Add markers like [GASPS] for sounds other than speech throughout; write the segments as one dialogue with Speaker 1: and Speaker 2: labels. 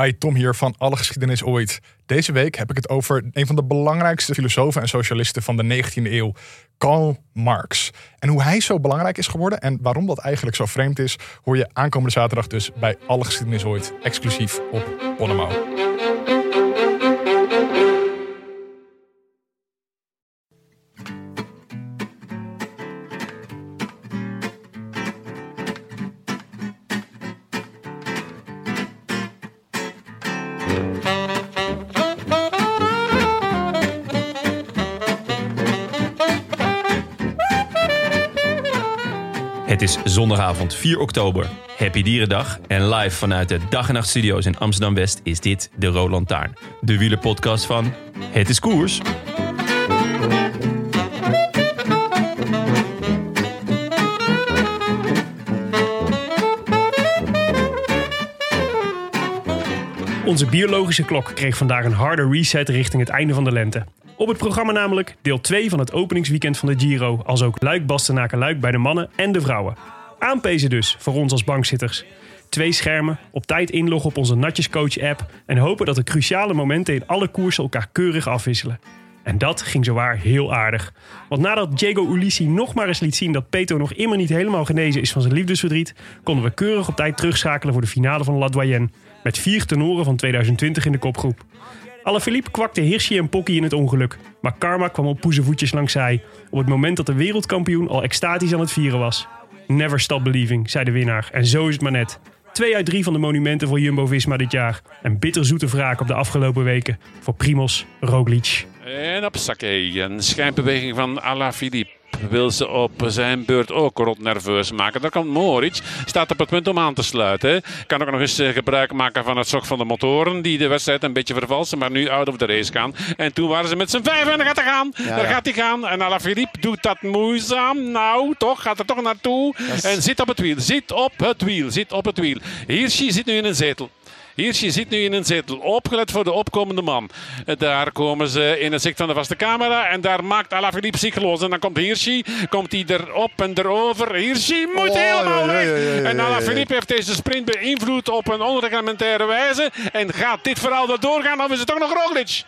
Speaker 1: Hi, Tom hier van Alle Geschiedenis Ooit. Deze week heb ik het over een van de belangrijkste filosofen en socialisten van de 19e eeuw, Karl Marx. En hoe hij zo belangrijk is geworden en waarom dat eigenlijk zo vreemd is, hoor je aankomende zaterdag dus bij Alle Geschiedenis Ooit, exclusief op Bonnemouw.
Speaker 2: Het is zondagavond 4 oktober. Happy Dierendag. En live vanuit de Dag en Nacht Studio's in Amsterdam West is dit de Roland Lantaarn. De wielerpodcast van Het is Koers.
Speaker 3: Onze biologische klok kreeg vandaag een harde reset richting het einde van de lente. Op het programma namelijk deel 2 van het openingsweekend van de Giro, als ook Luik Bastenaken Luik bij de mannen en de vrouwen. Aanpezen dus voor ons als bankzitters. Twee schermen, op tijd inloggen op onze Natjescoach app en hopen dat de cruciale momenten in alle koersen elkaar keurig afwisselen. En dat ging zowaar heel aardig. Want nadat Diego Ulissi nog maar eens liet zien dat Peto nog immer niet helemaal genezen is van zijn liefdesverdriet, konden we keurig op tijd terugschakelen voor de finale van La Doyenne. Met vier tenoren van 2020 in de kopgroep. Alaphilippe kwakte Hirschi en Pocky in het ongeluk. Maar Karma kwam op poezenvoetjes langs zij. Op het moment dat de wereldkampioen al extatisch aan het vieren was. Never stop believing, zei de winnaar. En zo is het maar net. Twee uit drie van de monumenten voor Jumbo-Visma dit jaar. En bitterzoete wraak op de afgelopen weken voor Primoz Roglic.
Speaker 4: En op Saké. Een schijnbeweging van Alaphilippe. Wil ze op zijn beurt ook rot nerveus maken. Daar kan Moritz. Staat op het punt om aan te sluiten. Kan ook nog eens eh, gebruik maken van het zog van de motoren. Die de wedstrijd een beetje vervalsen. Maar nu out of the race gaan. En toen waren ze met z'n vijf. En daar gaat hij gaan. daar gaat hij gaan. En Alaphilippe doet dat moeizaam. Nou, toch. Gaat er toch naartoe. En zit op het wiel. Zit op het wiel. Zit op het wiel. Hirschi zit nu in een zetel. Hirschi zit nu in een zetel. Opgelet voor de opkomende man. Eh, Daar komen ze in het zicht van de vaste camera. En daar maakt Alaphilippe zich los. En dan komt Hirschi. Komt hij erop en erover. Hirschi moet helemaal weg. En Alaphilippe heeft deze sprint beïnvloed op een onreglementaire wijze. En gaat dit verhaal wel doorgaan? Of is het toch nog Roglic?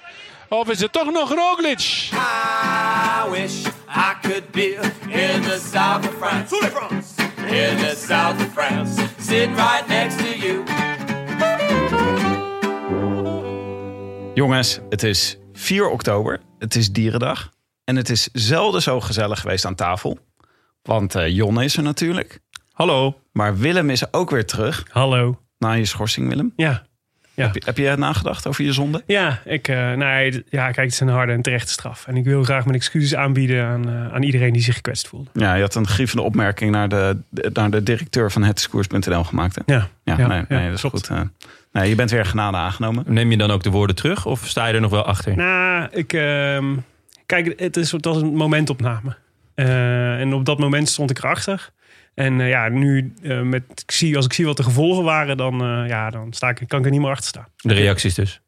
Speaker 4: Of is het toch nog Roglic?
Speaker 5: I wish I could be in the south of France. In the south of France. Sitting right next to you.
Speaker 6: Jongens, het is 4 oktober. Het is Dierendag. En het is zelden zo gezellig geweest aan tafel. Want eh, Jonne is er natuurlijk.
Speaker 3: Hallo.
Speaker 6: Maar Willem is ook weer terug.
Speaker 3: Hallo.
Speaker 6: Na je schorsing, Willem.
Speaker 3: Ja. Ja.
Speaker 6: Heb je, heb je nagedacht over je zonde?
Speaker 3: Ja, ik, eh, nee, d- ja, kijk, het is een harde en terechte straf. En ik wil graag mijn excuses aanbieden aan, eh, aan iedereen die zich gekwetst voelde.
Speaker 6: Ja, je had een grievende opmerking naar de, naar de directeur van hetdiscours.nl gemaakt. Hè?
Speaker 3: Ja,
Speaker 6: Ja, nee, nee, dat is
Speaker 3: klopt.
Speaker 6: goed. eh. nee, je bent weer genade aangenomen.
Speaker 2: Neem je dan ook de woorden terug of sta je er nog wel achter?
Speaker 3: Nou, ik, ehm, kijk, het is, het was een momentopname. Eh, en op dat moment stond ik erachter. En eh, ja, nu, eh, met, ik zie, als ik zie wat de gevolgen waren, dan, eh, ja, dan sta ik, kan ik er niet meer achter staan.
Speaker 2: De reacties dus.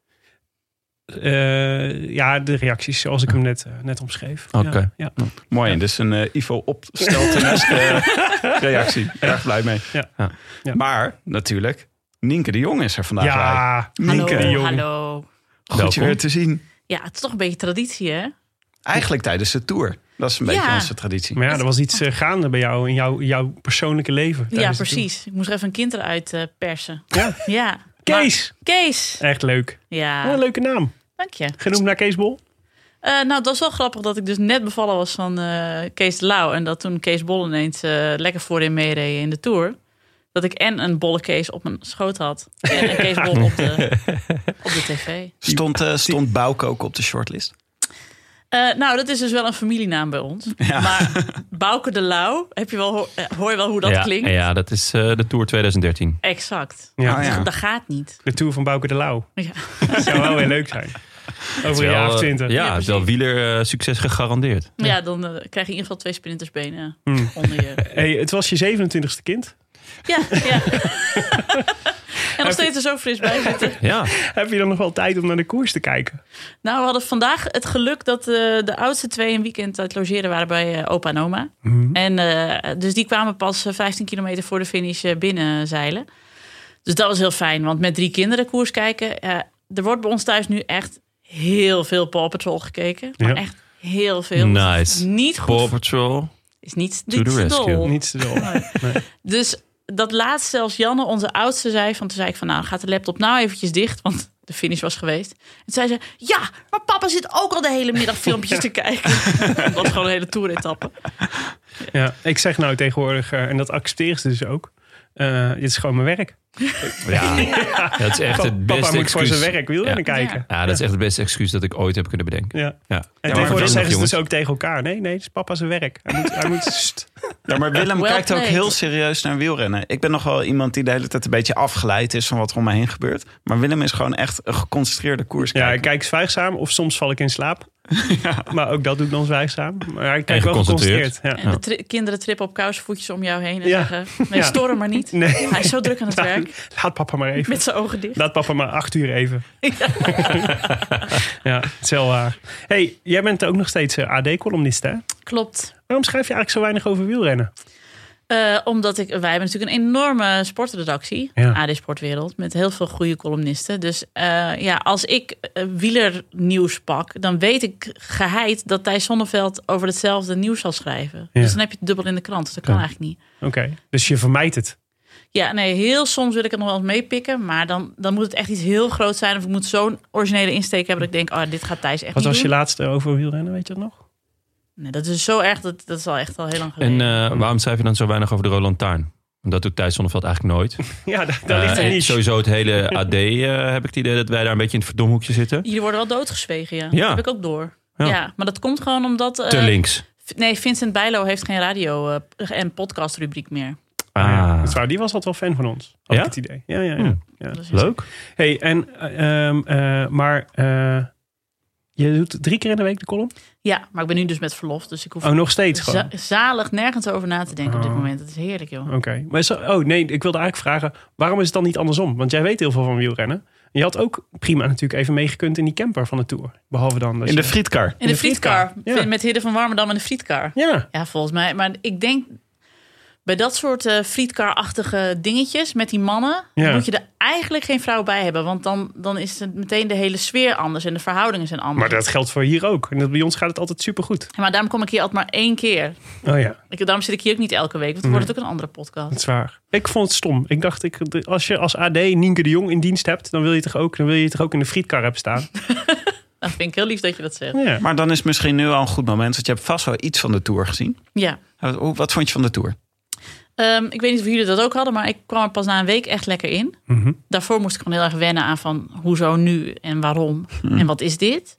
Speaker 3: Eh, ja, de reacties zoals ik hem net, eh, net omschreef. Ja,
Speaker 2: Oké.
Speaker 3: Ja,
Speaker 6: Mooi, dus een eh, Ivo
Speaker 3: [LAUGHS]
Speaker 6: opstelteneske reactie. Erg blij mee.
Speaker 3: Ja. Ja.
Speaker 6: Maar natuurlijk, Nienke de Jong is er vandaag bij.
Speaker 3: ja,
Speaker 6: Nienke de
Speaker 7: Hallo,
Speaker 6: Jong.
Speaker 7: hallo.
Speaker 6: Goed je
Speaker 2: Welkom.
Speaker 6: weer te zien.
Speaker 7: Ja, het is toch een beetje traditie, hè?
Speaker 6: Eigenlijk tijdens de tour. Dat is een beetje
Speaker 7: Ja.
Speaker 6: onze traditie.
Speaker 3: maar ja, er was iets eh, gaande bij jou in jouw, jouw persoonlijke leven.
Speaker 7: ja,
Speaker 3: tijdens de tour.
Speaker 7: precies. Ik moest er even een kind eruit eh, persen.
Speaker 3: Ja.
Speaker 7: Ja.
Speaker 3: Kees!
Speaker 7: Maar- Kees!
Speaker 3: Echt leuk. Wat een
Speaker 7: Ja,
Speaker 3: leuke naam.
Speaker 7: dank je.
Speaker 3: Genoemd naar Kees Bol.
Speaker 7: Eh, nou, dat was wel grappig dat ik dus net bevallen was van eh, Kees de Lauw. En dat toen Kees Bol ineens eh, lekker voorin meereed in de Tour. Dat ik en een bolle Kees op mijn schoot had. En een Kees Bol op de, op de tv.
Speaker 6: Stond, eh stond Bouke ook op de shortlist?
Speaker 7: Eh, nou, dat is dus wel een familienaam bij ons. Maar Bouke de Lauw, heb je wel, ho- eh, hoor je wel hoe dat
Speaker 2: ja,
Speaker 7: klinkt?
Speaker 2: ja, dat is eh, de Tour 2013.
Speaker 7: Exact.
Speaker 3: Oh, Ja.
Speaker 6: Ah, ja.
Speaker 7: Dat gaat niet.
Speaker 3: De Tour van Bouke de Lauw.
Speaker 7: Ja.
Speaker 3: Dat zou wel weer leuk zijn. Over een
Speaker 2: Wel,
Speaker 3: jaar of
Speaker 2: eh,
Speaker 3: twintig.
Speaker 2: Ja,
Speaker 7: Ja,
Speaker 2: het is wel wieler eh, succes gegarandeerd.
Speaker 7: Ja, dan eh, krijg je in ieder geval twee splintersbenen
Speaker 2: Hmm.
Speaker 7: onder
Speaker 2: [LAUGHS]
Speaker 7: je.
Speaker 3: Hey, het was je 27ste kind.
Speaker 7: Ja, ja. en nog steeds er zo fris
Speaker 2: [LAUGHS]
Speaker 7: bij zitten.
Speaker 2: Ja,
Speaker 3: Heb je dan nog wel tijd om naar de koers te kijken?
Speaker 7: Nou, we hadden vandaag het geluk dat eh, de oudste twee een weekend uit logeren waren bij eh, opa en oma.
Speaker 2: Hmm.
Speaker 7: En, eh, dus die kwamen pas eh, 15 kilometer voor de finish eh, binnen zeilen. Dus dat was heel fijn, want met drie kinderen koers kijken. eh, er wordt bij ons thuis nu echt heel veel Paw Patrol gekeken. Maar
Speaker 3: Ja.
Speaker 7: echt heel veel. Dus
Speaker 2: Nice.
Speaker 7: het is Niet goed.
Speaker 2: Nou. Paw Patrol.
Speaker 7: is niet,
Speaker 2: the
Speaker 7: niet te
Speaker 2: rescue.
Speaker 7: dol.
Speaker 3: Niets te doen.
Speaker 7: Dus dat laatst zelfs Janne, onze oudste, zei van... Toen zei ik van, nou, gaat de laptop nou eventjes dicht? Want [LAUGHS] de finish was geweest. En toen zei ze, ja, maar papa zit ook al de hele middag filmpjes
Speaker 3: [LAUGHS]
Speaker 7: te kijken. [LAUGHS] dat was gewoon een hele toeretappe.
Speaker 3: Ja, ik zeg nou tegenwoordig, eh, en dat accepteren ze dus ook. eh, dit is gewoon mijn werk.
Speaker 2: Ja.
Speaker 3: [LAUGHS]
Speaker 2: dat is echt
Speaker 3: Pa-
Speaker 2: het beste
Speaker 3: Papa moet voor
Speaker 2: excuus.
Speaker 3: zijn werk wielrennen
Speaker 2: Ja.
Speaker 3: kijken.
Speaker 2: Ja, dat is echt het beste excuus dat ik ooit heb kunnen bedenken.
Speaker 3: Ja. En
Speaker 2: Ja.
Speaker 3: tegenwoordig
Speaker 2: vervelend,
Speaker 3: zeggen ze
Speaker 2: jongens.
Speaker 3: dus ook tegen elkaar. Nee, nee, het is papa zijn werk. Hij moet, hij moet [LAUGHS] Sst.
Speaker 6: Ja, maar [LAUGHS] Willem
Speaker 7: Well
Speaker 6: kijkt ook
Speaker 7: played.
Speaker 6: heel serieus naar wielrennen. Ik ben nog wel iemand die de hele tijd een beetje afgeleid is van wat er om me heen gebeurt. Maar Willem is gewoon echt een geconcentreerde koers.
Speaker 3: Ja, ik kijk zwijgzaam of soms val ik in slaap.
Speaker 2: [LAUGHS]
Speaker 3: Maar ook dat doe ik dan zwijgzaam. Maar ik kijk
Speaker 2: En
Speaker 3: wel
Speaker 2: geconcentreerd.
Speaker 3: geconcentreerd. Ja.
Speaker 7: En de tri- kinderen trippen op kousenvoetjes om jou heen en
Speaker 3: Ja.
Speaker 7: zeggen... Nee,
Speaker 3: Ja.
Speaker 7: storen maar niet.
Speaker 3: Nee.
Speaker 7: Hij is zo druk aan het werk.
Speaker 3: [LAUGHS] Laat papa maar even.
Speaker 7: Met zijn ogen dicht.
Speaker 3: Laat papa maar acht uur even.
Speaker 7: [LAUGHS] Ja.
Speaker 3: Ja, het is wel waar. hey, jij bent ook nog steeds eh, AD-columnist, hè?
Speaker 7: Klopt.
Speaker 3: Waarom schrijf je eigenlijk zo weinig over wielrennen?
Speaker 7: Eh, omdat ik, wij hebben natuurlijk een enorme sportredactie,
Speaker 3: Ja.
Speaker 7: AD Sportwereld, met heel veel goede columnisten. Dus eh, ja, als ik eh, wielernieuws pak, dan weet ik geheid dat Thijs Zonneveld over hetzelfde nieuws zal schrijven.
Speaker 3: Ja.
Speaker 7: Dus dan heb je het dubbel in de krant. Dus dat kan
Speaker 3: Ja.
Speaker 7: eigenlijk niet.
Speaker 3: Oké, dus je vermijdt het.
Speaker 7: Ja, nee, heel soms wil ik het nog wel eens meepikken, maar dan, dan moet het echt iets heel groot zijn. Of ik moet zo'n originele insteek hebben dat ik denk, oh, dit gaat Thijs echt
Speaker 3: Wat
Speaker 7: niet
Speaker 3: was je
Speaker 7: doen.
Speaker 3: laatste over wielrennen, weet je dat nog?
Speaker 7: Nee, dat is zo erg, dat, dat is al echt al heel lang geleden.
Speaker 2: En eh, waarom schrijf je dan zo weinig over de Roland Taarn? Want dat doet Thijs Zonneveld eigenlijk nooit.
Speaker 3: Ja, daar, [LAUGHS] daar ligt
Speaker 2: Eh,
Speaker 3: een
Speaker 2: en
Speaker 3: niche.
Speaker 2: Sowieso het
Speaker 3: [LAUGHS]
Speaker 2: hele AD eh, heb ik het idee dat wij daar een beetje in het verdomhoekje zitten.
Speaker 7: Jullie worden wel doodgezwegen, ja.
Speaker 2: Ja.
Speaker 7: Dat heb ik ook door.
Speaker 2: Ja.
Speaker 7: Ja. maar dat komt gewoon omdat...
Speaker 2: Te
Speaker 7: eh,
Speaker 2: links.
Speaker 7: Nee, Vincent Bijlo heeft geen radio eh, en podcastrubriek meer.
Speaker 2: Ah,
Speaker 3: Oh Ja, dat is waar. die was altijd wel fan van ons. Had
Speaker 2: Ja?
Speaker 3: ik het idee. Ja, ja, ja.
Speaker 2: Hmm.
Speaker 3: ja.
Speaker 7: Dat is-
Speaker 2: leuk.
Speaker 3: hey, en, eh, ehm, eh, maar eh, je doet drie keer in de week de column?
Speaker 7: Ja, maar ik ben nu dus met verlof, dus ik hoef
Speaker 3: Oh, nog steeds
Speaker 7: za-
Speaker 3: gewoon?
Speaker 7: zalig nergens over na te denken op dit
Speaker 3: Oh.
Speaker 7: moment. Dat is heerlijk, joh.
Speaker 3: Oké. Maar zo- Oh nee, ik wilde eigenlijk vragen, waarom is het dan niet andersom? Want jij weet heel veel van wielrennen. Je had ook prima natuurlijk even meegekund in die camper van de Tour. Behalve dan... dat
Speaker 6: In de
Speaker 3: je-
Speaker 6: frietkar.
Speaker 7: In de frietkar.
Speaker 3: frietkar, ja.
Speaker 7: Met Hidde van Warmerdam en de frietkar.
Speaker 3: Ja.
Speaker 7: Ja, volgens mij. Maar ik denk bij dat soort eh frietkarachtige dingetjes met die mannen...
Speaker 3: Ja.
Speaker 7: moet je er eigenlijk geen vrouw bij hebben. Want dan, dan is het meteen de hele sfeer anders en de verhoudingen zijn anders.
Speaker 3: Maar dat geldt voor hier ook. En dat- bij ons gaat het altijd supergoed.
Speaker 7: Ja, maar daarom kom ik hier altijd maar één keer.
Speaker 3: Oh ja,
Speaker 7: Ik, daarom zit ik hier ook niet elke week, want
Speaker 3: Mm.
Speaker 7: dan wordt het ook een andere podcast.
Speaker 3: dat is waar. Ik vond het stom. Ik dacht, ik, de- als je als AD Nienke de Jong in dienst hebt, dan wil je toch ook, dan wil je toch ook in de frietkar hebben staan.
Speaker 7: Dat vind ik heel lief dat je dat zegt.
Speaker 3: [LAUGHS] Ja.
Speaker 6: Maar dan is misschien nu al een goed moment, want je hebt vast wel iets van de Tour gezien.
Speaker 7: Ja.
Speaker 6: Wat, hoe- wat vond je van de Tour?
Speaker 7: Ehm, ik weet niet of jullie dat ook hadden, maar ik kwam er pas na een week echt lekker in.
Speaker 3: Mhm.
Speaker 7: Daarvoor moest ik gewoon heel erg wennen aan van hoezo nu en waarom
Speaker 3: Mhm.
Speaker 7: en wat is dit.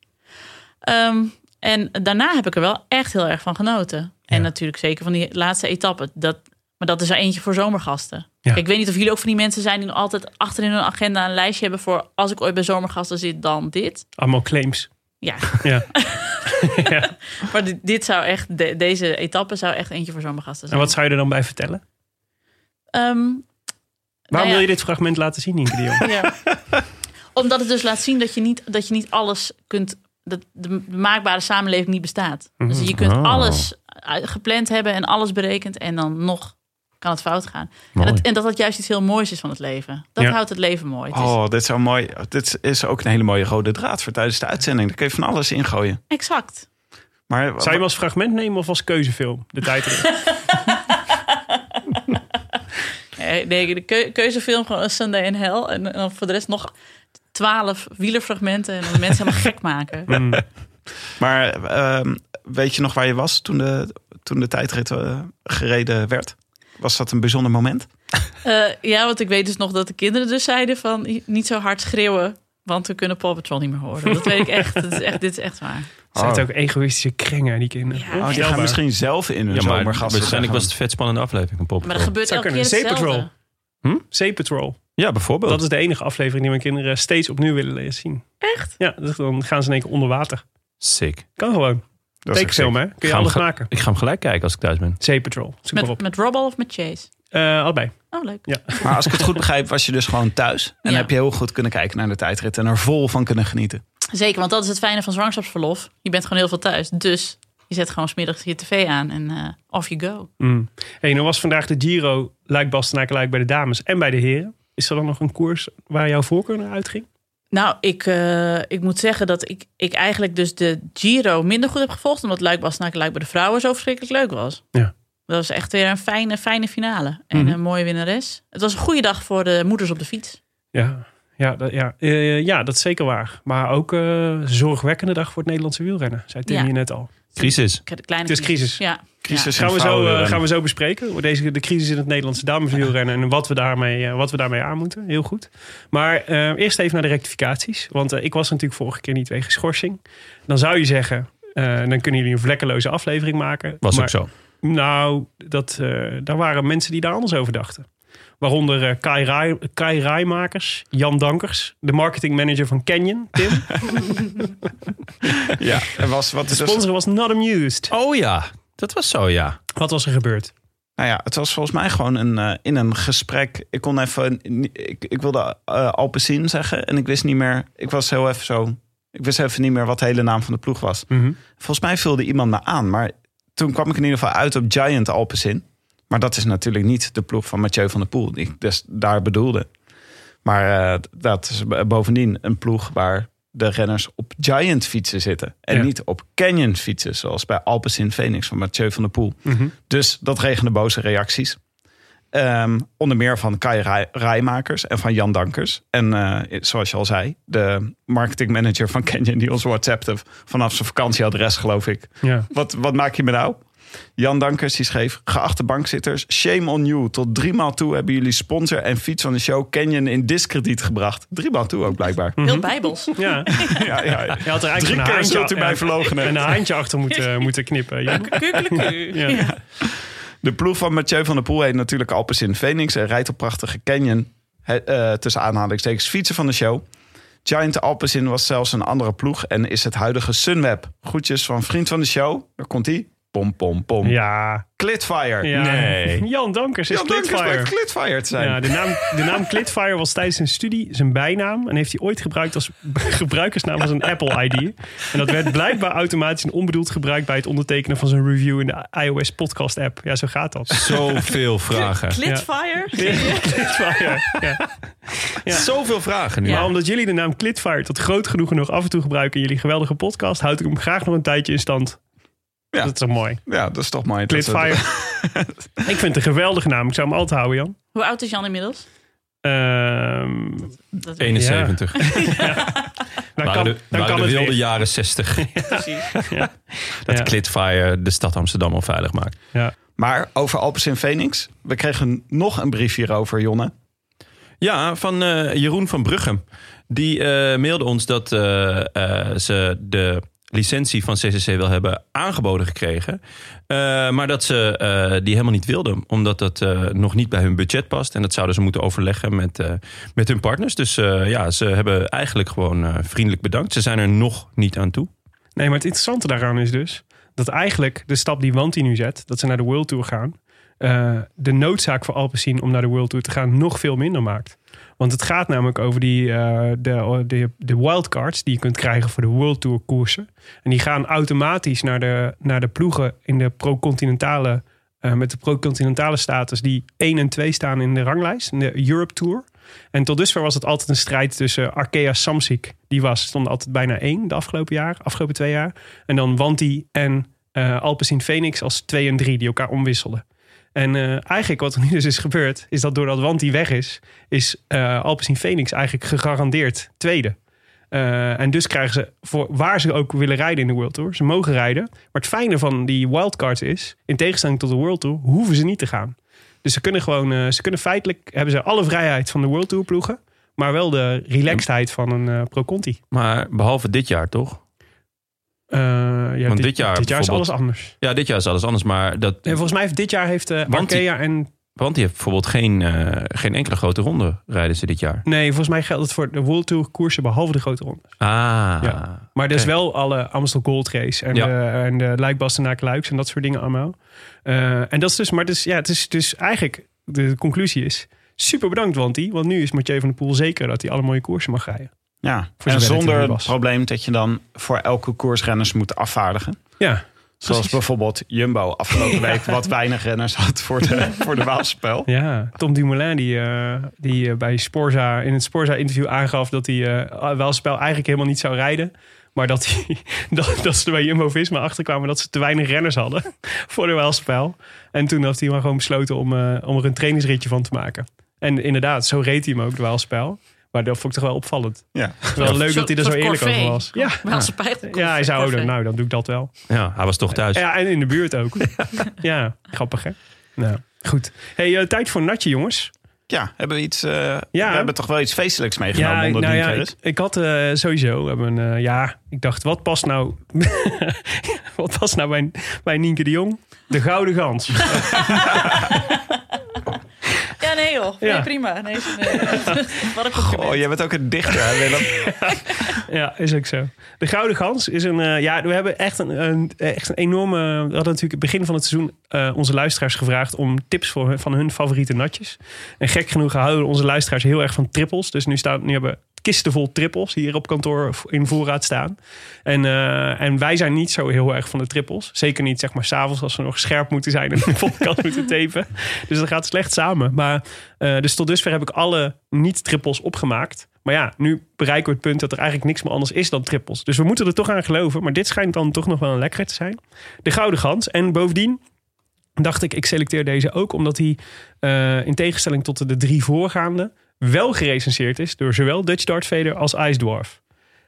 Speaker 7: Ehm, en daarna heb ik er wel echt heel erg van genoten. En natuurlijk zeker van die laatste etappe. Dat, maar dat is er eentje voor zomergasten.
Speaker 3: Ja.
Speaker 7: Ik weet niet of jullie ook van die mensen zijn die nog altijd achterin hun agenda een lijstje hebben voor als ik ooit bij zomergasten zit, dan dit.
Speaker 3: Allemaal claims. [LAUGHS]
Speaker 7: Ja,
Speaker 3: Ja.
Speaker 7: maar dit, dit zou echt, de- deze etappe zou echt eentje voor zomergasten
Speaker 3: En
Speaker 7: zijn.
Speaker 3: wat zou je er dan bij vertellen?
Speaker 7: Ehm, nou
Speaker 3: Waarom
Speaker 7: ja.
Speaker 3: wil je dit fragment laten zien, Nienke de [LAUGHS] Jong?
Speaker 7: Ja. [LAUGHS] Omdat het dus laat zien dat je niet, dat je niet alles kunt. Dat de maakbare samenleving niet bestaat. Dus je kunt
Speaker 2: Oh.
Speaker 7: alles eh, gepland hebben en alles berekend. En dan nog kan het fout gaan. En
Speaker 2: Mooi.
Speaker 7: dat, en dat dat juist iets heel moois is van het leven. Dat
Speaker 3: Ja.
Speaker 7: houdt het leven mooi. Het is-
Speaker 6: Oh, dit is, zo mooi. dit is ook een hele mooie rode draad voor tijdens de uitzending. Daar kun je van alles ingooien.
Speaker 7: Exact.
Speaker 6: Maar,
Speaker 3: Zou je hem als fragment nemen of als keuzefilm? De [LAUGHS] tijd
Speaker 7: Eh, Nee, de keu- keuzefilm gewoon een Sunday in Hell. En, en dan voor de rest nog twaalf wielerfragmenten. En dan de mensen helemaal gek maken.
Speaker 3: Hmm.
Speaker 6: maar ehm, weet je nog waar je was toen de, toen de tijdrit eh, gereden werd? Was dat een bijzonder moment?
Speaker 7: Eh, ja, want ik weet dus nog dat de kinderen dus zeiden van niet zo hard schreeuwen. Want we kunnen Paw Patrol niet meer horen. Dat weet ik echt. Dat is echt dit is echt waar.
Speaker 3: Het zijn ook egoïstische kringen, die kinderen.
Speaker 7: Ja. Oh, die
Speaker 6: Oh, die gaan
Speaker 3: Onvoorstelbaar.
Speaker 6: misschien zelf in hun
Speaker 2: Ja, maar
Speaker 6: zomergast.
Speaker 2: waarschijnlijk was
Speaker 6: gaan.
Speaker 2: het een vet spannende aflevering van Pop.
Speaker 7: Maar dat gebeurt
Speaker 3: Zou
Speaker 7: elke keer
Speaker 3: kunnen. Sea Patrol.
Speaker 7: hetzelfde.
Speaker 3: Sea Patrol.
Speaker 2: Ja, bijvoorbeeld.
Speaker 3: Dat is de enige aflevering die mijn kinderen steeds opnieuw willen laten zien. Echt? Ja, dus dan gaan ze in één keer onder water.
Speaker 2: Sick.
Speaker 3: Kan gewoon.
Speaker 6: is echt
Speaker 3: Tekenfilm, hè? Kun je
Speaker 2: Gaan
Speaker 3: alles
Speaker 2: we ge-
Speaker 3: maken.
Speaker 2: Ik ga hem gelijk kijken als ik thuis ben.
Speaker 3: Sea Patrol. Zoek maar op.
Speaker 7: Met, met Robbel of met Chase?
Speaker 3: Eh, allebei.
Speaker 7: Oh, leuk.
Speaker 3: Ja.
Speaker 6: Maar als ik het goed begrijp, was je dus gewoon thuis. En
Speaker 7: Ja.
Speaker 6: heb je heel goed kunnen kijken naar de tijdrit en er vol van kunnen genieten.
Speaker 7: Zeker, want dat is het fijne van zwangerschapsverlof. Je bent gewoon heel veel thuis. Dus je zet gewoon smiddags je tv aan en eh, off you go.
Speaker 3: Mm. Hey, nou was vandaag de Giro luik Bastenaken luik bij de dames en bij de heren. Is er dan nog een koers waar jouw voorkeur naar uitging?
Speaker 7: Nou, ik, eh, ik moet zeggen dat ik, ik eigenlijk dus de Giro minder goed heb gevolgd. Omdat Luik Bastenaken Luik bij de vrouwen zo verschrikkelijk leuk was.
Speaker 3: Ja.
Speaker 7: Dat was echt weer een fijne, fijne finale. En
Speaker 3: Mhm.
Speaker 7: een mooie winnares. Het was een goede dag voor de moeders op de fiets.
Speaker 3: Ja, ja, dat, ja. Eh, ja dat is zeker waar. Maar ook eh zorgwekkende dag voor het Nederlandse wielrennen, zei Tim
Speaker 7: Ja.
Speaker 3: hier net al.
Speaker 2: Crisis.
Speaker 7: Ik had een Kleine
Speaker 3: Het is crisis.
Speaker 7: Ja.
Speaker 6: Crisis
Speaker 3: Gaan
Speaker 6: in
Speaker 3: we, zo, eh,
Speaker 6: vrouwenrennen.
Speaker 3: gaan we zo bespreken. Deze, de crisis in het Nederlandse damewielrennen en wat we, daarmee, eh, wat we daarmee aan moeten. Heel goed. Maar eh, eerst even naar de rectificaties. Want eh, ik was natuurlijk vorige keer niet wegens schorsing. Dan zou je zeggen, eh, dan kunnen jullie een vlekkeloze aflevering maken.
Speaker 2: Was
Speaker 3: maar,
Speaker 2: ook zo.
Speaker 3: Nou, dat, eh, daar waren mensen die daar anders over dachten. Waaronder eh, Kai, Rai, Kai Rijmakers, Jan Dankers, de marketingmanager van Canyon, Tim.
Speaker 6: Ja. En was, wat is
Speaker 3: De
Speaker 6: dus-
Speaker 3: sponsor was not amused.
Speaker 2: Oh ja, dat was zo, ja.
Speaker 3: Wat was er gebeurd?
Speaker 6: Nou ja, het was volgens mij gewoon een, eh, in een gesprek. Ik kon even. ni- Ik, ik wilde eh Alpecin zeggen. En ik wist niet meer. Ik was heel even zo. Ik wist even niet meer wat de hele naam van de ploeg was. Volgens mij vulde iemand me aan. Maar toen kwam ik in ieder geval uit op Giant Alpecin. Maar dat is natuurlijk niet de ploeg van Mathieu van der Poel. Die ik dus daar bedoelde. Maar eh, dat is b- bovendien een ploeg waar de renners op Giant fietsen zitten. En
Speaker 3: Ja.
Speaker 6: niet op Canyon fietsen. Zoals bij Alpecin Phoenix van Mathieu van der Poel.
Speaker 3: Mhm.
Speaker 6: Dus dat regende boze reacties. Ehm, onder meer van Kai Rij- Rijmakers en van Jan Dankers. En eh, zoals je al zei, de marketingmanager van Canyon... die ons whatsappte vanaf zijn vakantieadres, geloof ik.
Speaker 3: Ja.
Speaker 6: Wat, wat maak je me nou? Jan Dankers die schreef: Geachte bankzitters, shame on you. Tot drie maal toe hebben jullie sponsor en fiets van de show Canyon in discrediet gebracht. Drie maal toe ook blijkbaar.
Speaker 3: Mhm.
Speaker 7: Heel
Speaker 3: [LAUGHS]
Speaker 7: bijbels.
Speaker 3: Ja.
Speaker 6: ja, ja.
Speaker 3: Je had er eigenlijk
Speaker 6: Drie
Speaker 3: een
Speaker 6: keer
Speaker 3: haantje-
Speaker 6: zult u mij
Speaker 3: ja,
Speaker 6: verlogenen.
Speaker 3: een haantje achter
Speaker 6: [LAUGHS]
Speaker 3: moeten, moeten knippen. Jan.
Speaker 7: Kukkeleku.
Speaker 3: Ja.
Speaker 7: Ja.
Speaker 6: De ploeg van Mathieu van der Poel heet natuurlijk Alpecin Phoenix en rijdt op prachtige Canyon. He- eh, tussen aanhalingstekens fietsen van de show. Giant Alpecin was zelfs een andere ploeg en is het huidige Sunweb. Groetjes van vriend van de show. Daar komt hij. Pom, pom, pom.
Speaker 3: Ja.
Speaker 6: Clitfire.
Speaker 3: ja. [LAUGHS]
Speaker 2: Nee.
Speaker 3: Jan Dankers is
Speaker 6: Jan Dankers
Speaker 3: Clitfire.
Speaker 6: blijkt Clitfire te zijn.
Speaker 3: Ja, de, naam, de
Speaker 6: [LAUGHS]
Speaker 3: naam Clitfire was tijdens zijn studie zijn bijnaam. En heeft hij ooit gebruikt als [LAUGHS] gebruikersnaam als een Apple-ID. En dat werd blijkbaar automatisch en onbedoeld gebruikt... bij het ondertekenen van zijn review in de iOS podcast-app. Ja, zo gaat dat.
Speaker 2: Zoveel vragen.
Speaker 7: Clitfire.
Speaker 3: [LAUGHS] Clitfire. Ja.
Speaker 2: Zoveel vragen nu.
Speaker 3: Maar omdat jullie de naam Clitfire tot groot genoegen nog af en toe gebruiken... in jullie geweldige podcast, houd ik hem graag nog een tijdje in stand.
Speaker 6: Ja.
Speaker 3: Dat is toch mooi.
Speaker 6: Ja, dat is toch mooi. dat we-
Speaker 3: Clitfire.
Speaker 6: [LAUGHS]
Speaker 3: ik vind het een geweldige naam. Ik zou hem altijd houden, Jan.
Speaker 7: Hoe oud is Jan inmiddels?
Speaker 3: Ehm,
Speaker 7: Dat
Speaker 2: 71.
Speaker 3: dan
Speaker 2: Waren
Speaker 3: kan,
Speaker 2: de,
Speaker 3: dan
Speaker 2: waren
Speaker 3: kan
Speaker 2: de
Speaker 3: het
Speaker 2: wilde
Speaker 3: weer.
Speaker 2: jaren
Speaker 3: [LAUGHS]
Speaker 2: 60
Speaker 6: [LAUGHS]
Speaker 7: precies.
Speaker 2: dat
Speaker 3: Ja.
Speaker 2: Clitfire de stad Amsterdam onveilig maakt.
Speaker 3: Ja.
Speaker 6: Maar over Alpecin Phoenix. We kregen nog een brief hierover, Jonne.
Speaker 2: Ja, van eh, Jeroen van Bruchem. Die eh, mailde ons dat eh, eh, ze de licentie van CCC wel hebben aangeboden gekregen. Eh, maar dat ze eh, die helemaal niet wilden. Omdat dat eh, nog niet bij hun budget past. En dat zouden ze moeten overleggen met, eh, met hun partners. Dus eh, ja, ze hebben eigenlijk gewoon eh, vriendelijk bedankt. Ze zijn er nog niet aan toe.
Speaker 3: Nee, maar het interessante daaraan is dus dat eigenlijk de stap die Wanti nu zet, dat ze naar de World Tour gaan, eh, de noodzaak voor Alpecin om naar de World Tour te gaan nog veel minder maakt. Want het gaat namelijk over die, eh, de, de, de wildcards die je kunt krijgen voor de World Tour koersen. En die gaan automatisch naar de, naar de ploegen in de pro-continentale, eh, met de pro-continentale status die 1 en 2 staan in de ranglijst, in de Europe Tour. En tot dusver was het altijd een strijd tussen Arkea Samsic. Die was, stond altijd bijna één de afgelopen jaar, afgelopen twee jaar. En dan Wanti en eh Alpecin Phoenix als twee en drie die elkaar omwisselden. En eh, eigenlijk wat er nu dus is gebeurd, is dat doordat Wanti weg is, is eh Alpecin Phoenix eigenlijk gegarandeerd tweede. Eh, en dus krijgen ze, voor waar ze ook willen rijden in de World Tour, ze mogen rijden. Maar het fijne van die wildcards is, in tegenstelling tot de World Tour, hoeven ze niet te gaan. Dus ze kunnen gewoon, eh, ze kunnen feitelijk, hebben ze alle vrijheid van de World Tour ploegen. Maar wel de relaxedheid van een eh, Pro-Conti.
Speaker 2: Maar behalve dit jaar toch?
Speaker 3: Eh, ja,
Speaker 2: Want dit jaar
Speaker 3: dit jaar is
Speaker 2: bijvoorbeeld-
Speaker 3: alles anders.
Speaker 2: Ja, dit jaar is alles anders. Maar dat,
Speaker 3: En volgens mij heeft dit jaar heeft eh
Speaker 2: Want die-
Speaker 3: Arkea en...
Speaker 2: want die heeft bijvoorbeeld geen, eh, geen enkele grote ronde rijden ze dit jaar.
Speaker 3: Nee, volgens mij geldt het voor de World Tour koersen behalve de grote ronde.
Speaker 2: Ah.
Speaker 3: Ja. Maar dus
Speaker 2: Oké.
Speaker 3: wel alle Amstel Gold Race en,
Speaker 2: Ja.
Speaker 3: de, en de Luikbastenaak Luiks en dat soort dingen allemaal. Eh, en dat is dus, maar dus, ja, het is dus eigenlijk, de conclusie is, super bedankt Wanty, want nu is Mathieu van der Poel zeker dat hij alle mooie koersen mag rijden.
Speaker 6: Ja,
Speaker 3: zover het
Speaker 6: en
Speaker 3: er
Speaker 6: zonder
Speaker 3: nu
Speaker 6: het
Speaker 3: was.
Speaker 6: probleem dat je dan voor elke koers renners moet afvaardigen.
Speaker 3: Ja,
Speaker 6: Zoals
Speaker 3: Precies.
Speaker 6: bijvoorbeeld Jumbo [LAUGHS] afgelopen week wat weinig renners had voor de, voor de Waalspel.
Speaker 3: ja. Tom Dumoulin die, eh, die eh, bij Sporza, in het Sporza interview aangaf dat hij eh wel spel eigenlijk helemaal niet zou rijden. Maar dat, hij, [LAUGHS] dat, dat ze er bij Jumbo-Visma achterkwamen dat ze te weinig renners hadden [LAUGHS] voor de Waalspel. En toen had hij maar gewoon besloten om, eh, om er een trainingsritje van te maken. En inderdaad, zo reed hij hem ook, de Waalspel. Maar dat vond ik toch wel opvallend.
Speaker 6: Ja.
Speaker 3: Wel leuk dat hij er zo
Speaker 7: soort
Speaker 3: eerlijk over
Speaker 7: corvée.
Speaker 3: was. Ja,
Speaker 7: Wel spijt.
Speaker 3: ja hij zei, oh, dan- nou, dan doe ik dat wel.
Speaker 2: Ja, hij was toch thuis.
Speaker 3: Ja, en in de buurt ook. Ja, grappig hè? Nou, goed. hey, eh, tijd voor een natje, jongens.
Speaker 6: Ja, hebben we iets. eh,
Speaker 3: Ja.
Speaker 6: We hebben toch wel iets feestelijks meegenomen onder
Speaker 3: nou
Speaker 6: die
Speaker 3: ja, ik,
Speaker 6: kennis?
Speaker 3: ik had eh, sowieso we hebben, een, eh, ja, ik dacht, wat past nou, [LAUGHS] wat past nou bij, bij Nienke de Jong? De Gouden Gans.
Speaker 7: Ja, nee joh. Nee,
Speaker 3: Ja.
Speaker 7: prima. Nee, is- nee. [LAUGHS] Wat een compliment.
Speaker 6: Oh, jij bent ook een dichter, hè, Willem? [LAUGHS]
Speaker 3: Ja, is ook zo. De Gouden Gans is een. eh, ja, we hebben echt een, een- echt een enorme. We hadden natuurlijk het begin van het seizoen eh, onze luisteraars gevraagd om tips voor hun, van hun favoriete natjes. En gek genoeg houden onze luisteraars heel erg van trippels. Dus nu, staan, nu hebben we kisten vol trippels hier op kantoor in voorraad staan. En, eh, en wij zijn niet zo heel erg van de trippels. Zeker niet, zeg maar, s'avonds als we nog scherp moeten zijn en de [LAUGHS] podcast moeten tapen. Dus dat gaat slecht samen. Maar eh, dus tot dusver heb ik alle niet-trippels opgemaakt. Maar ja, nu bereiken we het punt dat er eigenlijk niks meer anders is dan trippels. Dus we moeten er toch aan geloven. Maar dit schijnt dan toch nog wel een lekker te zijn. De Gouden Gans. En bovendien dacht ik, ik selecteer deze ook omdat hij eh, in tegenstelling tot de drie voorgaande wel gerecenseerd is door zowel Dutch Dart Vader als Ice Dwarf.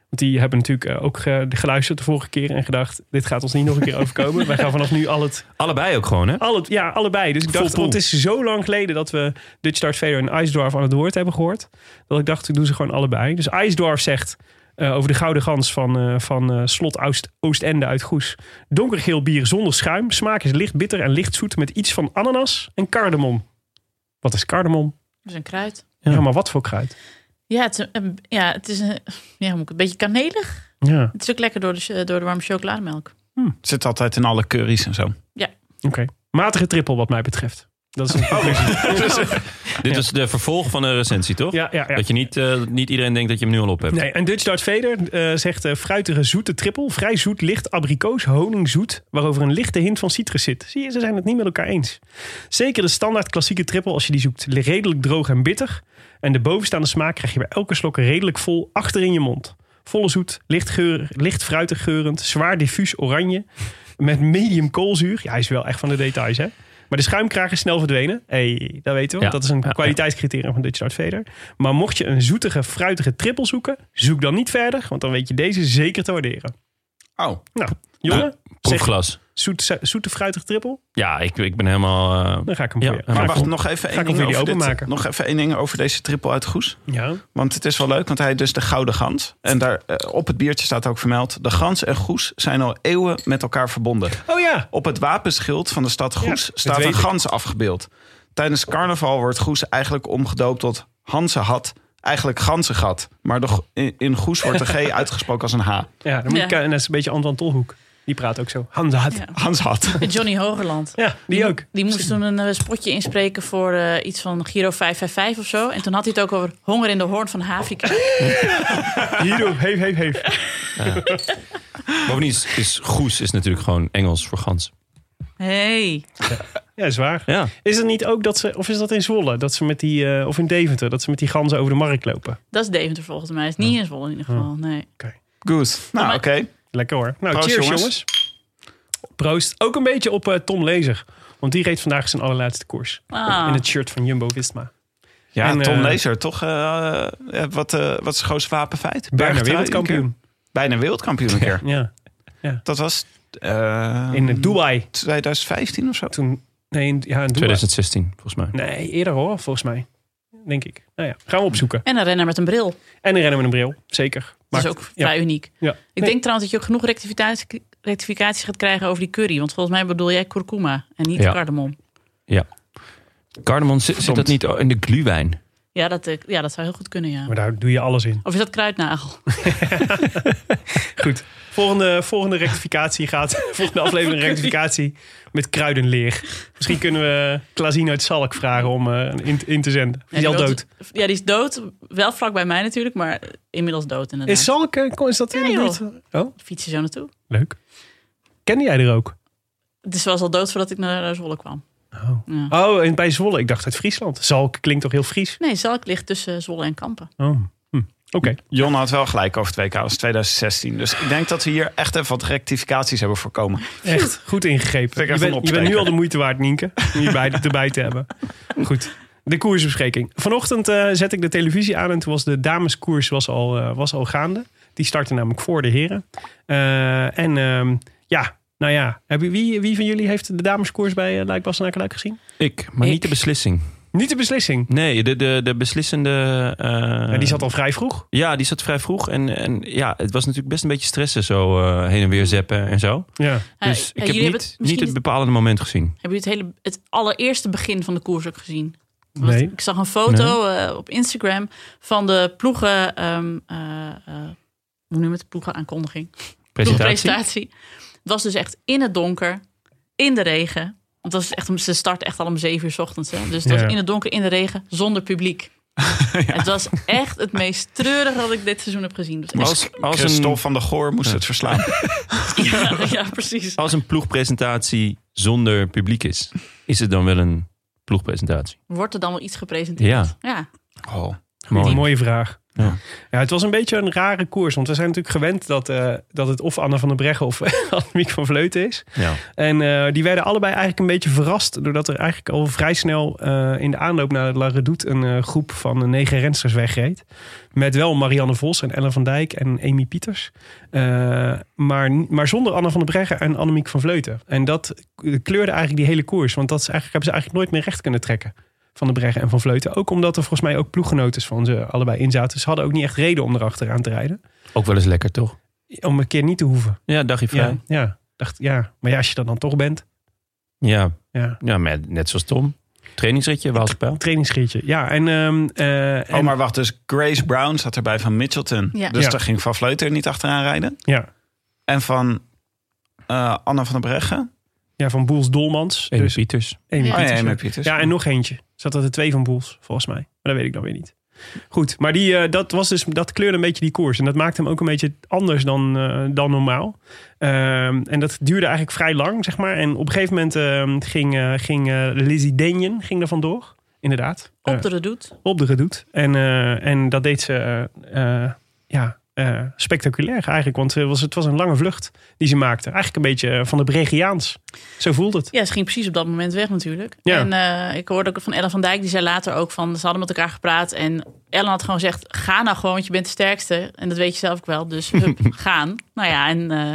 Speaker 3: Want die hebben natuurlijk eh, ook eh, geluisterd de vorige keer en gedacht: dit gaat ons niet nog een keer overkomen. Wij gaan vanaf nu al het
Speaker 2: Allebei ook gewoon, hè?
Speaker 3: alle, ja, allebei. Dus ik dacht,
Speaker 2: pool.
Speaker 3: want het is zo lang geleden dat we Dutch Dart Vader en Ice Dwarf aan het woord hebben gehoord. Dat ik dacht, ik doe ze gewoon allebei. Dus Ice Dwarf zegt eh, over de gouden gans van, eh, van eh, slot Oost, Oostende uit Goes. Donkergeel bier zonder schuim. Smaak is licht bitter en licht zoet met iets van ananas en cardamom. Wat is cardamom?
Speaker 7: Dat is een kruid.
Speaker 3: Ja, maar wat voor kruid?
Speaker 7: Ja, het is een, ja, het is een, ja, hoe moet ik, een beetje kanelig.
Speaker 3: Ja,
Speaker 7: Het is ook lekker door de, ch- door de warme chocolademelk.
Speaker 6: Zit altijd in alle curry's en zo. Oh,
Speaker 3: oké. Matige trippel wat mij betreft. Dat [LAUGHS] is een
Speaker 2: Dit is de vervolg van de recensie, toch?
Speaker 3: ja, ja, ja.
Speaker 2: Dat je niet, eh, niet iedereen denkt dat je hem nu al op hebt.
Speaker 3: Nee, en Dutch Dart Vader eh, zegt eh, fruitige zoete trippel. Vrij zoet, licht abrikoos, honingzoet. Waarover een lichte hint van citrus zit. Zie je, ze zijn het niet met elkaar eens. Zeker de standaard klassieke trippel als je die zoekt. Redelijk droog en bitter. En de bovenstaande smaak krijg je bij elke slok redelijk vol achter in je mond. Volle zoet, licht, geur, licht fruitig geurend, zwaar diffuus oranje. Met medium koolzuur. Ja, hij is wel echt van de details, hè? Maar de schuimkraag is snel verdwenen. hey, dat weten we.
Speaker 2: Ja.
Speaker 3: want Dat is een
Speaker 2: Ja, ja.
Speaker 3: kwaliteitscriterium van Dutch Dart Vader. Maar mocht je een zoetige, fruitige trippel zoeken, zoek dan niet verder, want dan weet je deze zeker te waarderen.
Speaker 6: Oh,
Speaker 3: Nou, jongen, zeg
Speaker 2: Proefglas.
Speaker 3: zoet, zoete, fruitige trippel,
Speaker 2: Ja, ik, ik ben helemaal... eh,
Speaker 3: dan ga ik hem
Speaker 2: Ja,
Speaker 3: voor je.
Speaker 2: maar
Speaker 6: maar
Speaker 3: ga ik
Speaker 6: wacht,
Speaker 3: hem-
Speaker 6: nog even
Speaker 3: ik
Speaker 6: één
Speaker 3: hem
Speaker 6: ding
Speaker 3: voor
Speaker 6: over
Speaker 3: jullie
Speaker 6: dit-
Speaker 3: openmaken.
Speaker 6: Nog even één ding over deze trippel uit Goes.
Speaker 3: Ja.
Speaker 6: Want het is wel leuk, want hij heeft dus de gouden gans. En daar eh, op het biertje staat ook vermeld... de gans en Goes zijn al eeuwen met elkaar verbonden.
Speaker 3: Oh ja,
Speaker 6: Op het wapenschild van de stad Goes
Speaker 3: dat
Speaker 6: staat
Speaker 3: weet
Speaker 6: een
Speaker 3: ik.
Speaker 6: gans afgebeeld. Tijdens carnaval wordt Goes eigenlijk omgedoopt tot Hansenhat... Eigenlijk ganzengat. Maar de go- in- in Goes wordt de
Speaker 3: [LAUGHS]
Speaker 6: G uitgesproken als een H.
Speaker 3: ja, dan moet
Speaker 7: Ja.
Speaker 3: ik- en dat is een beetje Anton Tolhoek. Die praat ook zo. Hans had. Ja.
Speaker 7: Ja.
Speaker 6: Hanshat.
Speaker 7: En Johnny Hogerland.
Speaker 3: die ook.
Speaker 7: Die moest toen een eh, spotje inspreken voor eh, iets van Giro 555 of zo. En toen had hij het ook over honger in de hoorn van Afrika.
Speaker 3: Hierdoe, heef, heef, heef.
Speaker 2: Bovendien is, is goes is natuurlijk gewoon Engels voor gans.
Speaker 7: Hey.
Speaker 3: Ja, is waar.
Speaker 2: Ja.
Speaker 3: Is het niet ook dat ze, of is dat in Zwolle, dat ze met die, eh, of in Deventer, dat ze met die ganzen over de markt lopen?
Speaker 7: Dat is Deventer volgens mij. Is niet in Zwolle in ieder geval. Nee.
Speaker 6: Goes. Nou,
Speaker 7: Maar-
Speaker 6: oké.
Speaker 3: Lekker hoor. Nou,
Speaker 6: Proost,
Speaker 3: cheers jongens.
Speaker 6: jongens.
Speaker 3: Proost. Ook een beetje op eh, Tom Lezer. Want die reed vandaag zijn allerlaatste koers.
Speaker 7: Ah.
Speaker 3: In het shirt van Jumbo-Visma.
Speaker 6: Ja,
Speaker 3: En,
Speaker 6: Tom
Speaker 3: eh,
Speaker 6: Lezer, toch? eh, ja, wat, eh, wat is het grootste wapenfeit?
Speaker 3: Bijna
Speaker 6: Bergtrui een
Speaker 3: wereldkampioen.
Speaker 6: keer. Bijna wereldkampioen een keer.
Speaker 3: Ja.
Speaker 6: Dat was eh,
Speaker 3: In eh, Dubai.
Speaker 6: 2015 of zo.
Speaker 3: Toen, nee, in, ja, in Dubai.
Speaker 2: 2016, volgens mij.
Speaker 3: Nee, eerder hoor, volgens mij. denk ik. Nou ja, gaan we opzoeken.
Speaker 7: En een renner met een bril. Dat
Speaker 3: En een renner met een bril, zeker.
Speaker 7: is
Speaker 3: Maakt-
Speaker 7: ook
Speaker 3: ja.
Speaker 7: vrij uniek.
Speaker 3: Ja.
Speaker 7: Ik denk trouwens dat je ook genoeg rectificatie- rectificaties gaat krijgen over die curry. Want volgens mij bedoel jij kurkuma en niet
Speaker 2: Ja.
Speaker 7: cardamom.
Speaker 2: Cardamom, zit, zit dat niet in de gluwijn?
Speaker 7: Ja dat, eh, ja, dat zou heel goed kunnen, ja.
Speaker 3: Maar daar doe je alles in.
Speaker 7: Of is dat kruidnagel?
Speaker 3: Goed. Volgende, volgende rectificatie gaat. [LAUGHS] Volgende aflevering een rectificatie met kruidenleer. Misschien kunnen we Klaasien uit Zalk vragen om eh, in, in te zenden. Die is
Speaker 7: Ja,
Speaker 3: al
Speaker 7: wil-
Speaker 3: dood.
Speaker 7: Ja, die is dood. Wel vlak bij mij natuurlijk, maar eh, inmiddels dood inderdaad.
Speaker 3: Is Zalk, eh, is dat in de
Speaker 7: Ja,
Speaker 3: buurt? Oh,
Speaker 7: Fietsen zo naartoe.
Speaker 3: leuk. Kende jij er ook?
Speaker 7: Dus ze was al dood voordat ik naar eh, Zwolle kwam.
Speaker 3: Oh.
Speaker 7: Ja.
Speaker 3: Oh, en bij Zwolle. Ik dacht uit Friesland. Zalk klinkt toch heel Fries?
Speaker 7: Nee, Zalk ligt tussen Zwolle en Kampen.
Speaker 3: Oh. Hm. Oké.
Speaker 6: Jon had wel gelijk over het WK, dat is 2016. Dus ik denk dat we hier echt even wat rectificaties hebben voorkomen.
Speaker 3: Echt goed ingegrepen.
Speaker 6: Vind ik
Speaker 3: Je
Speaker 6: echt
Speaker 3: bent,
Speaker 6: een
Speaker 3: je bent nu
Speaker 6: opsteker.
Speaker 3: al de moeite waard, Nienke, om je bij, erbij te hebben. Goed. De koersbespreking. Vanochtend eh zet ik de televisie aan en toen was de dameskoers was al, eh, was al gaande. Die startte namelijk voor de heren. Eh, en ehm, ja, nou ja. Heb je- Wie, wie van jullie heeft de dameskoers bij eh, Luik Bastenaken Luik gezien?
Speaker 2: Ik, maar
Speaker 7: Ik.
Speaker 2: niet de beslissing.
Speaker 3: Niet de beslissing.
Speaker 2: Nee, de, de, de beslissende... eh,
Speaker 3: Maar die zat al vrij vroeg.
Speaker 2: Ja, die zat vrij vroeg. En, en ja, het was natuurlijk best een beetje stressen zo eh, heen en weer zeppen en zo.
Speaker 3: Ja.
Speaker 7: Ja,
Speaker 2: Dus
Speaker 7: ja,
Speaker 2: ik heb
Speaker 7: jullie hebben
Speaker 2: niet, niet
Speaker 7: misschien
Speaker 2: het bepalende moment gezien.
Speaker 7: Hebben jullie het, hele, het allereerste begin van de koers ook gezien? Want
Speaker 3: Nee.
Speaker 7: Ik zag een foto eh, op Instagram van de ploegen. ehm eh, eh, hoe noem je het? Ploegenaankondiging.
Speaker 2: Presentatie.
Speaker 7: Ploegpresentatie. Het was dus echt in het donker, in de regen. Want dat is echt, om- ze start echt al om zeven uur 's ochtends. Hè? Dus dat
Speaker 3: Ja.
Speaker 7: was in het donker, in de regen, zonder publiek. Het was echt het meest treurige wat ik dit seizoen heb gezien. Dus echt-
Speaker 2: Als, als,
Speaker 6: Christophe
Speaker 2: een,
Speaker 6: van der Goor moest het verslaan.
Speaker 7: ja, [LAUGHS] ja, precies.
Speaker 2: als een ploegpresentatie zonder publiek is, is het dan wel een ploegpresentatie?
Speaker 7: Wordt er dan wel iets gepresenteerd? ja.
Speaker 6: Oh.
Speaker 2: Mooi.
Speaker 3: Mooie vraag. Ja.
Speaker 2: Ja.
Speaker 3: het was een beetje een rare koers. Want we zijn natuurlijk gewend dat, eh, dat het of Anna van der Breggen of [LAUGHS] Annemiek van Vleuten is.
Speaker 2: Ja.
Speaker 3: En eh, die werden allebei eigenlijk een beetje verrast. Doordat er eigenlijk al vrij snel eh, in de aanloop naar La Redoute een eh, groep van eh, negen rensters wegreed. Met wel Marianne Vos en Ellen van Dijk en Amy Pieters. Eh, maar, ni- maar zonder Anna van der Breggen en Annemiek van Vleuten. En dat eh, kleurde eigenlijk die hele koers. Want dat is eigenlijk, hebben ze eigenlijk nooit meer recht kunnen trekken. Van de Breggen en van Vleuten. Ook omdat er volgens mij ook ploeggenoten van ze allebei in zaten. Ze hadden ook niet echt reden om erachteraan te rijden.
Speaker 2: Ook wel eens lekker, toch?
Speaker 3: Om een keer niet te hoeven.
Speaker 2: Ja, dagje vrij.
Speaker 3: Ja,
Speaker 2: Ja,
Speaker 3: ja, dacht, ja. Maar ja, als je dat dan toch bent.
Speaker 2: ja.
Speaker 3: Ja.
Speaker 2: maar net zoals Tom. Trainingsritje, Waalspel.
Speaker 3: trainingsschietje. Ja, en, ehm, eh,
Speaker 6: Oh,
Speaker 3: [LAUGHS] en-
Speaker 6: maar wacht, dus Grace Brown zat erbij van Mitchelton.
Speaker 7: Ja.
Speaker 6: Dus
Speaker 3: Ja.
Speaker 6: daar ging Van Vleuter niet achteraan rijden.
Speaker 3: ja,
Speaker 6: En van eh, Anna van der Breggen.
Speaker 3: ja, van Boels Dolmans.
Speaker 2: Amy
Speaker 3: dus
Speaker 2: Pieters.
Speaker 3: Amy
Speaker 6: Oh
Speaker 7: Ja.
Speaker 6: ja,
Speaker 3: Pieters,
Speaker 6: Emma
Speaker 3: ja.
Speaker 6: Pieters.
Speaker 3: Ja, en nog eentje. Zat er twee van Boels, volgens mij. Maar dat weet ik dan weer niet. Goed, maar die, eh, dat, was dus, dat kleurde een beetje die koers. En dat maakte hem ook een beetje anders dan, eh, dan normaal. Ehm, en dat duurde eigenlijk vrij lang, zeg maar. En op een gegeven moment ehm, ging, eh, ging eh, Lizzie Denyen ging er vandoor. Inderdaad. Eh,
Speaker 7: Op de redoute.
Speaker 3: op de redoute. En, eh, en dat deed ze eh, eh, ja, eh, spectaculair eigenlijk. Want het was, het was een lange vlucht die ze maakte. Eigenlijk een beetje eh, van de Bregiaans. Zo voelt het.
Speaker 7: Ja, ze ging precies op dat moment weg natuurlijk.
Speaker 3: Ja.
Speaker 7: En eh, ik hoorde ook van Ellen van Dijk, die zei later ook van... ze hadden met elkaar gepraat en Ellen had gewoon gezegd... ga nou gewoon, want je bent de sterkste. En dat weet je zelf ook
Speaker 3: [LAUGHS]
Speaker 7: wel, dus hup, gaan. Nou ja, en eh,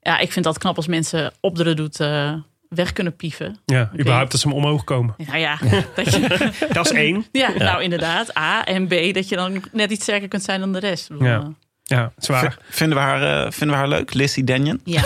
Speaker 7: ja, ik vind dat knap als mensen op de redoute eh, weg kunnen pieven.
Speaker 3: Ja, überhaupt
Speaker 7: überhaupt
Speaker 3: dat ze hem omhoog
Speaker 7: [LAUGHS]
Speaker 3: komen.
Speaker 7: Nou ja, dat
Speaker 3: [LAUGHS]
Speaker 7: je,
Speaker 3: Dat is één.
Speaker 7: ja, nou inderdaad. A en B, dat je dan net iets sterker kunt zijn dan de rest. Ik bedoel,
Speaker 3: Ja.
Speaker 7: eh,
Speaker 3: Ja, zwaar.
Speaker 6: V- Vinden we haar, eh, vinden we haar leuk, Lizzie Denyon?
Speaker 7: ja.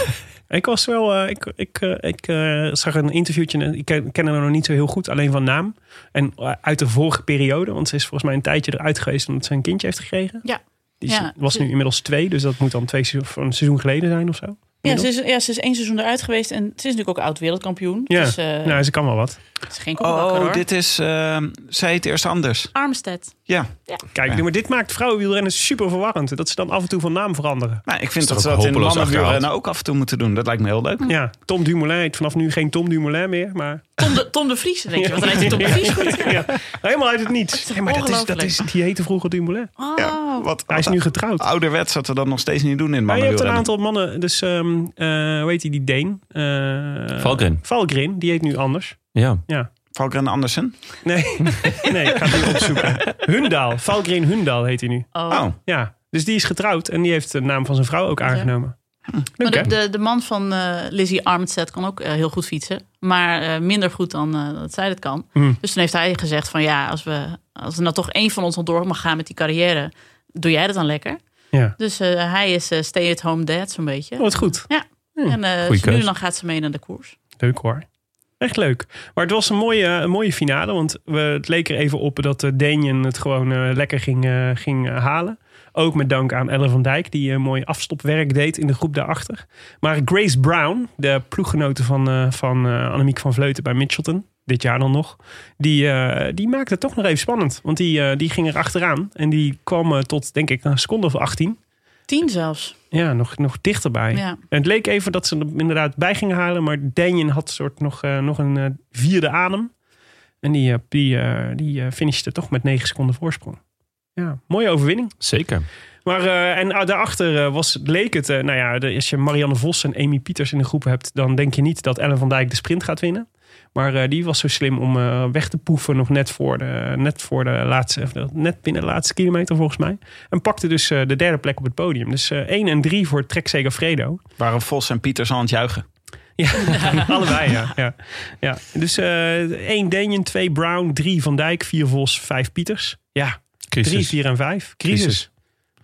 Speaker 3: Ik was wel. eh, ik ik, eh, ik eh, zag een interviewtje. en Ik ken, ken haar nog niet zo heel goed, alleen van naam. En eh, uit de vorige periode, want ze is volgens mij een tijdje eruit geweest omdat ze een kindje heeft gekregen.
Speaker 7: Ja.
Speaker 3: Die
Speaker 7: Ja.
Speaker 3: was nu inmiddels twee, dus dat moet dan twee seizoen, van een seizoen geleden zijn of zo.
Speaker 7: Ja, ze is, ja, ze is één seizoen eruit geweest en ze is natuurlijk ook oud-wereldkampioen.
Speaker 3: Ja.
Speaker 7: Dus eh,
Speaker 3: Nou, ze kan wel wat.
Speaker 7: het is geen kopbakker
Speaker 6: Oh,
Speaker 7: hoor.
Speaker 6: dit is... eh, zij heet eerst anders.
Speaker 7: Armstead.
Speaker 6: Ja.
Speaker 3: Kijk, maar dit maakt vrouwenwielrennen super verwarrend. Dat ze dan af en toe van naam veranderen.
Speaker 6: Nou, ik vind
Speaker 2: Is
Speaker 6: dat ze
Speaker 2: toch
Speaker 6: dat in
Speaker 2: hopeloos
Speaker 6: mannenwielrennen
Speaker 2: achterhaald?
Speaker 6: ook af en toe moeten doen. Dat lijkt me heel leuk.
Speaker 7: Hm.
Speaker 3: Ja, Tom Dumoulin heet vanaf nu geen Tom Dumoulin meer, maar
Speaker 7: Tom de, Tom de Vries, dan denk je. Wat rijdt die
Speaker 3: [LAUGHS]
Speaker 7: Tom de Vries goed?
Speaker 3: ja, helemaal uit het niets.
Speaker 7: Nee, maar dat is- dat
Speaker 3: dat is,
Speaker 7: Ongelooflijk.
Speaker 3: die heette vroeger Dumoulin.
Speaker 7: Oh,
Speaker 6: Wat,
Speaker 3: Hij is
Speaker 6: wat
Speaker 3: nu getrouwd.
Speaker 6: ouderwets dat we dat nog steeds niet doen in
Speaker 3: Maar je hebt een
Speaker 6: mannenwielrennen.
Speaker 3: aantal mannen, dus ehm, eh, hoe heet die, die Deen? Eh,
Speaker 2: Valgren.
Speaker 3: Valgren, die heet nu anders.
Speaker 2: Ja.
Speaker 3: Ja.
Speaker 6: Valkeren Andersen.
Speaker 3: Nee, [LAUGHS] nee ik ga het nu opzoeken. Hundaal, Valgren Hundaal heet hij nu.
Speaker 7: Oh.
Speaker 6: Oh,
Speaker 3: Ja, dus die is getrouwd en die heeft de naam van zijn vrouw ook aangenomen.
Speaker 7: Maar
Speaker 3: Leuk, hè?
Speaker 7: de, de, de man van eh, Lizzie Armstead kan ook eh, heel goed fietsen. Maar eh, minder goed dan eh, dat zij dat kan.
Speaker 3: Hm.
Speaker 7: Dus toen heeft hij gezegd van ja, als we als er nou toch één van ons nog door mag gaan met die carrière, doe jij dat dan lekker.
Speaker 3: Ja.
Speaker 7: Dus eh, hij is eh, stay-at-home dad zo'n beetje.
Speaker 3: Oh, wat goed.
Speaker 7: en eh,
Speaker 2: goeie
Speaker 7: dus nu
Speaker 2: keus.
Speaker 7: dan gaat ze mee naar de koers.
Speaker 3: Leuk hoor. Echt leuk. Maar het was een mooie, een mooie finale. Want we, het leek er even op dat eh, Daniel het gewoon eh, lekker ging, eh, ging eh, halen. Ook met dank aan Ellen van Dijk, die eh, mooi afstopwerk deed in de groep daarachter. Maar Grace Brown, de ploeggenote van, eh, van eh, Annemiek van Vleuten bij Mitchelton, dit jaar dan nog, die, eh, die maakte het toch nog even spannend. Want die, eh, die ging er achteraan en die kwam eh, tot, denk ik, een seconde of 18.
Speaker 7: Tien zelfs.
Speaker 3: Ja, nog, nog dichterbij.
Speaker 7: Ja.
Speaker 3: En het leek even dat ze er inderdaad bij gingen halen. Maar Danjen had soort nog, eh, nog een eh, vierde adem. En die, eh, die, eh, die eh, finishte toch met negen seconden voorsprong. Ja, mooie overwinning.
Speaker 2: Zeker.
Speaker 3: Maar eh, en ah, daarachter eh, was, leek het... eh, nou ja, de- als je Marianne Vos en Amy Pieters in de groep hebt... dan denk je niet dat Ellen van Dijk de sprint gaat winnen. Maar eh, die was zo slim om eh, weg te poeven nog net voor de, net voor de laatste... of de- net binnen de laatste kilometer volgens mij. En pakte dus eh, de derde plek op het podium. Dus eh 1 en 3 voor Trek Segafredo.
Speaker 6: Waren Vos en Pieters aan het juichen.
Speaker 3: Ja, [LAUGHS] allebei, ja. ja. ja. Dus eh één Denjen, twee Brown, drie Van Dijk, vier Vos, vijf Pieters. Ja, drie,
Speaker 2: Crisis.
Speaker 3: vier en vijf. Crisis.
Speaker 2: Crisis.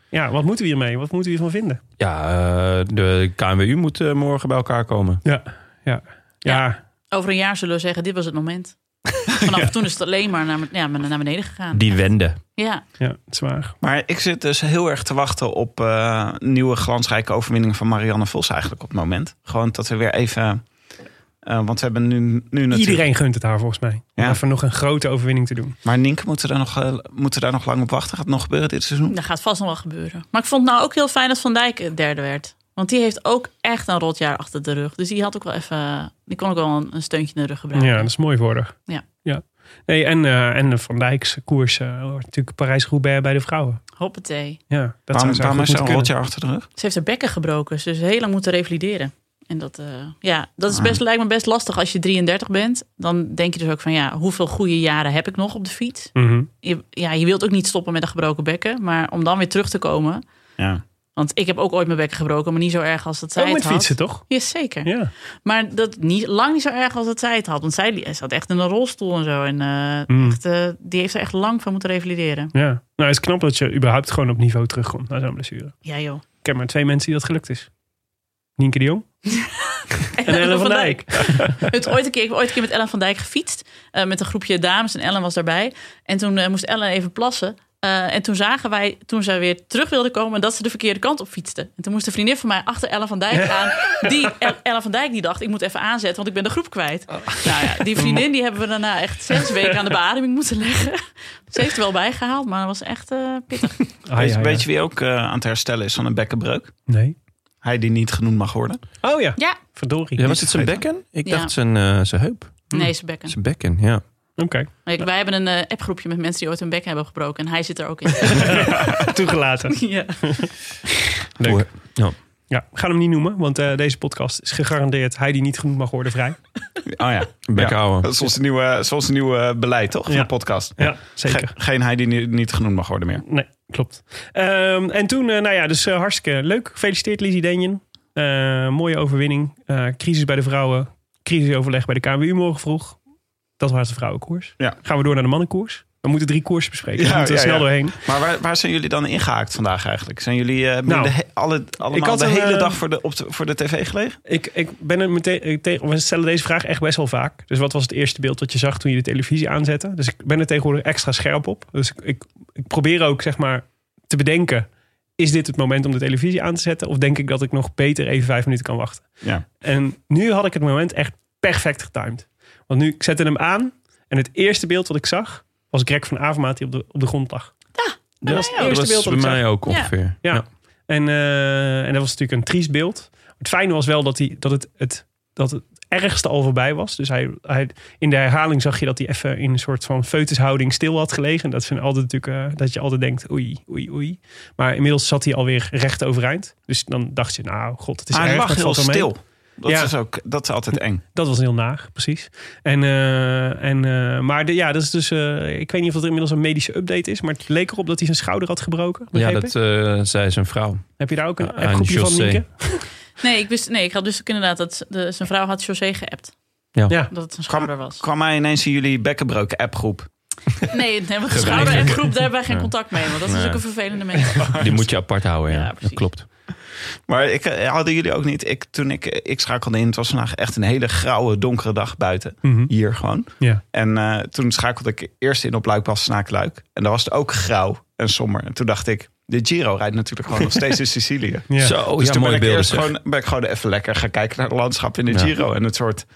Speaker 3: Ja, wat moeten we hiermee? Wat moeten we hiervan vinden?
Speaker 2: Ja, eh, de KNWU moet eh, morgen bij elkaar komen.
Speaker 3: Ja, ja. Ja,
Speaker 7: Over een jaar zullen we zeggen, dit was het moment. Vanaf toen is het alleen maar naar, ja, naar beneden gegaan.
Speaker 2: Die wende.
Speaker 7: Ja,
Speaker 3: ja, het is waar.
Speaker 6: Maar ik zit dus heel erg te wachten op eh, nieuwe glansrijke overwinningen van Marianne Vos eigenlijk op het moment. Gewoon dat we weer even... eh, want we hebben nu, nu natuurlijk...
Speaker 3: Iedereen gunt het haar volgens mij. Om
Speaker 6: Ja.
Speaker 3: even nog een grote overwinning te doen.
Speaker 6: Maar Nienke moeten daar, nog, eh, moeten daar nog lang op wachten. Gaat het nog gebeuren dit seizoen?
Speaker 7: dat gaat vast nog wel gebeuren. Maar ik vond het nou ook heel fijn dat Van Dijk eh, derde werd. Want die heeft ook echt een rot jaar achter de rug. Dus die had ook wel even. Die kon ook wel een, een steuntje in de rug gebruiken.
Speaker 3: Ja, dat is mooi voor haar.
Speaker 7: Ja.
Speaker 3: ja. Nee, en, eh, en de Van Dijkse koers eh, wordt natuurlijk Parijs-Roubaix bij de vrouwen.
Speaker 7: Hoppatee.
Speaker 3: Ja, dat
Speaker 6: waarom
Speaker 3: zou ze
Speaker 6: waarom
Speaker 3: eigenlijk
Speaker 6: is
Speaker 3: moeten
Speaker 6: er een
Speaker 3: kunnen.
Speaker 6: rotje achter de rug?
Speaker 7: Ze heeft haar bekken gebroken. Ze is heel lang moeten revalideren. En dat, eh, ja, dat
Speaker 3: Ah.
Speaker 7: is best, lijkt me best lastig als je 33 bent. Dan denk je dus ook van ja, hoeveel goede jaren heb ik nog op de fiets?
Speaker 3: Mhm.
Speaker 7: Je, ja, je wilt ook niet stoppen met een gebroken bekken. Maar om dan weer terug te komen,
Speaker 6: Ja.
Speaker 7: Want ik heb ook ooit mijn bekken gebroken, maar niet zo erg als dat zij
Speaker 3: Ook
Speaker 7: het
Speaker 3: met
Speaker 7: had.
Speaker 3: fietsen, toch?
Speaker 7: Jazeker.
Speaker 3: Ja.
Speaker 7: Maar dat niet, lang niet zo erg als dat zij het had. Want zij li- zat echt in een rolstoel en zo. En eh,
Speaker 3: Mm.
Speaker 7: echt, eh, die heeft er echt lang van moeten revalideren.
Speaker 3: Ja, nou het is knap dat je überhaupt gewoon op niveau terugkomt na zo'n blessure.
Speaker 7: Ja joh.
Speaker 3: Ik ken maar twee mensen die dat gelukt is. Nienke de Jong en Ellen van Dijk.
Speaker 7: Het ooit een keer, ik heb ooit een keer met Ellen van Dijk gefietst. eh, met een groepje dames en Ellen was daarbij. En toen eh, moest Ellen even plassen. Eh, en toen zagen wij, toen zij weer terug wilde komen, dat ze de verkeerde kant op fietste. En toen moest een vriendin van mij achter Ellen van Dijk aan. Die El- Ellen van Dijk die dacht, ik moet even aanzetten, want ik ben de groep kwijt. Nou ja, die vriendin die hebben we daarna echt zes weken aan de beademing moeten leggen. [LAUGHS] Ze heeft er wel bijgehaald, maar dat was echt eh, pittig.
Speaker 3: Ah,
Speaker 6: weet,
Speaker 3: ja, ja.
Speaker 6: weet je wie ook eh, aan het herstellen is van een bekkenbreuk?
Speaker 3: Nee.
Speaker 6: Hij die niet genoemd mag worden.
Speaker 3: Oh ja,
Speaker 7: Ja,
Speaker 3: verdorie.
Speaker 2: Ja, was het zijn bekken? Ik
Speaker 7: Ja.
Speaker 2: dacht zijn, eh, zijn heup.
Speaker 7: nee, ze bekken.
Speaker 2: Zijn bekken, ja.
Speaker 3: Oké,
Speaker 7: Nee, Wij hebben een eh, appgroepje met mensen die ooit hun bekken hebben gebroken. En hij zit er ook in.
Speaker 3: [LAUGHS] toegelaten.
Speaker 7: Ja.
Speaker 3: Leuk.
Speaker 2: Oeh, ja.
Speaker 3: Ja, we gaan hem niet noemen, want eh, deze podcast is gegarandeerd hij die niet genoemd mag worden vrij.
Speaker 6: Oh ja.
Speaker 2: Bekken houden.
Speaker 6: Dat is ons nieuwe, dat is ons nieuwe beleid, toch? Van
Speaker 3: Ja.
Speaker 6: de podcast.
Speaker 3: Ja, zeker.
Speaker 6: Ge- geen hij die ni- niet genoemd mag worden meer.
Speaker 3: Nee, klopt. Ehm, en toen, eh, nou ja, dus eh, hartstikke leuk. Gefeliciteerd Lizzie Denjen. Eh, mooie overwinning. Eh, crisis bij de vrouwen. Crisisoverleg bij de KWU morgen vroeg. Dat was de vrouwenkoers.
Speaker 6: Ja.
Speaker 3: Gaan we door naar de mannenkoers. We moeten drie koersen bespreken.
Speaker 6: Ja,
Speaker 3: we moeten er
Speaker 6: ja,
Speaker 3: snel
Speaker 6: ja.
Speaker 3: doorheen.
Speaker 6: Maar waar, waar zijn jullie dan ingehaakt vandaag eigenlijk? Zijn jullie eh, hebben
Speaker 3: Nou,
Speaker 6: jullie de he- alle, allemaal
Speaker 3: had
Speaker 6: de
Speaker 3: een,
Speaker 6: hele
Speaker 3: eh,
Speaker 6: dag voor de, op de- voor de tv gelegen?
Speaker 3: Ik, ik ben er meteen ik tegen. We stellen deze vraag echt best wel vaak. Dus wat was het eerste beeld wat je zag toen je de televisie aanzette? Dus ik ben er tegenwoordig extra scherp op. Dus ik, ik, ik probeer ook zeg maar te bedenken: is dit het moment om de televisie aan te zetten? Of denk ik dat ik nog beter even vijf minuten kan wachten?
Speaker 6: Ja.
Speaker 3: En nu had ik het moment echt perfect getimed. Want nu ik zette hem aan en het eerste beeld wat ik zag was Greg van Avermaat die op de, op de grond lag.
Speaker 2: Dat
Speaker 3: was het eerste
Speaker 2: was
Speaker 3: beeld dat
Speaker 2: bij
Speaker 3: ik zag.
Speaker 2: mij ook ongeveer.
Speaker 3: Ja. En, eh, en dat was natuurlijk een triest beeld. Het fijne was wel dat, hij, dat, het, het, dat het ergste al voorbij was. Dus hij, hij, in de herhaling zag je dat hij even in een soort van feutushouding stil had gelegen. Dat, vind ik altijd natuurlijk, eh, dat je altijd denkt, oei, oei, oei. Maar inmiddels zat hij alweer recht overeind. Dus dan dacht je, nou god, het is
Speaker 6: Maar Ah, hij
Speaker 3: erg.
Speaker 6: lag
Speaker 3: maar het
Speaker 6: heel
Speaker 3: valt wel mee.
Speaker 6: stil. Dat,
Speaker 3: Ja.
Speaker 6: is ook, dat is altijd eng.
Speaker 3: Dat was heel naag, precies. En, eh, en, eh, maar de, ja, dat is dus, eh, ik weet niet of dat inmiddels een medische update is. Maar het leek erop dat hij zijn schouder had gebroken.
Speaker 2: Ja,
Speaker 3: begreep ik?
Speaker 2: dat eh, zei zijn vrouw.
Speaker 3: Heb je daar ook een
Speaker 2: aan
Speaker 3: groepje van,
Speaker 2: José.
Speaker 3: Nienke?
Speaker 7: Nee, ik wist, nee, ik had dus ook inderdaad dat de, zijn vrouw had José geappt.
Speaker 3: Ja.
Speaker 7: Dat het een schouder was.
Speaker 6: Kwam mij ineens in jullie bekkenbreuk appgroep.
Speaker 7: Nee, nee want de
Speaker 2: Gewijzigd.
Speaker 7: schouder en groep, daar hebben wij geen
Speaker 2: Ja.
Speaker 7: contact mee. Want dat is
Speaker 2: Nee.
Speaker 7: ook een vervelende mens.
Speaker 2: Die moet je apart houden, ja.
Speaker 7: Ja,
Speaker 2: dat
Speaker 7: precies.
Speaker 2: klopt.
Speaker 6: Maar ik, eh, hadden jullie ook niet... Ik, toen ik, eh, ik schakelde in, het was vandaag echt een hele grauwe, donkere dag buiten.
Speaker 3: Mhm.
Speaker 6: Hier gewoon.
Speaker 3: Ja.
Speaker 6: En eh, toen schakelde ik eerst in op Luikbas Luik. En daar was het ook grauw en somber. En toen dacht ik, de Giro rijdt natuurlijk gewoon nog steeds
Speaker 3: [LAUGHS]
Speaker 6: in Sicilië.
Speaker 3: Oh, Ja.
Speaker 2: Zo,
Speaker 6: dus
Speaker 2: ja, mooie
Speaker 6: toen ben ik,
Speaker 2: beelden
Speaker 6: eerst
Speaker 2: zeg.
Speaker 6: gewoon, ben ik gewoon even lekker gaan kijken naar het landschap in de
Speaker 2: Ja.
Speaker 6: Giro. En het soort...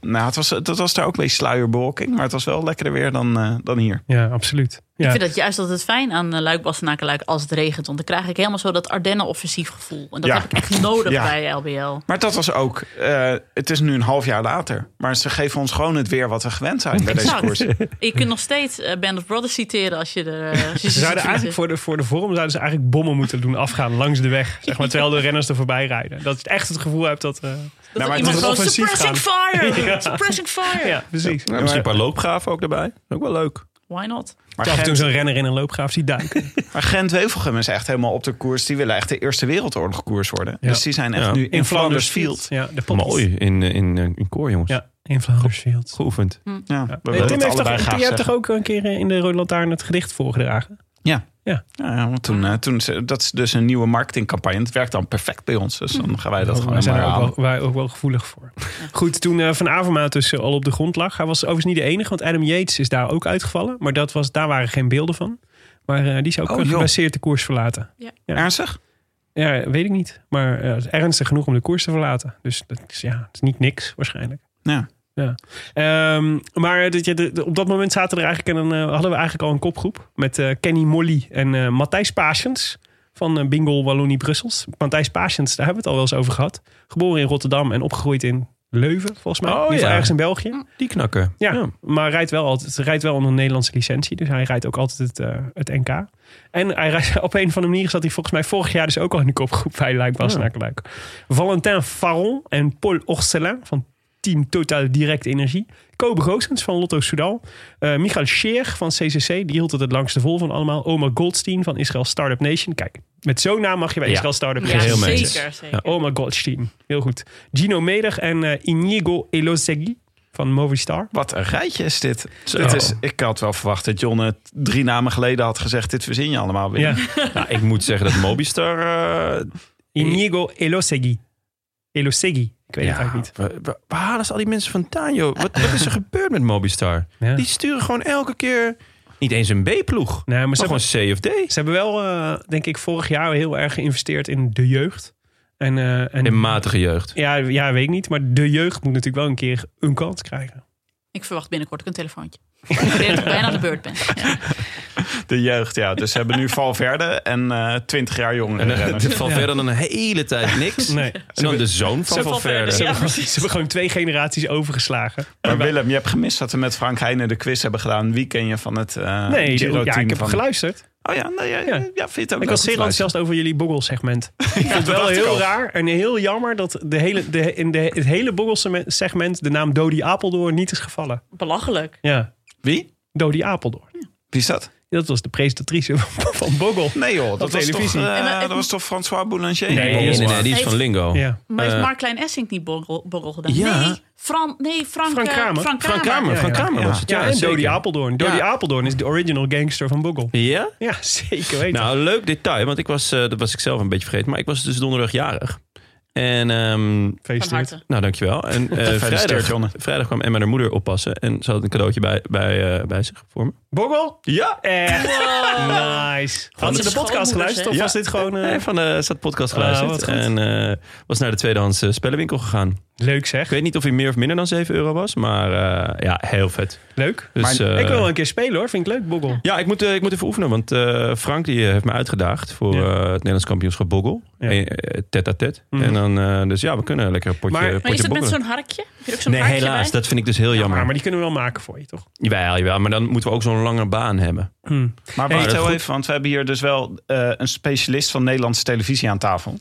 Speaker 6: Nou, het was, dat was daar ook een beetje sluierbewolking. Maar het was wel lekkerder weer dan, eh, dan hier.
Speaker 3: ja, absoluut. Ja.
Speaker 7: Ik vind dat juist altijd fijn aan eh, Luik, Bastenaken, Luik als het regent. Want dan krijg ik helemaal zo dat Ardennen-offensief gevoel. En dat
Speaker 6: Ja.
Speaker 7: heb ik echt nodig
Speaker 6: Ja.
Speaker 7: bij LBL.
Speaker 6: Maar dat was ook... eh, het is nu een half jaar later. Maar ze geven ons gewoon het weer wat we gewend zijn bij deze
Speaker 7: Exact. [LAUGHS]
Speaker 6: koers.
Speaker 7: Je kunt Nou, nog steeds eh, Band of Brothers citeren als je er... eh, als je
Speaker 3: Ze zouden
Speaker 7: zit
Speaker 3: eigenlijk voor de, voor de vorm zouden ze eigenlijk bommen moeten doen afgaan langs de weg. Zeg maar, terwijl de renners er voorbij rijden. Dat je echt het gevoel hebt dat... eh,
Speaker 7: Dat
Speaker 6: Nou, maar
Speaker 7: er
Speaker 6: het
Speaker 7: iemand
Speaker 6: is
Speaker 7: gewoon
Speaker 3: offensief
Speaker 7: suppressing fire! Suppressing fire!
Speaker 3: ja, precies.
Speaker 2: Ja, misschien een paar loopgraven ook daarbij. Ook wel leuk.
Speaker 7: Why not?
Speaker 6: Maar
Speaker 3: Af en toe
Speaker 6: Gent-
Speaker 3: zo'n renner in een loopgraaf ziet duiken.
Speaker 6: Maar Gent Wevelgem is echt helemaal op de koers. Die willen echt de Eerste Wereldoorlog koers worden.
Speaker 3: Ja.
Speaker 6: Dus die zijn echt
Speaker 2: Ja.
Speaker 6: nu in, Flanders Field.
Speaker 3: Ja, de poppies.
Speaker 2: Mooi in, eh, in, eh, in koor, jongens.
Speaker 3: Ja, in Flanders Field.
Speaker 2: Geoefend.
Speaker 6: Ja, we willen
Speaker 3: Nee, Tim,
Speaker 6: het
Speaker 3: heeft toch,
Speaker 6: allebei
Speaker 3: Tim,
Speaker 6: graag
Speaker 3: jij hebt toch
Speaker 6: zeggen.
Speaker 3: ook een keer eh, in de Rode Lantaarn het gedicht voorgedragen?
Speaker 6: Ja.
Speaker 3: Ja.
Speaker 6: Ja, ja, want toen, eh, toen, ze- dat is dus een nieuwe marketingcampagne. Het werkt dan perfect bij ons. Dus dan gaan wij dat
Speaker 3: Wij
Speaker 6: gewoon
Speaker 3: zijn
Speaker 6: helemaal
Speaker 3: er ook
Speaker 6: halen.
Speaker 3: wel, wij ook wel gevoelig voor. Goed, toen eh, Van Avermaat dus eh, al op de grond lag. Hij was overigens niet de enige, want Adam Yates is daar ook uitgevallen. Maar dat was, daar waren geen beelden van. Maar eh, die zou ook
Speaker 6: Oh,
Speaker 3: eh,
Speaker 6: joh.
Speaker 3: geblesseerd de koers verlaten. wel-
Speaker 6: Ernstig?
Speaker 3: Ja, weet ik niet. Maar eh, het is ernstig genoeg om de koers te verlaten. Dus dat is, ja, het is niet niks waarschijnlijk.
Speaker 6: Ja.
Speaker 3: Ja. Ehm, maar dat je, de- de- op dat moment zaten er eigenlijk en hadden we eigenlijk al een kopgroep met eh, Kenny Molly en eh Matthijs Patiens van eh, Bingo Wallonie Brussels. Matthijs Patiens, daar hebben we het al wel eens over gehad. Geboren in Rotterdam en opgegroeid in Leuven, volgens mij.
Speaker 2: Oh,
Speaker 3: in ieder geval
Speaker 2: ja.
Speaker 3: ergens in België.
Speaker 2: Die knakken.
Speaker 3: Ja, maar rijdt wel altijd. Rijdt wel onder een Nederlandse licentie. Dus hij rijdt ook altijd het, eh, het NK. En hij rijdt, [LAUGHS] op een of andere manier zat hij volgens mij vorig jaar dus ook al in de kopgroep bij Luik was naar Luik. Valentin Faron en Paul Orcelin van Team Total Direct Energie. Kobe Goossens van Lotto Soudal. Eh Michael Scheer van CCC. Die hield het het langste vol van allemaal. Omar Goldstein van Israël Startup Nation. Kijk, met zo'n naam mag je bij
Speaker 2: Ja.
Speaker 3: Israël Startup
Speaker 7: Ja,
Speaker 3: Nation.
Speaker 2: mee eens.
Speaker 7: zeker. zeker.
Speaker 3: Oma Goldstein. Heel goed. Gino Meder en eh, Inigo Elosegui van Movistar.
Speaker 6: Wat een rijtje is dit.
Speaker 2: Zo.
Speaker 6: dit is, ik had wel verwacht dat John het drie namen geleden had gezegd. Dit verzin je allemaal weer.
Speaker 3: Ja.
Speaker 2: Nou, ik moet zeggen dat Mobistar...
Speaker 6: [LAUGHS]
Speaker 2: eh,
Speaker 3: Inigo Elosegui. Elosegui. Ik weet het eigenlijk niet.
Speaker 2: Waar, waar- waar halen ze al die mensen vandaan, joh? Wat, wat is er gebeurd met Mobistar?
Speaker 3: Ja.
Speaker 2: Die sturen gewoon elke keer niet eens een B-ploeg.
Speaker 3: Nee, maar ze,
Speaker 6: Oh,
Speaker 2: maar
Speaker 3: hebben,
Speaker 2: gewoon C of D.
Speaker 3: ze hebben wel, eh, denk ik, vorig jaar heel erg geïnvesteerd in de jeugd. En, eh, en,
Speaker 2: In matige jeugd.
Speaker 3: ja, ja, weet ik niet. Maar de jeugd moet natuurlijk wel een keer een kans krijgen.
Speaker 7: Ik verwacht binnenkort ook een telefoontje. [LAUGHS] Ik weet dat ik bijna aan de beurt ben. Ja.
Speaker 6: De jeugd, ja. Dus ze hebben [LAUGHS] nu Valverde en eh, twintig jaar
Speaker 2: En
Speaker 6: jongeren.
Speaker 2: dan
Speaker 6: [LAUGHS] renners.
Speaker 2: valt verder dan een hele [LAUGHS] tijd niks.
Speaker 3: Nee.
Speaker 2: En dan de zoon van Valverde.
Speaker 3: [LAUGHS]
Speaker 7: Ja,
Speaker 3: Ze
Speaker 7: precies.
Speaker 3: hebben gewoon twee generaties overgeslagen.
Speaker 6: Maar Willem, je hebt gemist dat we met Frank Heijnen de quiz hebben gedaan. Wie ken je van het eh
Speaker 3: Nee,
Speaker 6: Giro-team?
Speaker 3: ja, ik heb
Speaker 6: van...
Speaker 3: geluisterd.
Speaker 6: Oh ja, nou, ja, ja.
Speaker 3: Ja.
Speaker 6: ja, vind je het ook
Speaker 3: Ik was zeer
Speaker 6: leuk om te luisteren?
Speaker 3: enthousiast over jullie boggelsegment. Ik vond het wel
Speaker 6: dacht ik
Speaker 3: heel
Speaker 6: al.
Speaker 3: raar en heel jammer dat de hele, de, in de, het hele boggelsegment de naam Dodi Apeldoorn niet is gevallen.
Speaker 7: Belachelijk.
Speaker 3: Ja,
Speaker 6: Wie?
Speaker 3: Dodi Apeldoorn.
Speaker 6: Wie is dat?
Speaker 3: Dat was de presentatrice van, van Boggel.
Speaker 6: Nee joh, dat, was, toch,
Speaker 3: televisie.
Speaker 6: eh,
Speaker 7: Ja, maar het-
Speaker 6: dat was toch François Boulanger?
Speaker 3: Nee, eh,
Speaker 2: Nee, nee, nee, die is van Lingo.
Speaker 3: Ja.
Speaker 7: Maar heeft
Speaker 2: Eh,
Speaker 7: Mark Klein Essink niet borrel, borrel gedaan?
Speaker 2: ja.
Speaker 7: Nee, Fran, nee Frank,
Speaker 3: Frank
Speaker 7: eh,
Speaker 3: Kramer.
Speaker 7: Frank Kramer.
Speaker 2: Frank Kramer, Frank
Speaker 3: Ja, ja,
Speaker 2: Kramer
Speaker 6: ja.
Speaker 2: was het. Ja,
Speaker 3: en
Speaker 2: zeker.
Speaker 3: Dodi Apeldoorn. Dodi
Speaker 2: Ja.
Speaker 3: Apeldoorn is de original gangster van Boggel.
Speaker 2: Ja?
Speaker 3: Ja, zeker weten.
Speaker 2: Nou, een leuk detail, want ik was, eh, dat was ik zelf een beetje vergeten, maar ik was dus donderdag jarig. En, ehm
Speaker 7: Van harte.
Speaker 2: nou dankjewel. [LAUGHS] En eh
Speaker 6: Gefeliciteerd,
Speaker 2: vrijdag,
Speaker 6: Jonne.
Speaker 2: vrijdag kwam Emma haar moeder oppassen en ze had een cadeautje bij, bij, eh, bij zich voor me.
Speaker 3: Boggel?
Speaker 2: Ja!
Speaker 3: Echt.
Speaker 7: Wow.
Speaker 3: Eh, Nice. Had ze de podcast geluisterd of
Speaker 2: Ja.
Speaker 3: was dit gewoon... eh,
Speaker 2: Nee, van de zat podcast
Speaker 3: Ah,
Speaker 2: geluisterd
Speaker 3: wat goed.
Speaker 2: en eh, was naar de tweedehands eh, spellenwinkel gegaan.
Speaker 3: Leuk
Speaker 2: Ik
Speaker 3: zeg.
Speaker 2: weet niet of hij meer of minder dan 7 euro was, maar eh, ja, heel vet.
Speaker 3: Leuk.
Speaker 2: Dus,
Speaker 6: Maar
Speaker 2: eh,
Speaker 3: Ik wil wel een keer spelen hoor. Vind ik leuk, Boggel.
Speaker 2: Ja, ik moet, eh, ik moet even oefenen, want eh, Frank die eh, heeft me uitgedaagd voor
Speaker 3: Ja.
Speaker 2: eh, het Nederlands kampioenschap Boggel.
Speaker 3: Ja.
Speaker 2: Eh, eh, Tet à tet.
Speaker 3: Mhm.
Speaker 2: En dan, eh, dus ja, we kunnen lekker een potje,
Speaker 3: Maar-
Speaker 2: potje
Speaker 7: Maar is dat met
Speaker 2: boggelen.
Speaker 7: zo'n harkje? Heb je er ook zo'n
Speaker 2: Nee,
Speaker 7: harkje
Speaker 2: helaas.
Speaker 7: bij?
Speaker 2: Dat vind ik dus heel jammer.
Speaker 3: Maar,
Speaker 2: Ja,
Speaker 3: maar die kunnen we wel maken voor je, toch?
Speaker 2: Jawel, jawel, maar dan moeten we ook zo'n lange baan hebben.
Speaker 6: Maar
Speaker 2: Hey,
Speaker 6: wacht
Speaker 2: dat
Speaker 6: heel
Speaker 2: goed.
Speaker 6: even, want we hebben hier dus wel eh, een specialist van Nederlandse televisie aan tafel.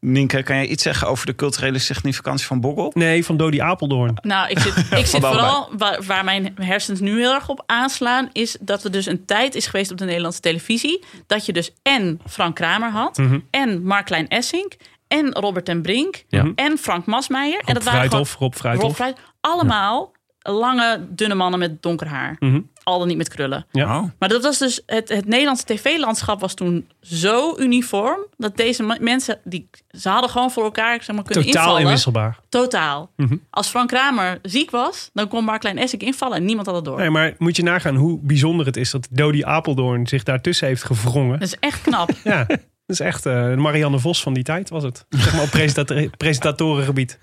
Speaker 6: Nienke, kan jij iets zeggen over de culturele significantie van Boggel?
Speaker 3: Nee, van Dodi Apeldoorn.
Speaker 7: Nou, ik
Speaker 3: [LAUGHS]
Speaker 7: zit, ik zit
Speaker 6: Van allebei.
Speaker 7: vooral waar, waar mijn hersens nu heel erg op aanslaan, is dat er dus een tijd is geweest op de Nederlandse televisie dat je dus en Frank Kramer had,
Speaker 3: Mhm.
Speaker 7: en Marklein Essink, en Robert en Brink,
Speaker 2: Ja.
Speaker 7: en Frank Masmeijer. en
Speaker 3: Rob Fruithof, Rob Fruithof.
Speaker 7: Rob Fruit- allemaal lange, dunne mannen met donker haar.
Speaker 3: Mhm.
Speaker 7: al dan niet met krullen.
Speaker 3: Ja.
Speaker 6: Oh.
Speaker 7: Maar dat was dus het, het Nederlandse tv-landschap was toen zo uniform dat deze ma- mensen die ze hadden gewoon voor elkaar zeg maar, kunnen
Speaker 3: Totaal
Speaker 7: invallen.
Speaker 3: inwisselbaar.
Speaker 7: Totaal.
Speaker 3: Mhm.
Speaker 7: Als Frank Kramer ziek was, dan kon Mark Klein Essink invallen en niemand had het door.
Speaker 3: Nee, maar moet je nagaan hoe bijzonder het is dat Dodie Apeldoorn zich daartussen heeft gewrongen.
Speaker 7: Dat is echt knap.
Speaker 3: Ja, dat is echt eh, de Marianne Vos van die tijd was het. Zeg maar op presentator- presentatorengebied.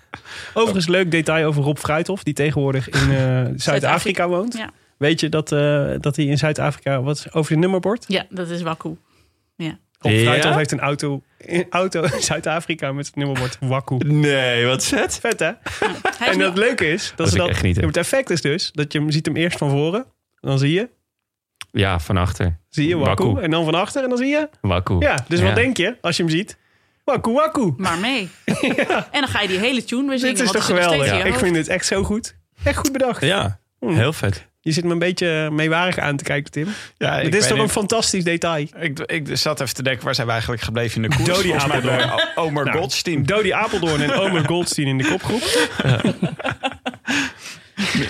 Speaker 3: Overigens leuk detail over Rob Fruithof, die tegenwoordig in eh, Zuid-Afrika woont.
Speaker 7: Ja.
Speaker 3: Weet je dat, eh, dat hij in Zuid-Afrika wat is- over het nummerbord?
Speaker 7: ja, dat is
Speaker 3: [LAUGHS]
Speaker 7: Waku. Ja.
Speaker 3: Rob
Speaker 2: Ja?
Speaker 3: Fruithof heeft een auto, een auto in Zuid-Afrika met het nummerbord Waku.
Speaker 2: Nee, wat zet?
Speaker 3: Vet hè?
Speaker 7: Hij is
Speaker 3: En
Speaker 7: nu-
Speaker 3: dat leuke is, dat
Speaker 2: Dat
Speaker 3: ze
Speaker 2: ik
Speaker 3: dat,
Speaker 2: echt niet, hè.
Speaker 3: Ja, maar het effect is dus dat je hem ziet hem eerst van voren, dan zie je,
Speaker 2: Ja, van achter.
Speaker 3: zie je Waku,
Speaker 2: Waku.
Speaker 3: en dan van achter en dan zie je.
Speaker 2: Wakku.
Speaker 3: Ja, dus wat denk je als je hem ziet? Waku Waku.
Speaker 7: maar
Speaker 3: [LAUGHS]
Speaker 7: mee. En dan ga je die hele tune weer zingen.
Speaker 3: Dit is toch
Speaker 7: want het nog steeds
Speaker 3: geweldig?
Speaker 7: in je
Speaker 3: Ik
Speaker 7: hoofd.
Speaker 3: vind het echt zo goed. Echt goed bedacht.
Speaker 2: Ja,
Speaker 6: Hmm.
Speaker 2: heel vet.
Speaker 3: Je zit me een beetje meewarig aan te kijken, Tim.
Speaker 6: Ja, ik
Speaker 3: Dit is
Speaker 6: weet
Speaker 3: toch een
Speaker 6: niet.
Speaker 3: fantastisch detail.
Speaker 6: Ik, ik zat even te denken, waar zijn we eigenlijk gebleven in de koers?
Speaker 3: Dodie
Speaker 6: Volgens mij
Speaker 3: Apeldoorn.
Speaker 6: door O- Omer Goldstein.
Speaker 3: Dodie Apeldoorn en Omer Goldstein in de [LAUGHS] kopgroep.
Speaker 6: [LAUGHS]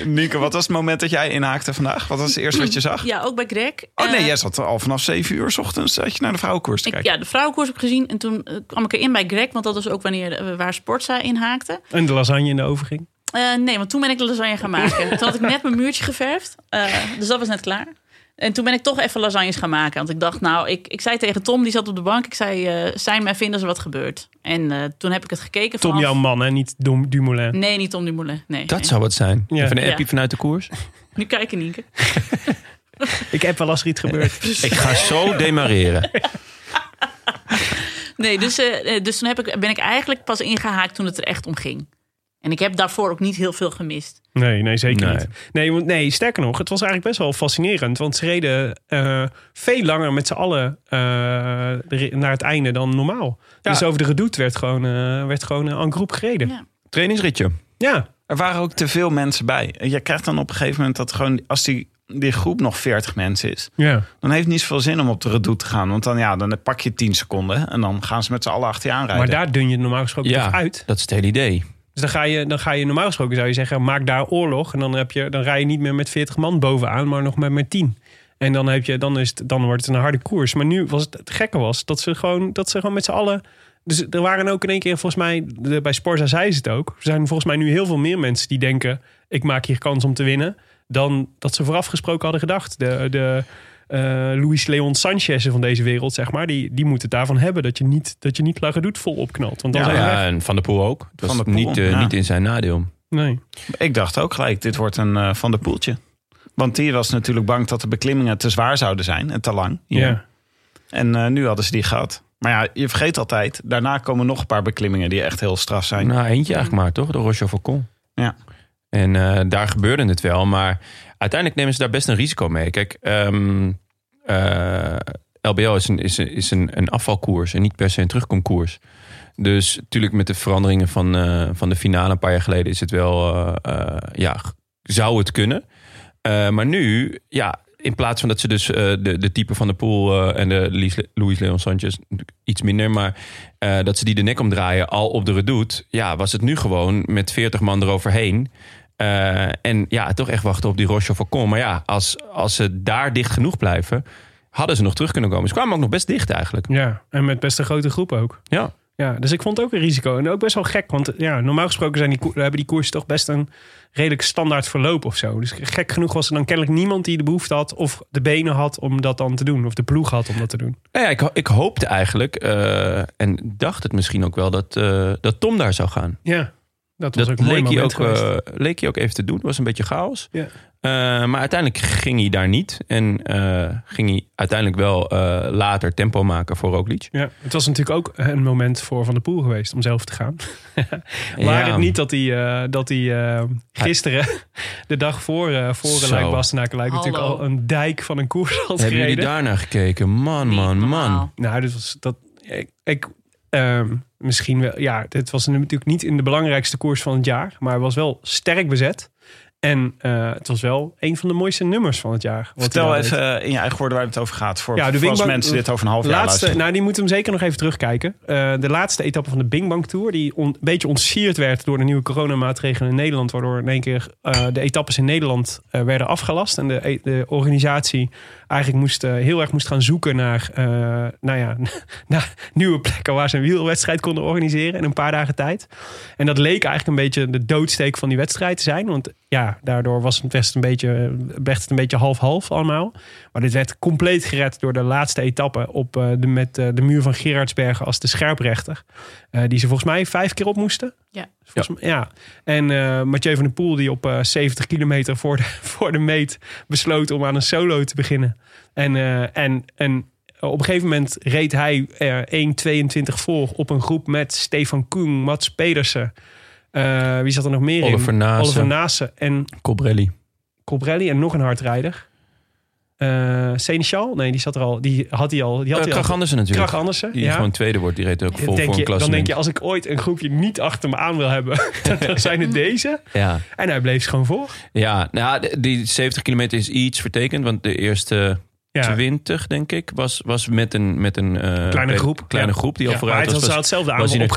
Speaker 6: Nienke, wat was het moment dat jij inhaakte vandaag? Wat was het eerste wat je
Speaker 7: [CLEARS THROAT]
Speaker 6: zag?
Speaker 7: Ja, ook bij Greg.
Speaker 6: Oh nee,
Speaker 7: Eh,
Speaker 6: jij zat al vanaf 7 uur s ochtends zat je naar de vrouwenkoers te
Speaker 7: ik,
Speaker 6: kijken.
Speaker 7: ja, de vrouwenkoers heb ik gezien. En toen eh, kwam ik erin bij Greg. Want dat was ook wanneer, eh, waar Sportza inhaakte.
Speaker 3: En de lasagne in de overging.
Speaker 7: Eh, nee, want toen ben ik lasagne gaan maken. toen had ik net mijn muurtje geverfd. eh, dus dat was net klaar. En toen ben ik toch even lasagnes gaan maken. Want ik dacht, nou, ik, ik zei tegen Tom, die zat op de bank. Ik zei, eh zijn mij vinden ze wat gebeurt. En eh, toen heb ik het gekeken.
Speaker 3: Tom,
Speaker 7: vanaf-
Speaker 3: jouw man, hè? niet Dom Dumoulin.
Speaker 7: Nee, niet Tom Dumoulin. Nee,
Speaker 2: Dat
Speaker 7: nee.
Speaker 2: zou wat zijn.
Speaker 3: Ja.
Speaker 2: Even een appje
Speaker 7: Ja.
Speaker 2: vanuit de koers.
Speaker 7: Nu kijken, Nienke.
Speaker 3: Ik heb wel als er iets gebeurd.
Speaker 2: Ik ga
Speaker 6: [LAUGHS]
Speaker 2: zo demareren.
Speaker 7: Nee, dus, eh, eh, dus toen heb ik, ben ik eigenlijk pas ingehaakt toen het er echt om ging. En ik heb daarvoor ook niet heel veel gemist.
Speaker 3: [LAUGHS] Nee, nee, zeker
Speaker 2: Nee.
Speaker 3: niet. Nee, want, nee, sterker nog, het was eigenlijk best wel fascinerend. Want ze reden eh, veel langer met z'n allen eh, de ri- naar het einde dan normaal. Dus over de redoute werd gewoon, eh, werd gewoon eh, en groep gereden.
Speaker 7: Ja.
Speaker 2: Trainingsritje.
Speaker 3: ja.
Speaker 6: Er waren ook te veel mensen bij. En Je krijgt dan op een gegeven moment dat gewoon, als die, die groep nog 40 mensen is,
Speaker 3: Ja.
Speaker 6: dan heeft het niet zoveel zin om op de redoute te gaan. Want dan, ja, dan pak je 10 seconden en dan gaan ze met z'n allen achter je aanrijden.
Speaker 3: Maar daar dun je normaal gesproken
Speaker 2: Ja.
Speaker 3: toch uit.
Speaker 2: Dat is het hele idee.
Speaker 3: Dus dan ga, je, dan ga je normaal gesproken zou je zeggen, maak daar oorlog. En dan, heb je, dan rij je niet meer met 40 man bovenaan, maar nog maar met 10. En dan, heb je, dan, is het, dan wordt het een harde koers. Maar nu was het, het gekke was dat ze gewoon, dat ze gewoon met z'n allen. Dus er waren ook in één keer, volgens mij, de- bij Sporza zei ze het ook. Er zijn volgens mij nu heel veel meer mensen die denken: ik maak hier kans om te winnen. dan dat ze vooraf gesproken hadden gedacht. De, de eh, Luis Leon Sanchez van deze wereld, zeg maar, die, die moet het daarvan hebben dat je niet, dat je niet lager doet vol opknalt. Want dan
Speaker 6: Ja,
Speaker 3: zijn we weg.
Speaker 2: Ja, en Van der Poel ook. Dat was
Speaker 6: Van der Poel,
Speaker 2: niet, eh,
Speaker 6: ja.
Speaker 2: niet in zijn nadeel.
Speaker 3: Nee.
Speaker 6: Ik dacht ook gelijk, dit wordt een eh, van de poeltje. Want die was natuurlijk bang dat de beklimmingen te zwaar zouden zijn en te lang. hier.
Speaker 3: ja.
Speaker 6: En eh, nu hadden ze die gehad. Maar ja, je vergeet altijd, daarna komen nog een paar beklimmingen die echt heel straf zijn.
Speaker 2: Nou, eentje eigenlijk maar, toch? De Roche Falcon.
Speaker 6: Ja.
Speaker 2: En eh, daar gebeurde het wel. Maar uiteindelijk nemen ze daar best een risico mee. Kijk, ehm, eh, LBL is, een, is, een, is een, een afvalkoers en niet per se een terugkomkoers. Dus natuurlijk met de veranderingen van, eh, van de finale een paar jaar geleden... is het wel, eh, eh, ja, g- zou het kunnen. Eh, maar nu, ja, in plaats van dat ze dus eh, de, de type van de pool eh, en de Lies- Luis Leon Sanchez natuurlijk iets minder, maar eh, dat ze die de nek omdraaien al op de redoute, ja, was het nu gewoon met 40 man eroverheen. Eh, en ja, toch echt wachten op die Roche of Ocon. Maar ja, als, als ze daar dicht genoeg blijven, hadden ze nog terug kunnen komen. Ze kwamen ook nog best dicht eigenlijk.
Speaker 3: Ja, en met best een grote groep ook.
Speaker 2: Ja,
Speaker 3: Ja, dus ik vond het ook een risico. En ook best wel gek, want ja, normaal gesproken zijn die, ko- hebben die koersen toch best een redelijk standaard verloop of zo. Dus gek genoeg was er dan kennelijk niemand die de behoefte had of de benen had om dat dan te doen. Of de ploeg had om dat te doen.
Speaker 2: nou ja ik, ho- ik hoopte eigenlijk eh, en dacht het misschien ook wel dat, eh, dat Tom daar zou gaan.
Speaker 3: Ja, dat was
Speaker 2: Dat
Speaker 3: ook een mooi
Speaker 2: leek hij
Speaker 3: moment
Speaker 2: ook,
Speaker 3: geweest.
Speaker 2: eh, leek hij ook even te doen. Het was een beetje chaos.
Speaker 3: Ja.
Speaker 2: Eh, maar uiteindelijk ging hij daar niet. En eh, ging hij uiteindelijk wel eh, later tempo maken voor Roglic.
Speaker 3: Ja, het was natuurlijk ook een moment voor Van der Poel geweest om zelf te
Speaker 2: [LAUGHS]
Speaker 3: gaan. Maar
Speaker 2: Ja.
Speaker 3: het niet dat hij, eh, dat hij eh, gisteren, [LAUGHS] de dag voor, eh voor
Speaker 2: Zo.
Speaker 3: Luik Bastenaken, natuurlijk
Speaker 7: Hallo.
Speaker 3: al een dijk van een koers had
Speaker 2: Hebben jullie
Speaker 3: gereden.
Speaker 2: daarnaar gekeken? Man, man,
Speaker 7: Niet
Speaker 2: man.
Speaker 7: normaal.
Speaker 3: Nou, dit was dat. Ik, ik ehm, misschien wel. Ja, dit was natuurlijk niet in de belangrijkste koers van het jaar, maar was wel sterk bezet. En eh, het was wel een van de mooiste nummers van het jaar. wat
Speaker 6: Vertel
Speaker 3: hij daar
Speaker 6: even
Speaker 3: deed.
Speaker 6: eh, in je eigen woorden waar het over gaat. Voor,
Speaker 3: Ja, de
Speaker 6: voor als
Speaker 3: Wingbank-
Speaker 6: mensen dit over een half jaar
Speaker 3: Laatste,
Speaker 6: luisteren.
Speaker 3: nou, die moeten we hem zeker nog even terugkijken. Eh, de laatste etappe van de Bing Bang Tour, die on- een beetje ontsierd werd door de nieuwe coronamaatregelen in Nederland, waardoor in één keer eh, de etappes in Nederland eh, werden afgelast. En de, e- de organisatie eigenlijk moest, eh, heel erg moest gaan zoeken naar, eh, nou ja, [LAUGHS] naar nieuwe plekken waar ze een wielwedstrijd konden organiseren in een paar dagen tijd. En dat leek eigenlijk een beetje de doodsteek van die wedstrijd te zijn. Want ja, daardoor was het best een beetje, werd het een beetje half-half allemaal. Maar dit werd compleet gered door de laatste etappe op, eh, de, met eh, de muur van Gerardsbergen als de scherprechter. Eh, die ze volgens mij vijf keer op moesten. Dus
Speaker 7: Ja.
Speaker 3: Volgens mij- ja. En eh, Mathieu van der Poel die op eh, 70 kilometer voor de, [LAUGHS] voor de meet besloot om aan een solo te beginnen. En, eh, en, en op een gegeven moment reed hij eh 1.22 voor op een groep met Stefan Koen, Mats Pedersen. Eh, wie zat er nog meer
Speaker 2: Oliver
Speaker 3: in?
Speaker 2: Naassen.
Speaker 3: Oliver Naassen en
Speaker 2: Cobrelli.
Speaker 3: Colbrelli en nog een hardrijder. Eh Seneschal? Nee, die zat er al. Die had hij al. Die had
Speaker 2: Eh,
Speaker 3: hij al.
Speaker 2: Krach Andersen natuurlijk.
Speaker 3: Krach Andersen.
Speaker 2: Die
Speaker 3: ja.
Speaker 2: gewoon tweede wordt. Die reed ook vol
Speaker 3: Dan denk
Speaker 2: voor
Speaker 3: je,
Speaker 2: een
Speaker 3: dan denk
Speaker 2: klassement.
Speaker 3: je, als ik ooit een groepje niet achter me aan wil
Speaker 2: [LAUGHS]
Speaker 3: hebben, [LAUGHS] dan zijn het deze.
Speaker 2: ja.
Speaker 3: En hij bleef ze gewoon voor.
Speaker 2: Ja, nou, ja, die 70 kilometer is iets vertekend. Want de eerste
Speaker 3: Ja.
Speaker 2: 20, denk ik, was, was met een... Met een eh,
Speaker 3: Kleine groep.
Speaker 2: Kleine
Speaker 3: Ja.
Speaker 2: groep die al
Speaker 3: Ja, maar
Speaker 2: vooruit
Speaker 3: hij
Speaker 2: was.
Speaker 3: had- ze had
Speaker 2: was,
Speaker 3: hetzelfde
Speaker 2: was
Speaker 3: aanbod
Speaker 2: hij naartoe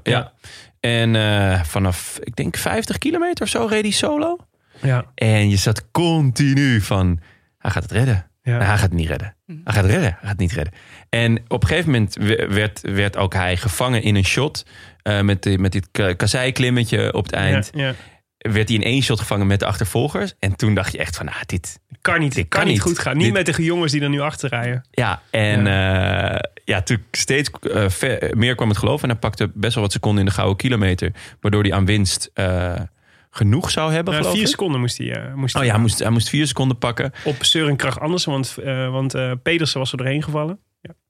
Speaker 2: gesprongen. Ja. En eh, vanaf, ik denk, 50 kilometer of zo reed hij solo.
Speaker 3: Ja.
Speaker 2: En je zat continu van, hij gaat het redden.
Speaker 3: Ja.
Speaker 2: Nou, hij gaat het niet redden. Hij gaat het redden. Hij gaat het niet redden. En op een gegeven moment we- werd, werd ook hij gevangen in een shot. eh, met, die- met dit ka- kasseiklimmetje op het eind.
Speaker 3: Ja, ja.
Speaker 2: Werd hij in één shot gevangen met de achtervolgers. En toen dacht je echt van, ah, dit...
Speaker 3: Kan niet.
Speaker 2: Dit
Speaker 3: Kan,
Speaker 2: kan
Speaker 3: niet
Speaker 2: niet.
Speaker 3: goed gaan. Niet
Speaker 2: Dit-
Speaker 3: met de jongens die er nu achter rijden.
Speaker 2: Ja, en ja, ja toen steeds eh, ver- meer kwam het geloof. En hij pakte best wel wat seconden in de gouden kilometer. Waardoor hij aan winst eh, genoeg zou hebben,
Speaker 3: Nou,
Speaker 2: geloof
Speaker 3: vier
Speaker 2: ik.
Speaker 3: seconden moest hij, eh, moest
Speaker 2: Oh
Speaker 3: hij
Speaker 2: ja, hij moest, hij moest vier seconden pakken.
Speaker 3: op Søren Krach Andersen, want, eh, want eh, Pedersen was er doorheen gevallen.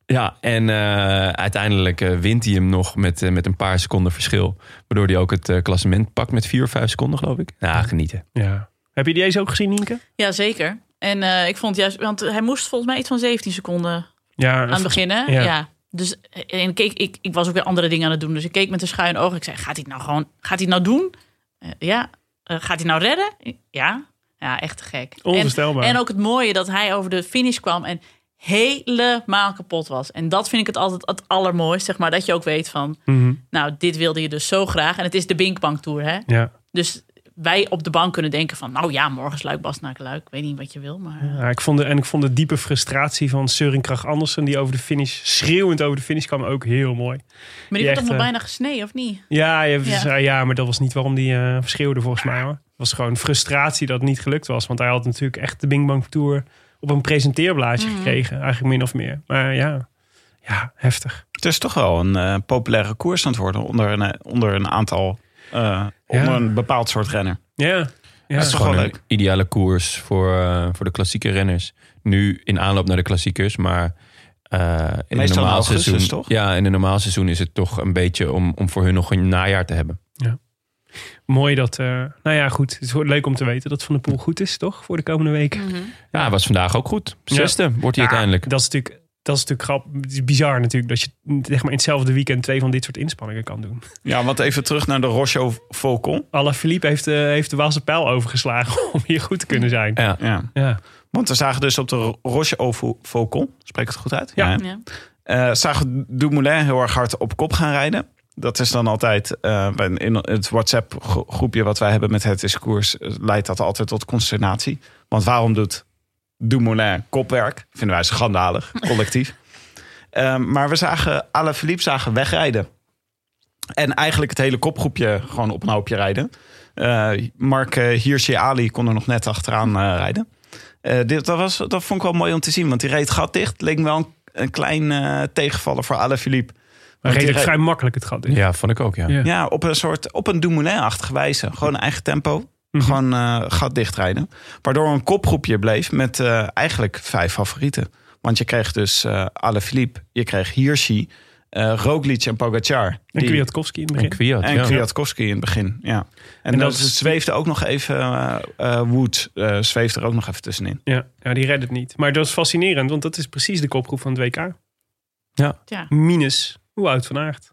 Speaker 2: Ja, en eh, uiteindelijk eh, wint hij hem nog met, eh, met een paar seconden verschil. Waardoor hij ook het eh, klassement pakt met vier of vijf seconden, geloof ik. Nou, genieten.
Speaker 3: Ja. Heb je deze ook gezien, Nienke?
Speaker 7: Ja, zeker. En eh, ik vond juist, want hij moest volgens mij iets van 17 seconden
Speaker 3: Ja,
Speaker 7: aan het begin, hè?
Speaker 3: ja.
Speaker 7: Ja. Dus eh, en ik keek, ik, ik was ook weer andere dingen aan het doen. Dus ik keek met een schuin oog. Ik zei, gaat hij het nou gewoon, gaat hij het nou doen? Eh, ja. Eh, gaat hij nou redden? Ja. Ja, echt te gek. En-
Speaker 3: Onvoorstelbaar.
Speaker 7: En, ook het mooie dat hij over de finish kwam en helemaal kapot was. En dat vind ik het altijd het allermooist, zeg maar. Dat je ook weet van,
Speaker 3: Mhm.
Speaker 7: nou, dit wilde je dus zo graag. En het is de Binkbank Tour, hè?
Speaker 3: Ja.
Speaker 7: Dus wij op de bank kunnen denken van... nou ja, morgen is Luik Bas naar Luik. Ik weet niet wat je wil, maar...
Speaker 3: Ja, ik vond de, en ik vond de diepe frustratie van Søren Krach Andersen, die over de finish, schreeuwend over de finish kwam, ook heel mooi.
Speaker 7: Maar
Speaker 3: die
Speaker 7: die
Speaker 3: echt,
Speaker 7: wordt toch
Speaker 3: eh,
Speaker 7: nog bijna gesneden, of niet?
Speaker 3: Ja, je,
Speaker 7: Ja.
Speaker 3: ja. maar dat was niet waarom die eh verschreeuwde volgens mij hoor. Het was gewoon frustratie dat het niet gelukt was. Want hij had natuurlijk echt de Bing Bang Tour op een presenteerblaadje gekregen. Eigenlijk min of meer. Maar ja, ja heftig.
Speaker 6: Het is toch wel een eh, populaire koers aan het worden onder een, eh, onder een aantal... eh, onder een bepaald soort renner.
Speaker 3: Ja, ja.
Speaker 6: Dat is toch wel
Speaker 2: Gewoon een
Speaker 6: leuk.
Speaker 2: ideale koers voor, eh, voor de klassieke renners. Nu in aanloop naar de klassiekers, maar... eh, in een
Speaker 6: Meestal in
Speaker 2: normaal
Speaker 6: augustus,
Speaker 2: seizoen,
Speaker 6: toch?
Speaker 2: Ja, in een normaal seizoen is het toch een beetje om, om voor hun nog een najaar te hebben.
Speaker 3: mooi dat... eh, nou ja, goed. Het is gewoon leuk om te weten dat Van der Poel goed is, toch? Voor de komende weken.
Speaker 2: Ja, hij was vandaag ook goed. Zesde wordt hij
Speaker 3: Ja,
Speaker 2: uiteindelijk.
Speaker 3: Dat is natuurlijk... Dat is natuurlijk grap, het is bizar natuurlijk dat je zeg maar, in hetzelfde weekend twee van dit soort inspanningen kan doen.
Speaker 6: Ja, want even terug naar de Rosso Volcon.
Speaker 3: Alain Philippe heeft, eh, heeft de Waalse pijl overgeslagen [LAUGHS] om hier goed te kunnen zijn.
Speaker 2: Ja.
Speaker 6: Ja.
Speaker 3: Ja.
Speaker 6: Want we zagen dus op de Ro- Roche Ovo- Volcon, spreek ik het goed uit?
Speaker 3: Ja.
Speaker 6: hè?
Speaker 7: Ja.
Speaker 6: Eh, zagen we Dumoulin heel erg hard op kop gaan rijden. Dat is dan altijd, eh, bij- in het WhatsApp gro- groepje wat wij hebben met het is koers, eh, leidt dat altijd tot consternatie. Want waarom doet Dumoulin kopwerk? Vinden wij schandalig, collectief. Eh, maar we zagen Alaphilippe zagen wegrijden. En eigenlijk het hele kopgroepje gewoon op een hoopje rijden. Eh, Mark eh, Hirschi Ali kon er nog net achteraan eh, rijden. Eh, dit, dat, was, dat vond ik wel mooi om te zien, want die reed het gat dicht. Leek me wel een, een klein eh, tegenvaller voor Alaphilippe.
Speaker 3: Maar
Speaker 6: Want die
Speaker 3: redelijk
Speaker 6: reed-
Speaker 3: vrij makkelijk het gat in.
Speaker 2: ja, vond ik ook, ja.
Speaker 3: Ja.
Speaker 6: ja, op een soort op een Dumoulin-achtige wijze. Gewoon eigen tempo.
Speaker 3: Mhm.
Speaker 6: Gewoon eh, gat dichtrijden. Waardoor een kopgroepje bleef met eh, eigenlijk vijf favorieten. Want je kreeg dus eh Alaphilippe, je kreeg Hirschi, eh Roglic en Pogacar.
Speaker 3: En
Speaker 6: Die-
Speaker 3: Kwiatkowski in het begin.
Speaker 2: En Kwiat,
Speaker 6: en
Speaker 2: ja.
Speaker 6: Kwiatkowski in het begin, ja. En,
Speaker 3: dat
Speaker 6: dan
Speaker 3: is-
Speaker 6: zweefde ook nog even, eh eh, Wood eh, zweefde er ook nog even tussenin.
Speaker 3: Ja, ja, die redde het niet. Maar dat is fascinerend, want dat is precies de kopgroep van het WK.
Speaker 2: Ja.
Speaker 7: Ja. [LAUGHS]
Speaker 3: Minus hoe oud van aard.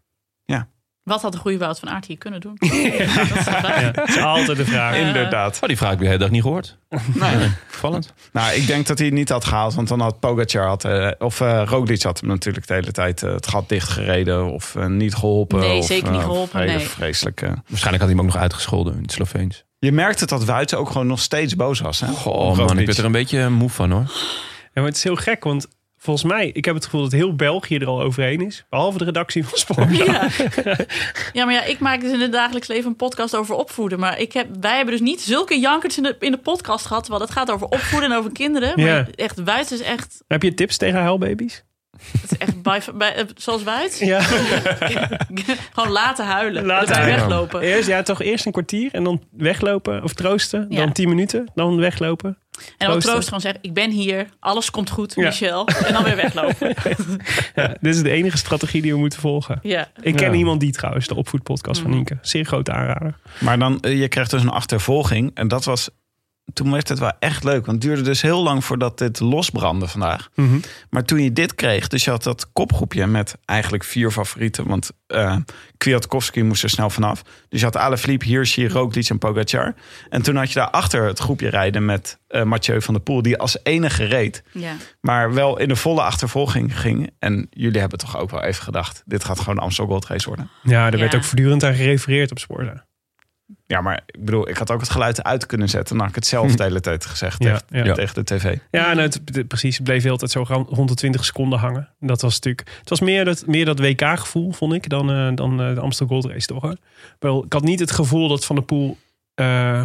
Speaker 7: Wat had de goede Wout van Aert hier kunnen doen? Dat is de vraag.
Speaker 3: Ja, dat is altijd de vraag.
Speaker 7: Ja.
Speaker 6: Inderdaad.
Speaker 2: Oh, die vraag heb ik de hele dag niet gehoord. [LAUGHS] Nee. Vallend.
Speaker 6: Nou, ik denk dat hij het niet had gehaald. Want dan had Pogacar, had, eh, of eh Roglic had hem natuurlijk de hele tijd eh, het gat dichtgereden. Of eh, niet geholpen.
Speaker 7: Nee,
Speaker 6: of,
Speaker 7: zeker
Speaker 6: eh,
Speaker 7: niet
Speaker 6: of
Speaker 7: geholpen,
Speaker 6: hele
Speaker 7: nee.
Speaker 6: Vreselijke.
Speaker 2: Waarschijnlijk had hij hem ook nog uitgescholden in het Sloveens.
Speaker 6: Je merkte dat Wuiten ook gewoon nog steeds boos was. Hè?
Speaker 2: Oh man, ik
Speaker 6: Roglic.
Speaker 2: ben er een beetje moe van hoor.
Speaker 3: Ja, maar het is heel gek, want volgens mij, ik heb het gevoel dat heel België er al overheen is. Behalve de redactie van Sport.
Speaker 7: Ja. ja, maar ja, ik maak dus in het dagelijks leven een podcast over opvoeden. Maar ik heb, wij hebben dus niet zulke jankers in de, in de podcast gehad. Want het gaat over opvoeden en over kinderen. Maar
Speaker 3: Ja.
Speaker 7: echt, Wuits is echt,
Speaker 3: [LAUGHS] Heb je tips tegen huilbabies?
Speaker 7: het is echt bij, bij- eh, zoals Wuits.
Speaker 3: Ja.
Speaker 7: [LAUGHS] Gewoon laten huilen.
Speaker 3: Laten
Speaker 7: Laten
Speaker 3: huilen.
Speaker 7: weglopen.
Speaker 3: Eerst, ja, toch eerst een kwartier en dan weglopen of troosten.
Speaker 7: Ja.
Speaker 3: Dan tien minuten, dan weglopen.
Speaker 7: En dan
Speaker 3: Troosten.
Speaker 7: troost gewoon zeggen, ik ben hier. Alles komt goed,
Speaker 3: Ja.
Speaker 7: Michel. En dan weer weglopen.
Speaker 3: [LAUGHS] Ja, dit is de enige strategie die we moeten volgen.
Speaker 7: Ja.
Speaker 3: Ik ken
Speaker 6: Ja.
Speaker 3: iemand die trouwens, de opvoedpodcast van Inke. Zeer grote aanrader.
Speaker 6: Maar dan, eh, je kreeg dus een achtervolging. En dat was, toen werd het wel echt leuk. Want het duurde dus heel lang voordat dit losbrandde vandaag. Maar toen je dit kreeg, dus je had dat kopgroepje met eigenlijk vier favorieten. Want eh Kwiatkowski moest er snel vanaf. Dus je had Alaphilippe, Hirschi, Roglic en Pogacar. En toen had je daarachter het groepje rijden met eh, Mathieu van der Poel. Die als enige reed,
Speaker 7: ja.
Speaker 6: maar wel in de volle achtervolging ging. En jullie hebben toch ook wel even gedacht, dit gaat gewoon de Amstel Gold Race worden.
Speaker 3: Ja, er werd
Speaker 7: Ja.
Speaker 3: ook voortdurend aan gerefereerd op Sporza.
Speaker 6: Ja, maar ik bedoel, ik had ook het geluid uit kunnen zetten. Dan had ik het zelf de hele tijd gezegd
Speaker 3: Hm. Ja,
Speaker 6: tegen,
Speaker 3: ja.
Speaker 6: tegen de tv.
Speaker 3: Ja, en het, het- precies. Het bleef heel tijd zo ram- rond de 20 seconden hangen. Dat was natuurlijk. Het was meer dat, meer dat WK-gevoel, vond ik, dan, eh, dan eh, de Amstel Gold Race toch? hoor. Wel, ik had niet het gevoel dat Van der Poel. eh,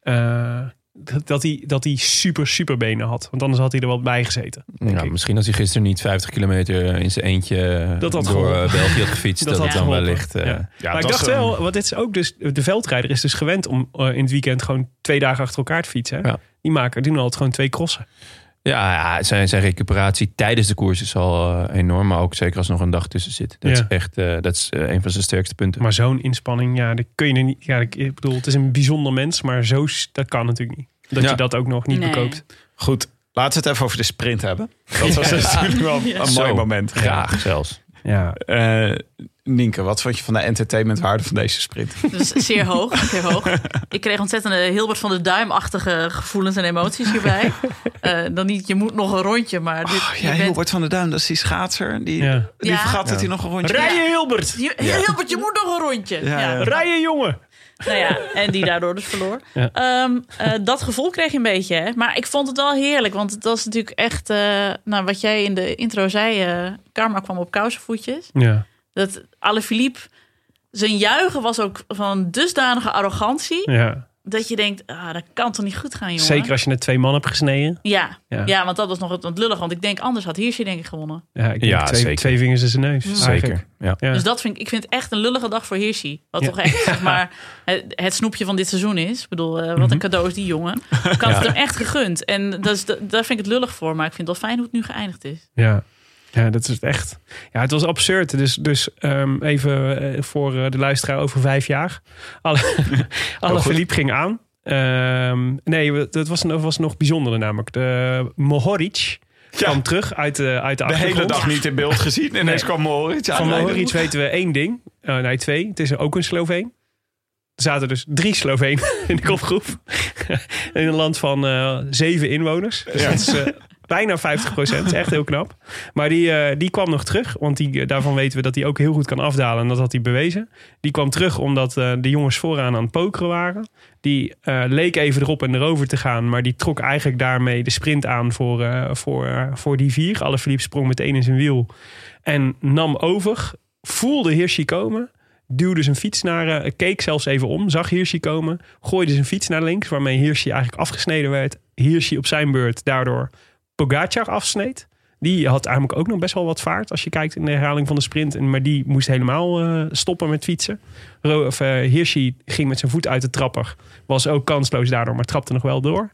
Speaker 3: eh, dat- dat hij, dat hij super, super benen had. Want anders had hij er wel bij gezeten.
Speaker 2: Ja,
Speaker 3: ik.
Speaker 2: misschien als hij gisteren niet 50 kilometer in zijn eentje
Speaker 3: Dat had
Speaker 2: door
Speaker 3: geholpen.
Speaker 2: eh, België
Speaker 3: [LAUGHS]
Speaker 2: had gefietst.
Speaker 3: Dat
Speaker 2: dat
Speaker 3: had
Speaker 2: het dan
Speaker 3: geholpen.
Speaker 2: wellicht... eh,
Speaker 3: Ja.
Speaker 6: Ja,
Speaker 3: maar ik
Speaker 6: dat
Speaker 3: dacht
Speaker 6: is, eh,
Speaker 3: wel, want dit is ook dus. De veldrijder is dus gewend om eh, in het weekend gewoon twee dagen achter elkaar te fietsen. hè?
Speaker 2: Ja.
Speaker 3: Die maken, die doen altijd gewoon twee crossen.
Speaker 2: Ja, ja, zijn, zijn recuperatie tijdens de koers is al eh, enorm. Maar ook zeker als er nog een dag tussen zit. Dat
Speaker 3: Ja.
Speaker 2: is echt eh, dat is, eh, een van zijn sterkste punten.
Speaker 3: Maar zo'n inspanning, ja, dat kun je er niet. Ja, ik ik bedoel, het is een bijzonder mens, maar zo s- dat kan natuurlijk niet. Dat
Speaker 2: Ja.
Speaker 3: je dat ook nog niet
Speaker 2: [LAUGHS]
Speaker 7: Nee.
Speaker 3: bekoopt.
Speaker 6: Goed, laten we het even over de sprint hebben. Dat was natuurlijk wel een mooi
Speaker 2: Zo,
Speaker 6: moment.
Speaker 2: Graag zelfs.
Speaker 3: Ja.
Speaker 6: Eh, Nienke, wat vond je van de entertainmentwaarde van deze sprint?
Speaker 7: Dus zeer hoog, [LAUGHS] zeer hoog. Ik kreeg ontzettende Hilbert van de Duimachtige gevoelens en emoties hierbij. Eh, dan niet, je moet nog een rondje, maar dit,
Speaker 6: Oh,
Speaker 7: je
Speaker 6: ja,
Speaker 7: bent-
Speaker 6: Hilbert van der Duin, dat is die schaatser. Die,
Speaker 3: Ja.
Speaker 6: die
Speaker 7: Ja.
Speaker 6: vergat dat hij nog een rondje...
Speaker 3: Rijden, Hilbert!
Speaker 7: Je, Hilbert, je moet nog een rondje.
Speaker 6: Ja,
Speaker 7: Ja,
Speaker 6: ja.
Speaker 3: Rijden, jongen!
Speaker 7: Nou ja, en die daardoor dus verloor.
Speaker 3: Ja.
Speaker 7: Ehm, eh, dat gevoel kreeg je een beetje. Hè? Maar ik vond het wel heerlijk. Want het was natuurlijk echt... eh, nou, wat jij in de intro zei... eh, karma kwam op kousenvoetjes.
Speaker 3: Ja.
Speaker 7: Dat Alaphilippe... Zijn juichen was ook van dusdanige arrogantie...
Speaker 3: ja.
Speaker 7: dat je denkt, ah, dat kan toch niet goed gaan, jongen?
Speaker 3: Zeker als je net twee man hebt gesneden.
Speaker 7: Ja.
Speaker 3: Ja.
Speaker 7: Ja. want dat was nog het, het lullig. Want ik denk, anders had Hirschi denk ik gewonnen.
Speaker 3: Ja, ik denk
Speaker 2: Ja,
Speaker 3: twee,
Speaker 2: zeker.
Speaker 3: twee vingers in zijn neus.
Speaker 2: Zeker.
Speaker 3: eigenlijk.
Speaker 2: Ja.
Speaker 3: Ja.
Speaker 7: Dus dat vind ik, ik vind het echt een lullige dag voor Hirschi.
Speaker 3: [LAUGHS]
Speaker 7: Wat
Speaker 3: Ja. Mhm.
Speaker 7: toch echt, zeg maar, het, het snoepje van dit seizoen is. Ik bedoel, eh, wat een cadeau is die
Speaker 3: [LAUGHS]
Speaker 7: jongen. Ik had het hem echt gegund. En dat is, dat, daar vind ik het lullig voor. Maar ik vind het wel fijn hoe het nu geëindigd is.
Speaker 3: Ja. ja, dat is het echt. Ja, het was absurd. Dus, dus ehm, even eh, voor eh, de luisteraar over vijf jaar.
Speaker 6: [LAUGHS]
Speaker 3: Alle, alle Philippe ging aan. Ehm, nee, we- dat was, dat was nog bijzonder namelijk. De Mohoric kwam terug uit de, uit de
Speaker 6: De hele
Speaker 3: achtergrond.
Speaker 6: dag niet in beeld gezien. Ineens kwam Mohoric
Speaker 3: Van
Speaker 6: aanrijden.
Speaker 3: Mohoric weten we één ding. Eh, nee, twee. Het is ook een Sloveen. Er zaten dus drie Slovenen [LAUGHS] in de kopgroep. in een land van eh, zeven inwoners. Dus dat is eh, bijna 50 procent. Echt heel knap. Maar die, eh, die kwam nog terug. Want die, eh, daarvan weten we dat hij ook heel goed kan afdalen. En dat had hij bewezen. Die kwam terug omdat eh, de jongens vooraan aan het pokeren waren. Die eh, leek even erop en erover te gaan. Maar die trok eigenlijk daarmee de sprint aan voor, eh, voor, eh, voor die vier. Alaphilippe sprong meteen in zijn wiel. En nam over. Voelde Hirschi komen. Duwde zijn fiets naar... eh, keek zelfs even om. Zag Hirschi komen. Gooide zijn fiets naar links. Waarmee Hirschi eigenlijk afgesneden werd. Hirschi op zijn beurt daardoor Pogacar afsneed. Die had eigenlijk ook nog best wel wat vaart. Als je kijkt in de herhaling van de sprint. En- Maar die moest helemaal eh, stoppen met fietsen. Ro of, eh, Hirschi ging met zijn voet uit de trapper. Was ook kansloos daardoor. Maar trapte nog wel door.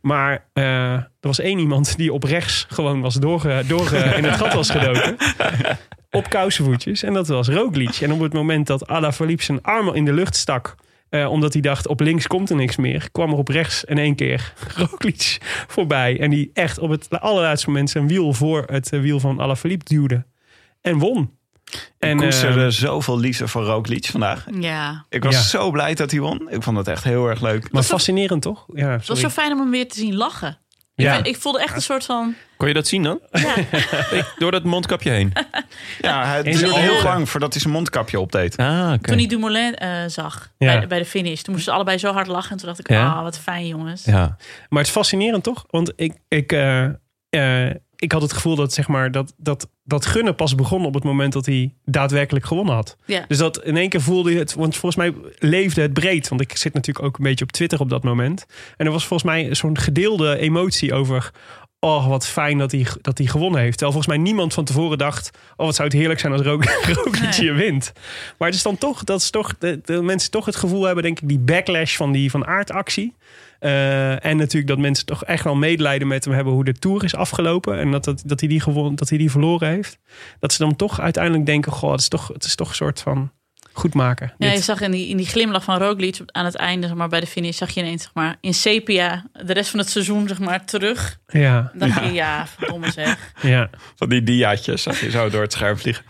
Speaker 3: Maar eh, er was één iemand die op rechts gewoon was doorge, doorge, in het gat was gedoken op kousenvoetjes. En dat was Roglic. En op het moment dat Alaphilippe zijn armen in de lucht stak... eh, omdat hij dacht, op links komt er niks meer... kwam er op rechts in één keer Roglic voorbij. En die echt op het allerlaatste moment... zijn wiel voor het eh, wiel van Alaphilippe duwde. En won.
Speaker 6: En
Speaker 3: En,
Speaker 6: koesterde
Speaker 3: ehm,
Speaker 6: zoveel liefde voor Roglic vandaag.
Speaker 7: Ja.
Speaker 6: Ik was
Speaker 3: Ja.
Speaker 6: zo blij dat hij won. Ik vond het echt heel erg leuk.
Speaker 3: maar fascinerend toch? Ja,
Speaker 7: Het was
Speaker 3: sorry.
Speaker 7: zo fijn om hem weer te zien lachen.
Speaker 3: ja.
Speaker 7: Ik, ik voelde echt een soort van...
Speaker 2: Kon je dat zien dan?
Speaker 7: Ja,
Speaker 2: [LAUGHS] Ik- door dat mondkapje heen.
Speaker 6: Ja, het
Speaker 3: zijn
Speaker 6: duurde heel
Speaker 3: ogen.
Speaker 6: lang voordat hij zijn mondkapje opdeed.
Speaker 2: Ah, oké.
Speaker 7: toen hij Dumoulin eh, zag
Speaker 3: Ja.
Speaker 7: bij, de- bij de finish. Toen moesten ze allebei zo hard lachen. En toen dacht ik, ah,
Speaker 2: Ja.
Speaker 7: wat fijn jongens.
Speaker 2: Ja.
Speaker 3: Maar het is fascinerend toch? Want ik, ik, eh, eh, ik had het gevoel dat, zeg maar, dat, dat, dat gunnen pas begon op het moment dat hij daadwerkelijk gewonnen had.
Speaker 7: Ja.
Speaker 3: Dus dat in één keer voelde je het, want volgens mij leefde het breed. Want ik zit natuurlijk ook een beetje op Twitter op dat moment. En er was volgens mij zo'n gedeelde emotie over. Oh, wat fijn dat hij, dat hij gewonnen heeft. Terwijl volgens mij niemand van tevoren dacht... oh, wat zou het heerlijk zijn als Roglic Roglic
Speaker 7: Nee.
Speaker 3: hier wint. Maar het is dan toch... dat is toch dat dat mensen toch het gevoel hebben, denk ik... die backlash van die van aardactie. Eh, en natuurlijk dat mensen toch echt wel medelijden met hem hebben... hoe de Tour is afgelopen. En dat, dat, dat, hij, die gewon, dat hij die verloren heeft. Dat ze dan toch uiteindelijk denken... goh, het is toch, het is toch een soort van goed maken.
Speaker 7: Ja, je zag in die, in die glimlach van Roglic op- aan het einde, zeg maar, bij de finish, zag je ineens zeg maar, in sepia de rest van het seizoen zeg maar, terug.
Speaker 3: ja,
Speaker 7: Dan dacht je, ja, verdomme zeg.
Speaker 3: ja.
Speaker 6: Van die diaatjes zag je zo door het scherm
Speaker 2: [LAUGHS]
Speaker 6: vliegen.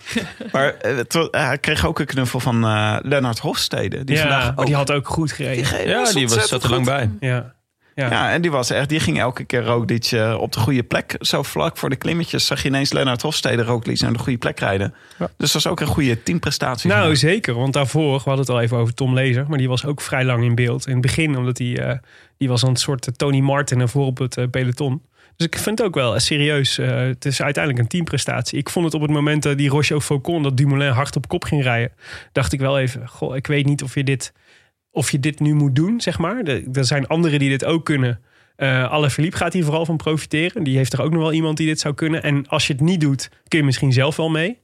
Speaker 6: Maar eh, het was- hij kreeg ook een knuffel van eh Lennart Hofstede. Die
Speaker 3: ja,
Speaker 6: vandaag
Speaker 3: maar
Speaker 6: ook-
Speaker 3: die had ook goed gereden.
Speaker 6: ge-
Speaker 2: ja, die was, zat er lang bij.
Speaker 3: Ja. Ja.
Speaker 6: Ja, en die was echt, die ging elke keer Roglic eh, op de goede plek. Zo vlak voor de klimmetjes zag je ineens Lennart Hofstede Roglic naar de goede plek rijden.
Speaker 3: Ja.
Speaker 6: Dus dat was ook een goede teamprestatie.
Speaker 3: Nou, zeker. Want daarvoor, we hadden het al even over Tom Lezer. Maar die was ook vrij lang in beeld. In het begin, omdat hij eh, die was een soort eh, Tony Martin en voor op het eh, peloton. Dus ik vind het ook wel eh, serieus. eh, het is uiteindelijk een teamprestatie. Ik vond het op het moment dat die Roche Faucon, dat Dumoulin hard op kop ging rijden. Dacht ik wel even, goh, ik weet niet of je dit, of je dit nu moet doen, zeg maar. De- Er zijn anderen die dit ook kunnen. Eh Alle Philippe gaat hier vooral van profiteren. Die heeft er ook nog wel iemand die dit zou kunnen. En als je het niet doet, kun je misschien zelf wel mee.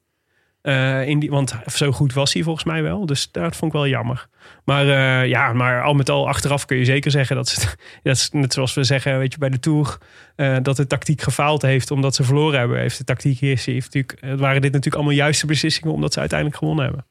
Speaker 3: Eh, in die, want zo goed was hij volgens mij wel. Dus dat vond ik wel jammer. Maar eh, ja, maar al met al achteraf kun je zeker zeggen dat ze, [LAUGHS] dat is net zoals we zeggen, weet je, bij de Tour, eh, dat de tactiek gefaald heeft omdat ze verloren hebben. Heeft de tactiek hier, ze heeft natuurlijk, het waren dit natuurlijk allemaal juiste beslissingen omdat ze uiteindelijk gewonnen hebben.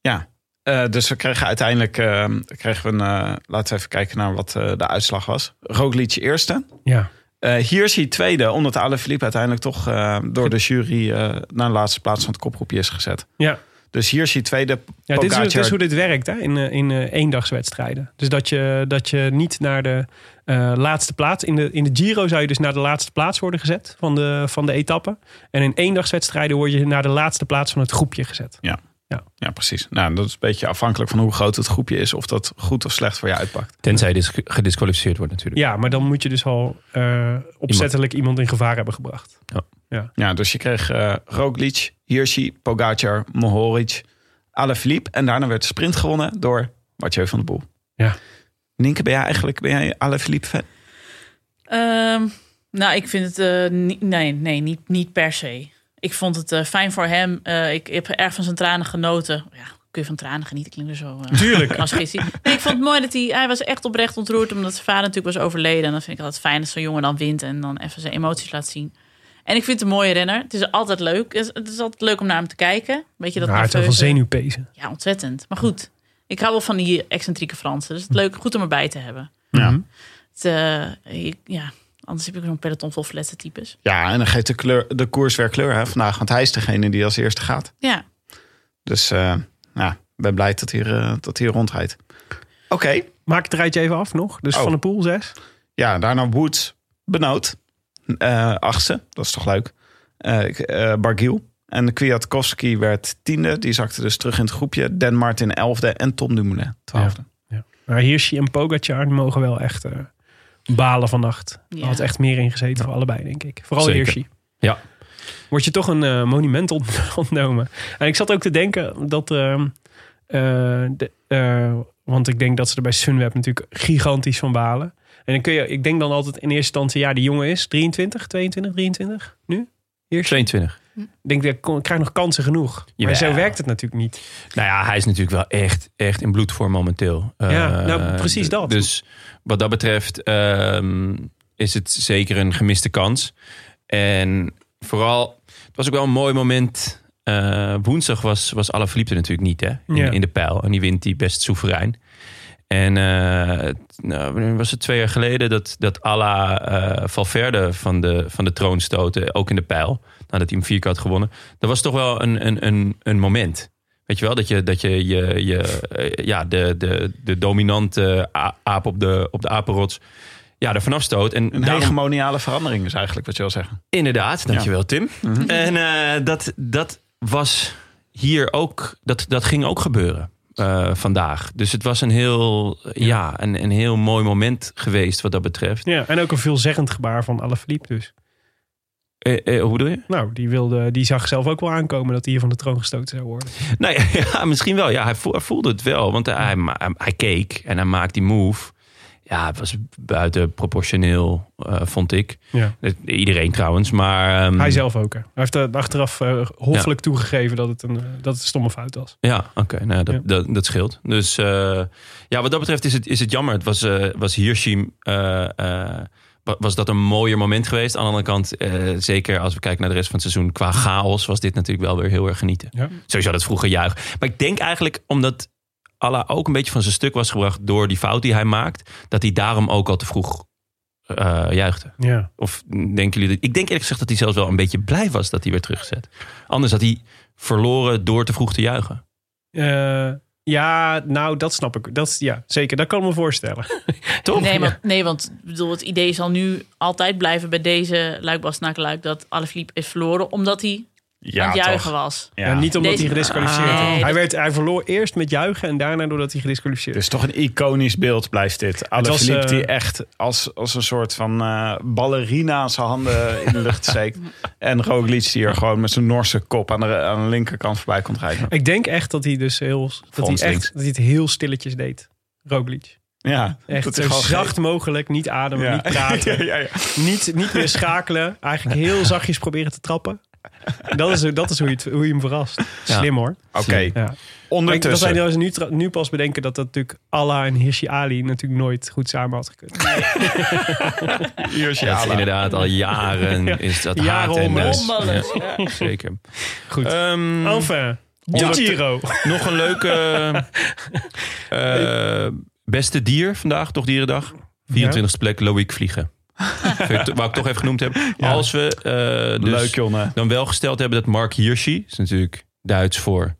Speaker 6: Ja, eh, dus we kregen uiteindelijk eh, kregen we een. eh, laten we even kijken naar wat eh, de uitslag was. Roglic eerste.
Speaker 3: Ja,
Speaker 6: Eh, hier zie je tweede, omdat Alaphilippe uiteindelijk toch eh, door de jury eh, naar de laatste plaats van het kopgroepje is gezet.
Speaker 3: ja.
Speaker 6: Dus hier zie je tweede.
Speaker 3: ja dit, is,
Speaker 6: Pogacar.
Speaker 3: dit is hoe dit werkt hè, in, eh, in eh, eendagswedstrijden. Dus dat je, dat je niet naar de eh, laatste plaats. In de, in de Giro zou je dus naar de laatste plaats worden gezet van de, van de etappe. En in eendagswedstrijden word je naar de laatste plaats van het groepje gezet.
Speaker 6: Ja, precies. Nou, dat is een beetje afhankelijk van hoe groot het groepje is, of dat goed of slecht voor je uitpakt.
Speaker 2: Tenzij dis- gedisqualificeerd wordt natuurlijk.
Speaker 3: Ja, maar dan moet je dus al eh, opzettelijk iemand. in gevaar hebben gebracht.
Speaker 6: Ja, dus je kreeg eh Roglic, Hirschi, Pogacar, Mohoric, Alaphilippe. En daarna werd de sprint gewonnen door Mathieu van der Boel.
Speaker 3: Ja.
Speaker 6: Nienke, ben jij eigenlijk ben jij Alaphilippe fan?
Speaker 7: Ehm, nou, ik vind het, eh, ni- nee, nee niet, niet per se. Ik vond het eh, fijn voor hem. Eh, ik heb erg van zijn tranen genoten. Ja, kun je van tranen genieten? Klinkt er zo... eh, [LAUGHS]
Speaker 3: Tuurlijk.
Speaker 7: masochistisch. Nee, ik vond het mooi dat hij... Hij was echt oprecht ontroerd omdat zijn vader natuurlijk was overleden. En dan vind ik altijd fijn dat zo'n jongen dan wint en dan even zijn emoties laat zien. En ik vind het een mooie renner. Het is altijd leuk. Het is, het is altijd leuk om naar hem te kijken. Weet je dat
Speaker 3: hij heeft wel
Speaker 7: nerveuze.
Speaker 3: zenuwpezen.
Speaker 7: Ja, ontzettend. Maar goed, ik hou wel van die excentrieke Fransen. Dus het is leuk, goed om erbij te hebben.
Speaker 6: Ja.
Speaker 7: Het, eh, ik- ja, anders heb ik zo'n peloton vol fletse types.
Speaker 6: Ja, en dan geeft de, kleur, de koers weer kleur hè, vandaag, want hij is degene die als eerste gaat.
Speaker 7: Ja,
Speaker 6: Dus eh, ja, ik ben blij dat hij, eh, dat hij rondrijdt. Oké,
Speaker 3: Maak het rijtje even af nog. Dus
Speaker 6: Oh.
Speaker 3: Van de Poel 6.
Speaker 6: ja, daarna Woods, Benoot, eh achtste, dat is toch leuk. Eh, ik- eh, Bargiel en Kwiatkowski werd tiende, die zakte dus terug in het groepje. Dan Martin elfde en Tom Dumoulin twaalfde.
Speaker 3: Maar Hirschi en Pogacar die mogen wel echt eh, balen vannacht. Er
Speaker 7: Ja.
Speaker 3: had echt meer ingezeten voor allebei, denk ik. Vooral
Speaker 2: Zeker.
Speaker 3: Hirschi.
Speaker 2: Ja.
Speaker 3: Word je toch een eh, monument ont- [LAUGHS] ontnomen. En ik zat ook te denken dat... ehm, eh, de- eh, want ik denk dat ze er bij Sunweb natuurlijk gigantisch van balen. En dan kun je, ik denk dan altijd in eerste instantie... Ja, die jongen is 23, 22, 23 nu. Hirschi.
Speaker 2: 22.
Speaker 3: Ik denk, ik kon- ik krijg nog kansen genoeg. Maar
Speaker 2: Jawel.
Speaker 3: zo werkt het natuurlijk niet.
Speaker 2: Nou ja, hij is natuurlijk wel echt, echt in bloedvorm momenteel.
Speaker 3: Ja,
Speaker 2: Eh,
Speaker 3: nou, precies
Speaker 2: d-
Speaker 3: dat.
Speaker 2: Dus wat dat betreft ehm, is het zeker een gemiste kans. En vooral, het was ook wel een mooi moment. Eh, woensdag was, was Alaphilippe er natuurlijk niet, hè? In,
Speaker 3: Ja.
Speaker 2: in de pijl. En die wint die best soeverein. En eh, t- nou, wanneer was het twee jaar geleden dat, dat Alla eh, Valverde van de, van de troon stootte, ook in de pijl, nadat hij hem vier keer had gewonnen. Dat was toch wel een, een, een, een moment. Weet je wel, dat je dat je, je, je, eh, ja, de, de, de dominante eh, a- aap op de, op de apenrots ja, er vanaf stoot. En
Speaker 6: Een
Speaker 2: daarom-
Speaker 6: hegemoniale verandering is eigenlijk wat je wil zeggen.
Speaker 2: Inderdaad, dankjewel Tim. [LAUGHS] En eh, dat, dat was hier ook, dat, dat ging ook gebeuren eh, vandaag. Dus het was een heel, ja, een, een heel mooi moment geweest wat dat betreft.
Speaker 3: Ja, en ook een veelzeggend gebaar van Alaphilippe dus.
Speaker 2: Eh, eh, hoe bedoel je?
Speaker 3: Nou, die, wilde, die zag zelf ook wel aankomen dat hij hier van de troon gestoten zou worden.
Speaker 2: Nee, [LAUGHS] ja, misschien wel. Ja, hij voel- hij voelde het wel, want hij, hij, hij keek en hij maakte die move. Ja, het was buiten proportioneel, eh, vond ik. Eh,
Speaker 3: Ja.
Speaker 2: Iedereen trouwens, maar... ehm,
Speaker 7: Hmm.
Speaker 3: Hij zelf ook. Hè. Hij heeft eh, achteraf eh, hoffelijk toegegeven dat het, een, eh, dat het een stomme fout was.
Speaker 2: Ja, oké. nou, dat,
Speaker 3: Ja.
Speaker 2: Dat, dat scheelt. Dus eh, ja, wat dat betreft is het, is het jammer. Het was, eh was Hiroshima... eh, eh, wa- was dat een mooier moment geweest? Aan de andere kant, eh, zeker als we kijken naar de rest van het seizoen... qua chaos was dit natuurlijk wel weer heel erg genieten.
Speaker 3: Ja.
Speaker 2: Sowieso dat vroege juich. Maar ik denk eigenlijk omdat Allah ook een beetje van zijn stuk was gebracht... door die fout die hij maakt... dat hij daarom ook al te vroeg eh, juichte.
Speaker 3: Ja.
Speaker 2: Of denken jullie... dat- Ik denk eerlijk gezegd dat hij zelfs wel een beetje blij was... dat hij weer teruggezet. Anders had hij verloren door te vroeg te juichen.
Speaker 3: Eh, ja, nou, dat snap ik. Dat, is- ja, zeker. Dat kan ik me
Speaker 7: [LAUGHS]
Speaker 3: voorstellen.
Speaker 2: Toch?
Speaker 7: Nee, want, nee, want ik bedoel, het idee zal nu altijd blijven bij deze luikbasnakeluik dat Alaphilippe is verloren omdat hij
Speaker 6: Ja,
Speaker 7: aan het juichen
Speaker 6: toch.
Speaker 7: was.
Speaker 6: Ja.
Speaker 3: En niet omdat
Speaker 7: Deze-
Speaker 3: hij gedisqualificeerd
Speaker 7: Ah.
Speaker 3: werd.
Speaker 7: Nee,
Speaker 3: hij,
Speaker 7: dat-
Speaker 3: werd, hij verloor eerst met juichen en daarna doordat hij gedisqualificeerd
Speaker 6: Dus toch een iconisch beeld blijft dit. Alaphilippe
Speaker 3: was, eh,
Speaker 6: die echt als, als een soort van eh, ballerina zijn handen in de lucht
Speaker 3: [LAUGHS]
Speaker 6: steekt. en Roglic die er gewoon met zijn Norse kop aan de, aan de linkerkant voorbij komt rijden.
Speaker 3: Ik denk echt dat hij dus heel. Dat hij,
Speaker 6: ons
Speaker 3: echt,
Speaker 6: links.
Speaker 3: dat hij het heel stilletjes deed. Roglic.
Speaker 6: Ja,
Speaker 3: Echt
Speaker 6: dat
Speaker 3: zo
Speaker 6: is gewoon
Speaker 3: zacht mogelijk. Niet ademen,
Speaker 6: Ja.
Speaker 3: niet
Speaker 7: [LAUGHS]
Speaker 3: praten.
Speaker 6: [LAUGHS] Ja, ja, ja.
Speaker 3: niet, niet meer schakelen. Eigenlijk heel zachtjes proberen te trappen. Dat is, dat is hoe, je het, hoe je hem verrast.
Speaker 2: Ja.
Speaker 3: Slim hoor.
Speaker 6: Oké,
Speaker 3: Ja. Ik denk dat
Speaker 6: ondertussen.
Speaker 3: wij nou eens nu, tra- nu pas bedenken dat dat natuurlijk Allah en Hirschi Ali natuurlijk nooit goed samen had gekund.
Speaker 6: Hier is je
Speaker 2: Dat is
Speaker 6: Ala.
Speaker 2: inderdaad al
Speaker 6: [LAUGHS]
Speaker 2: jaren is dat
Speaker 3: Jaren
Speaker 2: haat en
Speaker 3: omrommelen.
Speaker 2: neus. Ja, zeker.
Speaker 3: Goed.
Speaker 2: Ehm,
Speaker 3: enfin,
Speaker 2: Ja.
Speaker 3: de Giro.
Speaker 2: nog een
Speaker 6: [LAUGHS]
Speaker 2: leuke eh, eh, beste dier vandaag, toch dierendag. 24e plek, Loïc
Speaker 6: [LAUGHS]
Speaker 2: Vliegen. Vind ik- Wou ik toch even genoemd hebben. Als we eh, dus
Speaker 6: Leuk, Jonne. [LAUGHS]
Speaker 2: dan wel gesteld hebben dat Mark Hirschi, is natuurlijk Duits voor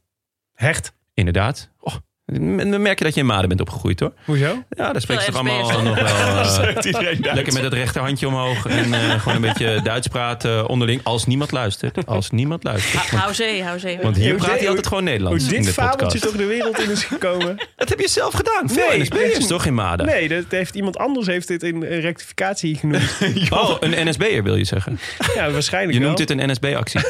Speaker 3: Hecht.
Speaker 2: inderdaad. Oh, dan merk je dat je in Maden bent opgegroeid hoor.
Speaker 3: Hoezo?
Speaker 2: Ja, daar spreekt ze toch
Speaker 7: Veel
Speaker 2: allemaal
Speaker 7: SB'ers.
Speaker 2: nog wel... eh,
Speaker 6: Iedereen daar.
Speaker 2: Lekker met het rechterhandje omhoog en eh, [LAUGHS] gewoon een beetje Duits praten onderling. Als niemand luistert. Als niemand
Speaker 6: Ah,
Speaker 2: luistert.
Speaker 7: Hou zee, hou zee.
Speaker 2: Want hier
Speaker 6: eh,
Speaker 3: Hoe
Speaker 2: praat
Speaker 3: dit-
Speaker 2: hij altijd gewoon
Speaker 3: Hoe
Speaker 2: Nederlands in
Speaker 3: dit
Speaker 2: de
Speaker 3: fabeltje
Speaker 2: podcast.
Speaker 3: toch de wereld in is gekomen?
Speaker 2: [LAUGHS] Dat heb je zelf gedaan. Veel
Speaker 3: Nee,
Speaker 2: NSB'ers toch in Maden?
Speaker 3: Nee, dat heeft, iemand anders heeft dit in een rectificatie
Speaker 2: [LAUGHS]
Speaker 3: genoemd.
Speaker 2: Oh, een NSB'er wil je zeggen.
Speaker 3: Ja, waarschijnlijk
Speaker 2: Je
Speaker 3: wel.
Speaker 2: noemt dit een
Speaker 6: [LAUGHS]
Speaker 2: NSB-actie.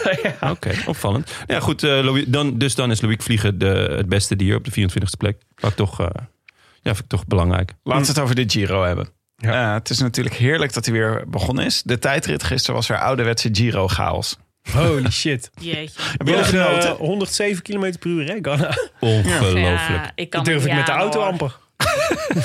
Speaker 2: Oké, opvallend. Nou Ja, goed, eh, Louis- dan, dus dan is Loïc Vliegen de, het beste dier op de 24e plek. Wat ik toch, eh, ja, vind ik toch belangrijk.
Speaker 6: Laten we het over de Giro hebben. Eh, het is natuurlijk heerlijk dat hij weer begonnen is. De tijdrit gisteren was weer ouderwetse Giro-chaos.
Speaker 3: Holy
Speaker 2: [LAUGHS]
Speaker 3: shit.
Speaker 7: Jeetje.
Speaker 3: Boven
Speaker 6: genoten?
Speaker 3: eh, 107 km per uur, hè, Ganna?
Speaker 2: Ongelooflijk.
Speaker 7: Ja, ik kan
Speaker 3: Dat [LAUGHS] durf
Speaker 7: het-
Speaker 3: ik met de
Speaker 7: ja,
Speaker 3: auto
Speaker 7: hoor.
Speaker 3: amper.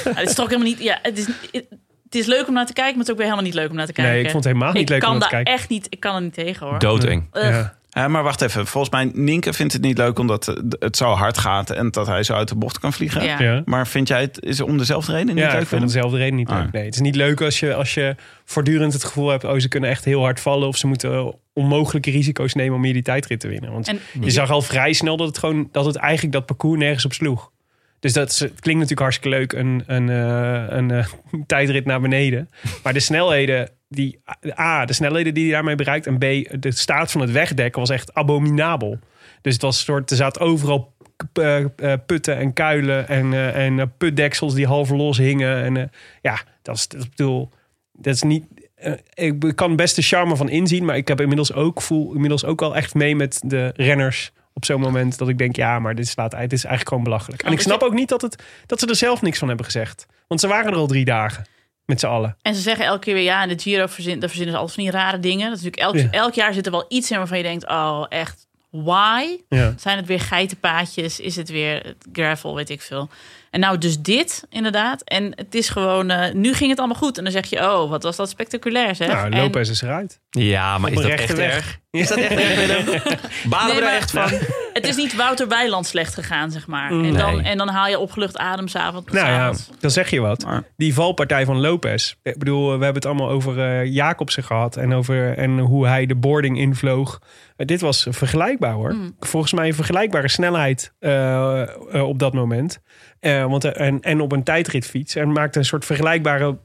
Speaker 7: Ja, het is toch helemaal niet. Ja, het, is, het, het is leuk om naar te kijken, maar het is ook weer helemaal niet leuk om naar te kijken.
Speaker 3: Nee, ik vond het helemaal niet
Speaker 7: Ik
Speaker 3: leuk om
Speaker 7: kan
Speaker 3: naar te
Speaker 7: daar
Speaker 3: kijken.
Speaker 7: echt niet. Ik kan er niet tegen hoor.
Speaker 2: Doodeng.
Speaker 7: Ugh.
Speaker 3: Ja.
Speaker 6: Hè, maar wacht even, volgens mij Ninke vindt het niet leuk omdat eh, het zo hard gaat en dat hij zo uit de bocht kan vliegen.
Speaker 7: Ja.
Speaker 3: Ja.
Speaker 6: Maar vind jij het is om dezelfde reden niet
Speaker 3: Ja,
Speaker 6: leuk?
Speaker 3: ik vond
Speaker 6: Willem?
Speaker 3: dezelfde reden niet
Speaker 6: Ah.
Speaker 3: leuk. Nee, het is niet leuk als je, als je voortdurend het gevoel hebt... oh, ze kunnen echt heel hard vallen... of ze moeten onmogelijke risico's nemen om hier die tijdrit te winnen. Want
Speaker 7: En-
Speaker 3: je zag al vrij snel dat het, gewoon, dat het eigenlijk dat parcours nergens op sloeg. Dus dat is- het klinkt natuurlijk hartstikke leuk, een, een, eh, een eh, [LAUGHS] tijdrit naar beneden. Maar de snelheden, die, A, de snelheden die hij daarmee bereikt... en B, de staat van het wegdekken was echt abominabel. Dus het was een soort, er zaten overal k- eh, eh, putten en kuilen... en, eh, en eh, putdeksels die half los hingen. En, eh, ja, dat is, dat, ik bedoel, dat is niet... eh, ik be- kan best de charme van inzien... maar ik heb inmiddels ook, voel inmiddels ook al echt mee met de renners... op zo'n moment dat ik denk, ja, maar dit, slaat, uit, dit is eigenlijk gewoon belachelijk. En ik snap ook niet dat, het, dat ze er zelf niks van hebben gezegd. Want ze waren er al drie dagen, met z'n allen.
Speaker 7: En ze zeggen elke keer weer ja, en de Giro verzin, daar verzinnen ze altijd van die rare dingen. Dat is natuurlijk elk,
Speaker 3: Ja.
Speaker 7: elk jaar zit er wel iets in waarvan je denkt, oh echt, why?
Speaker 3: Ja.
Speaker 7: Zijn het weer geitenpaadjes? Is het weer gravel? Weet ik veel. En nou, dus dit inderdaad. En het is gewoon, eh, nu ging het allemaal goed. En dan zeg je, oh, wat was dat spectaculair zeg.
Speaker 3: Nou,
Speaker 7: En-
Speaker 3: Lopez is eruit.
Speaker 2: Ja, maar
Speaker 3: Op
Speaker 2: is
Speaker 3: een
Speaker 2: dat
Speaker 3: rechte
Speaker 2: echt
Speaker 3: weg.
Speaker 2: erg? Is dat echt erg, Willem? Balen
Speaker 7: Nee,
Speaker 2: we
Speaker 7: maar-
Speaker 2: er echt van?
Speaker 7: het is niet Wouter Weiland slecht gegaan, zeg maar. En, dan, en dan haal je opgelucht adem s'avonds.
Speaker 3: Nou ja,
Speaker 7: s'avonds.
Speaker 3: dan zeg je wat.
Speaker 6: Maar-
Speaker 3: Die valpartij van Lopez. Ik bedoel, we hebben het allemaal over eh, Jacobsen gehad. En, over, en hoe hij de boarding invloog. Eh, dit was vergelijkbaar hoor. Volgens mij een vergelijkbare snelheid eh, eh, op dat moment. Eh, want, eh, en, en op een tijdritfiets. En maakte een soort vergelijkbare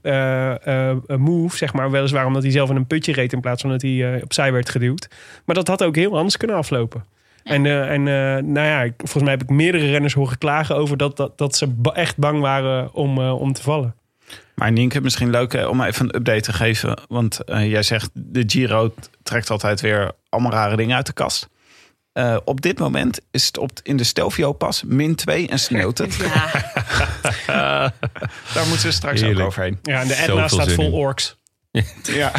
Speaker 3: eh, eh, move, zeg maar. Weliswaar omdat hij zelf in een putje reed in plaats van dat hij eh, opzij werd geduwd. Maar dat had ook heel anders kunnen aflopen. En, eh, en eh, nou ja, ik- volgens mij heb ik meerdere renners horen klagen over dat, dat, dat ze ba- echt bang waren om, eh, om te vallen.
Speaker 6: Maar Nienke, misschien leuk eh, om even een update te geven. Want eh, jij zegt, de Giro t- trekt altijd weer allemaal rare dingen uit de kast. Eh, op dit moment is het op, in de Stelvio-pas min 2 en sneeuwt het.
Speaker 7: Ja,
Speaker 6: [LAUGHS] Daar moeten we straks ook
Speaker 2: Heerlijk.
Speaker 6: overheen.
Speaker 3: Ja, en de Etna
Speaker 2: Zoveel
Speaker 3: staat
Speaker 2: zin
Speaker 3: vol
Speaker 2: in.
Speaker 3: orks.
Speaker 6: Ja,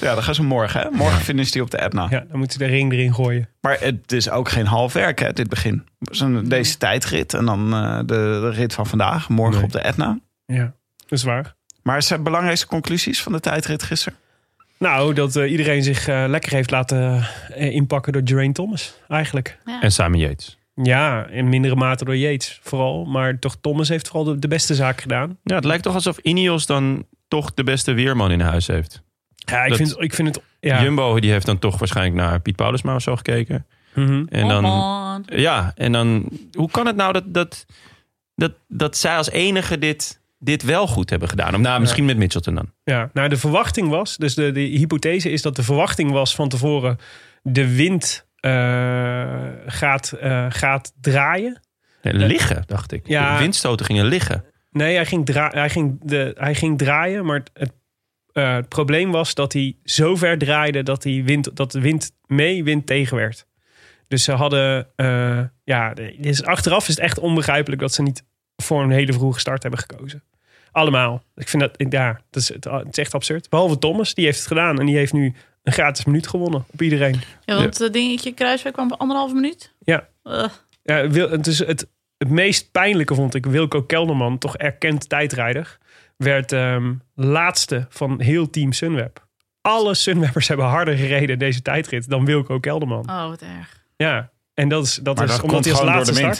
Speaker 6: ja dan gaan ze morgen. Hè? Morgen finisht hij op de Etna.
Speaker 3: Ja, dan moeten ze de ring erin gooien.
Speaker 6: Maar het is ook geen half werk, hè, dit begin. Zo'n- Deze tijdrit en dan eh, de, de rit van vandaag, morgen op de Etna.
Speaker 3: Ja, dat is waar.
Speaker 6: Maar zijn belangrijkste conclusies van de tijdrit gisteren?
Speaker 3: Nou, dat eh, iedereen zich eh, lekker heeft laten eh, inpakken door Geraint Thomas, eigenlijk.
Speaker 2: En Sammy Yates.
Speaker 3: Ja, in mindere mate door Yates vooral. Maar toch, Thomas heeft vooral de, de beste zaak gedaan.
Speaker 2: Ja, het lijkt toch alsof Ineos dan toch de beste weerman in huis heeft.
Speaker 3: Ja, ik,
Speaker 2: Dat-
Speaker 3: vind, ik vind het... Ja.
Speaker 2: Jumbo die heeft dan toch waarschijnlijk naar Piet Paulusma of zo gekeken.
Speaker 3: Mhm.
Speaker 7: oh
Speaker 2: En dan,
Speaker 7: Come on.
Speaker 2: Ja, en dan hoe kan het nou dat, dat, dat, dat zij als enige dit, dit wel goed hebben gedaan? Om, nou, misschien met Mitchelton dan.
Speaker 3: Ja, nou de verwachting was, dus de, de hypothese is dat de verwachting was van tevoren de wind eh, gaat, eh, gaat draaien.
Speaker 2: Nee, liggen, dacht ik.
Speaker 3: Ja.
Speaker 2: De windstoten gingen liggen.
Speaker 3: Nee, hij ging, dra hij ging, de, hij ging draaien, maar het, het, eh, het probleem was dat hij zo ver draaide dat, hij wind, dat de wind mee, wind tegen werd. Dus ze hadden, eh, ja, de- dus achteraf is het echt onbegrijpelijk dat ze niet voor een hele vroege start hebben gekozen. Allemaal. Ik vind dat, ja, dat is, het is echt absurd. Behalve Thomas, die heeft het gedaan en die heeft nu een gratis minuut gewonnen op iedereen.
Speaker 7: Ja, want dat dingetje Kruiswijk kwam op anderhalve minuut.
Speaker 3: Ja.
Speaker 7: Eh,
Speaker 3: Ja, Wil- het, is het, het meest pijnlijke vond ik Wilco Kelderman, toch erkend tijdrijder, werd ehm, laatste van heel team Sunweb. Alle Sunwebbers [LAUGHS] hebben harder gereden in deze tijdrit dan Wilco Kelderman.
Speaker 7: oh, wat erg.
Speaker 3: Ja, en dat is, dat
Speaker 6: Maar
Speaker 3: is
Speaker 6: dat
Speaker 3: omdat
Speaker 6: komt
Speaker 3: hij als
Speaker 6: gewoon
Speaker 3: laatste
Speaker 6: door de wind.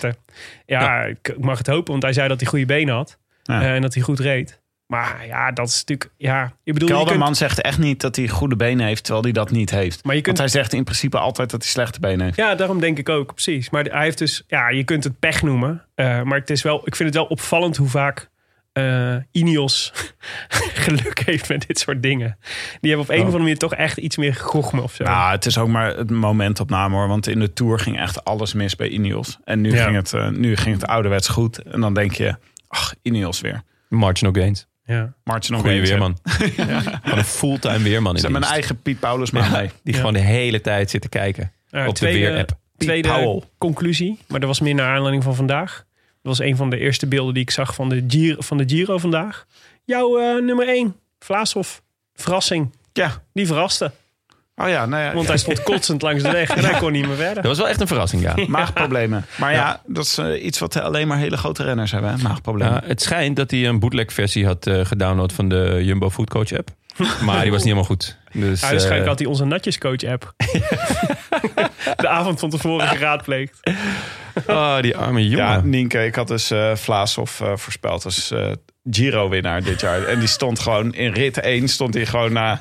Speaker 3: startte. Ja, ik mag het hopen, want hij zei dat hij goede benen had
Speaker 6: Ja.
Speaker 3: eh, en dat hij goed reed. Maar ja, dat is natuurlijk... Ja, ik bedoel, je
Speaker 6: Kelderman
Speaker 3: kunt-
Speaker 6: zegt echt niet dat hij goede benen heeft, terwijl hij dat niet heeft.
Speaker 3: Maar je kunt-
Speaker 6: Want hij zegt in principe altijd dat hij slechte benen heeft.
Speaker 3: Ja, daarom denk ik ook, precies. Maar hij heeft dus, ja, je kunt het pech noemen. eh, maar het is wel, ik vind het wel opvallend hoe vaak eh Ineos [LAUGHS] geluk heeft met dit soort dingen. Die hebben op een
Speaker 2: Oh.
Speaker 3: of andere manier toch echt iets meer gegochme of zo.
Speaker 6: Nou, het is ook maar het momentopname hoor. Want in de Tour ging echt alles mis bij Ineos. En nu,
Speaker 3: Ja.
Speaker 6: ging, het, eh, nu ging het ouderwets goed. En dan denk je, ach, Ineos weer.
Speaker 2: Marginal gains.
Speaker 3: Ja. Eh,
Speaker 6: Martin nog
Speaker 2: Goeie
Speaker 6: eens, hè. [LAUGHS]
Speaker 2: weerman. Gewoon een fulltime weerman in dienst.
Speaker 6: Ze hebben een eigen Piet Paulus maar mee.
Speaker 2: Die
Speaker 3: Ja.
Speaker 2: gewoon de hele tijd zit te kijken
Speaker 3: Eh,
Speaker 2: op de weerapp.
Speaker 3: tweede
Speaker 2: Powell.
Speaker 3: conclusie, maar dat was meer naar aanleiding van vandaag. Dat was een van de eerste beelden die ik zag van de Giro, van de Giro vandaag. Jouw eh, nummer één, Vlaashoff. Verrassing.
Speaker 6: Ja.
Speaker 3: Die verraste.
Speaker 6: Oh ja, nou ja.
Speaker 3: Want hij
Speaker 2: [LAUGHS]
Speaker 3: stond kotsend langs de weg en hij kon niet meer verder.
Speaker 2: Dat was wel echt een verrassing, ja.
Speaker 6: Maagproblemen. Maar ja, dat is eh, iets wat alleen maar hele grote renners hebben. Hè? Maagproblemen.
Speaker 2: Ja, Nou, het schijnt dat hij een bootleg versie had eh, gedownload van de Jumbo Food Coach app. Maar die was niet helemaal goed. Dus,
Speaker 3: Ja, waarschijnlijk
Speaker 2: eh,
Speaker 3: had hij onze natjescoach-app. de avond van tevoren geraadpleegd.
Speaker 2: ah, die arme jongen.
Speaker 6: Ja, Nienke, ik had dus eh Vlaashoff eh, voorspeld als eh, Giro-winnaar dit jaar. En die stond gewoon in rit 1, stond hij gewoon na,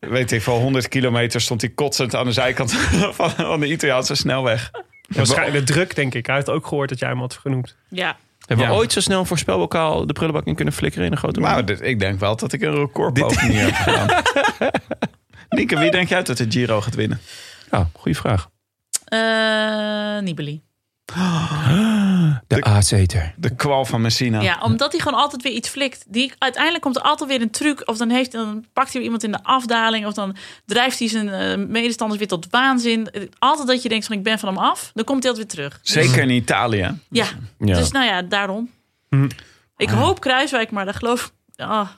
Speaker 6: weet ik veel, 100 kilometer, stond hij kotsend aan de zijkant [LAUGHS] van, van de Italiaanse snelweg.
Speaker 3: Waarschijnlijk de druk, denk ik. Hij had ook gehoord dat jij hem had genoemd.
Speaker 7: Ja.
Speaker 2: Hebben we
Speaker 6: Ja.
Speaker 2: ooit zo snel een voorspelbokaal de prullenbak in kunnen flikkeren in een grote
Speaker 6: Nou,
Speaker 2: man?
Speaker 6: dit- ik denk wel dat ik een recordpoging hier heb gedaan. Nienke, wie denk jij dat de Giro gaat winnen?
Speaker 2: Ja, goede vraag.
Speaker 7: Eh Nibali.
Speaker 2: De aaseter.
Speaker 6: De kwal van
Speaker 2: Ah,
Speaker 6: Messina.
Speaker 7: Ja, omdat hij gewoon altijd weer iets flikt. Die, uiteindelijk komt er altijd weer een truc. Of dan, heeft, dan pakt hij iemand in de afdaling. Of dan drijft hij zijn eh, medestanders weer tot waanzin. Eh, Altijd dat je denkt van ik ben van hem af. Dan komt hij altijd weer terug.
Speaker 6: Zeker in Italië.
Speaker 7: Ja,
Speaker 2: Ja. Hm. Ah,
Speaker 7: dus nou ja, daarom. Ik hoop Kruiswijk, maar dat geloof ah,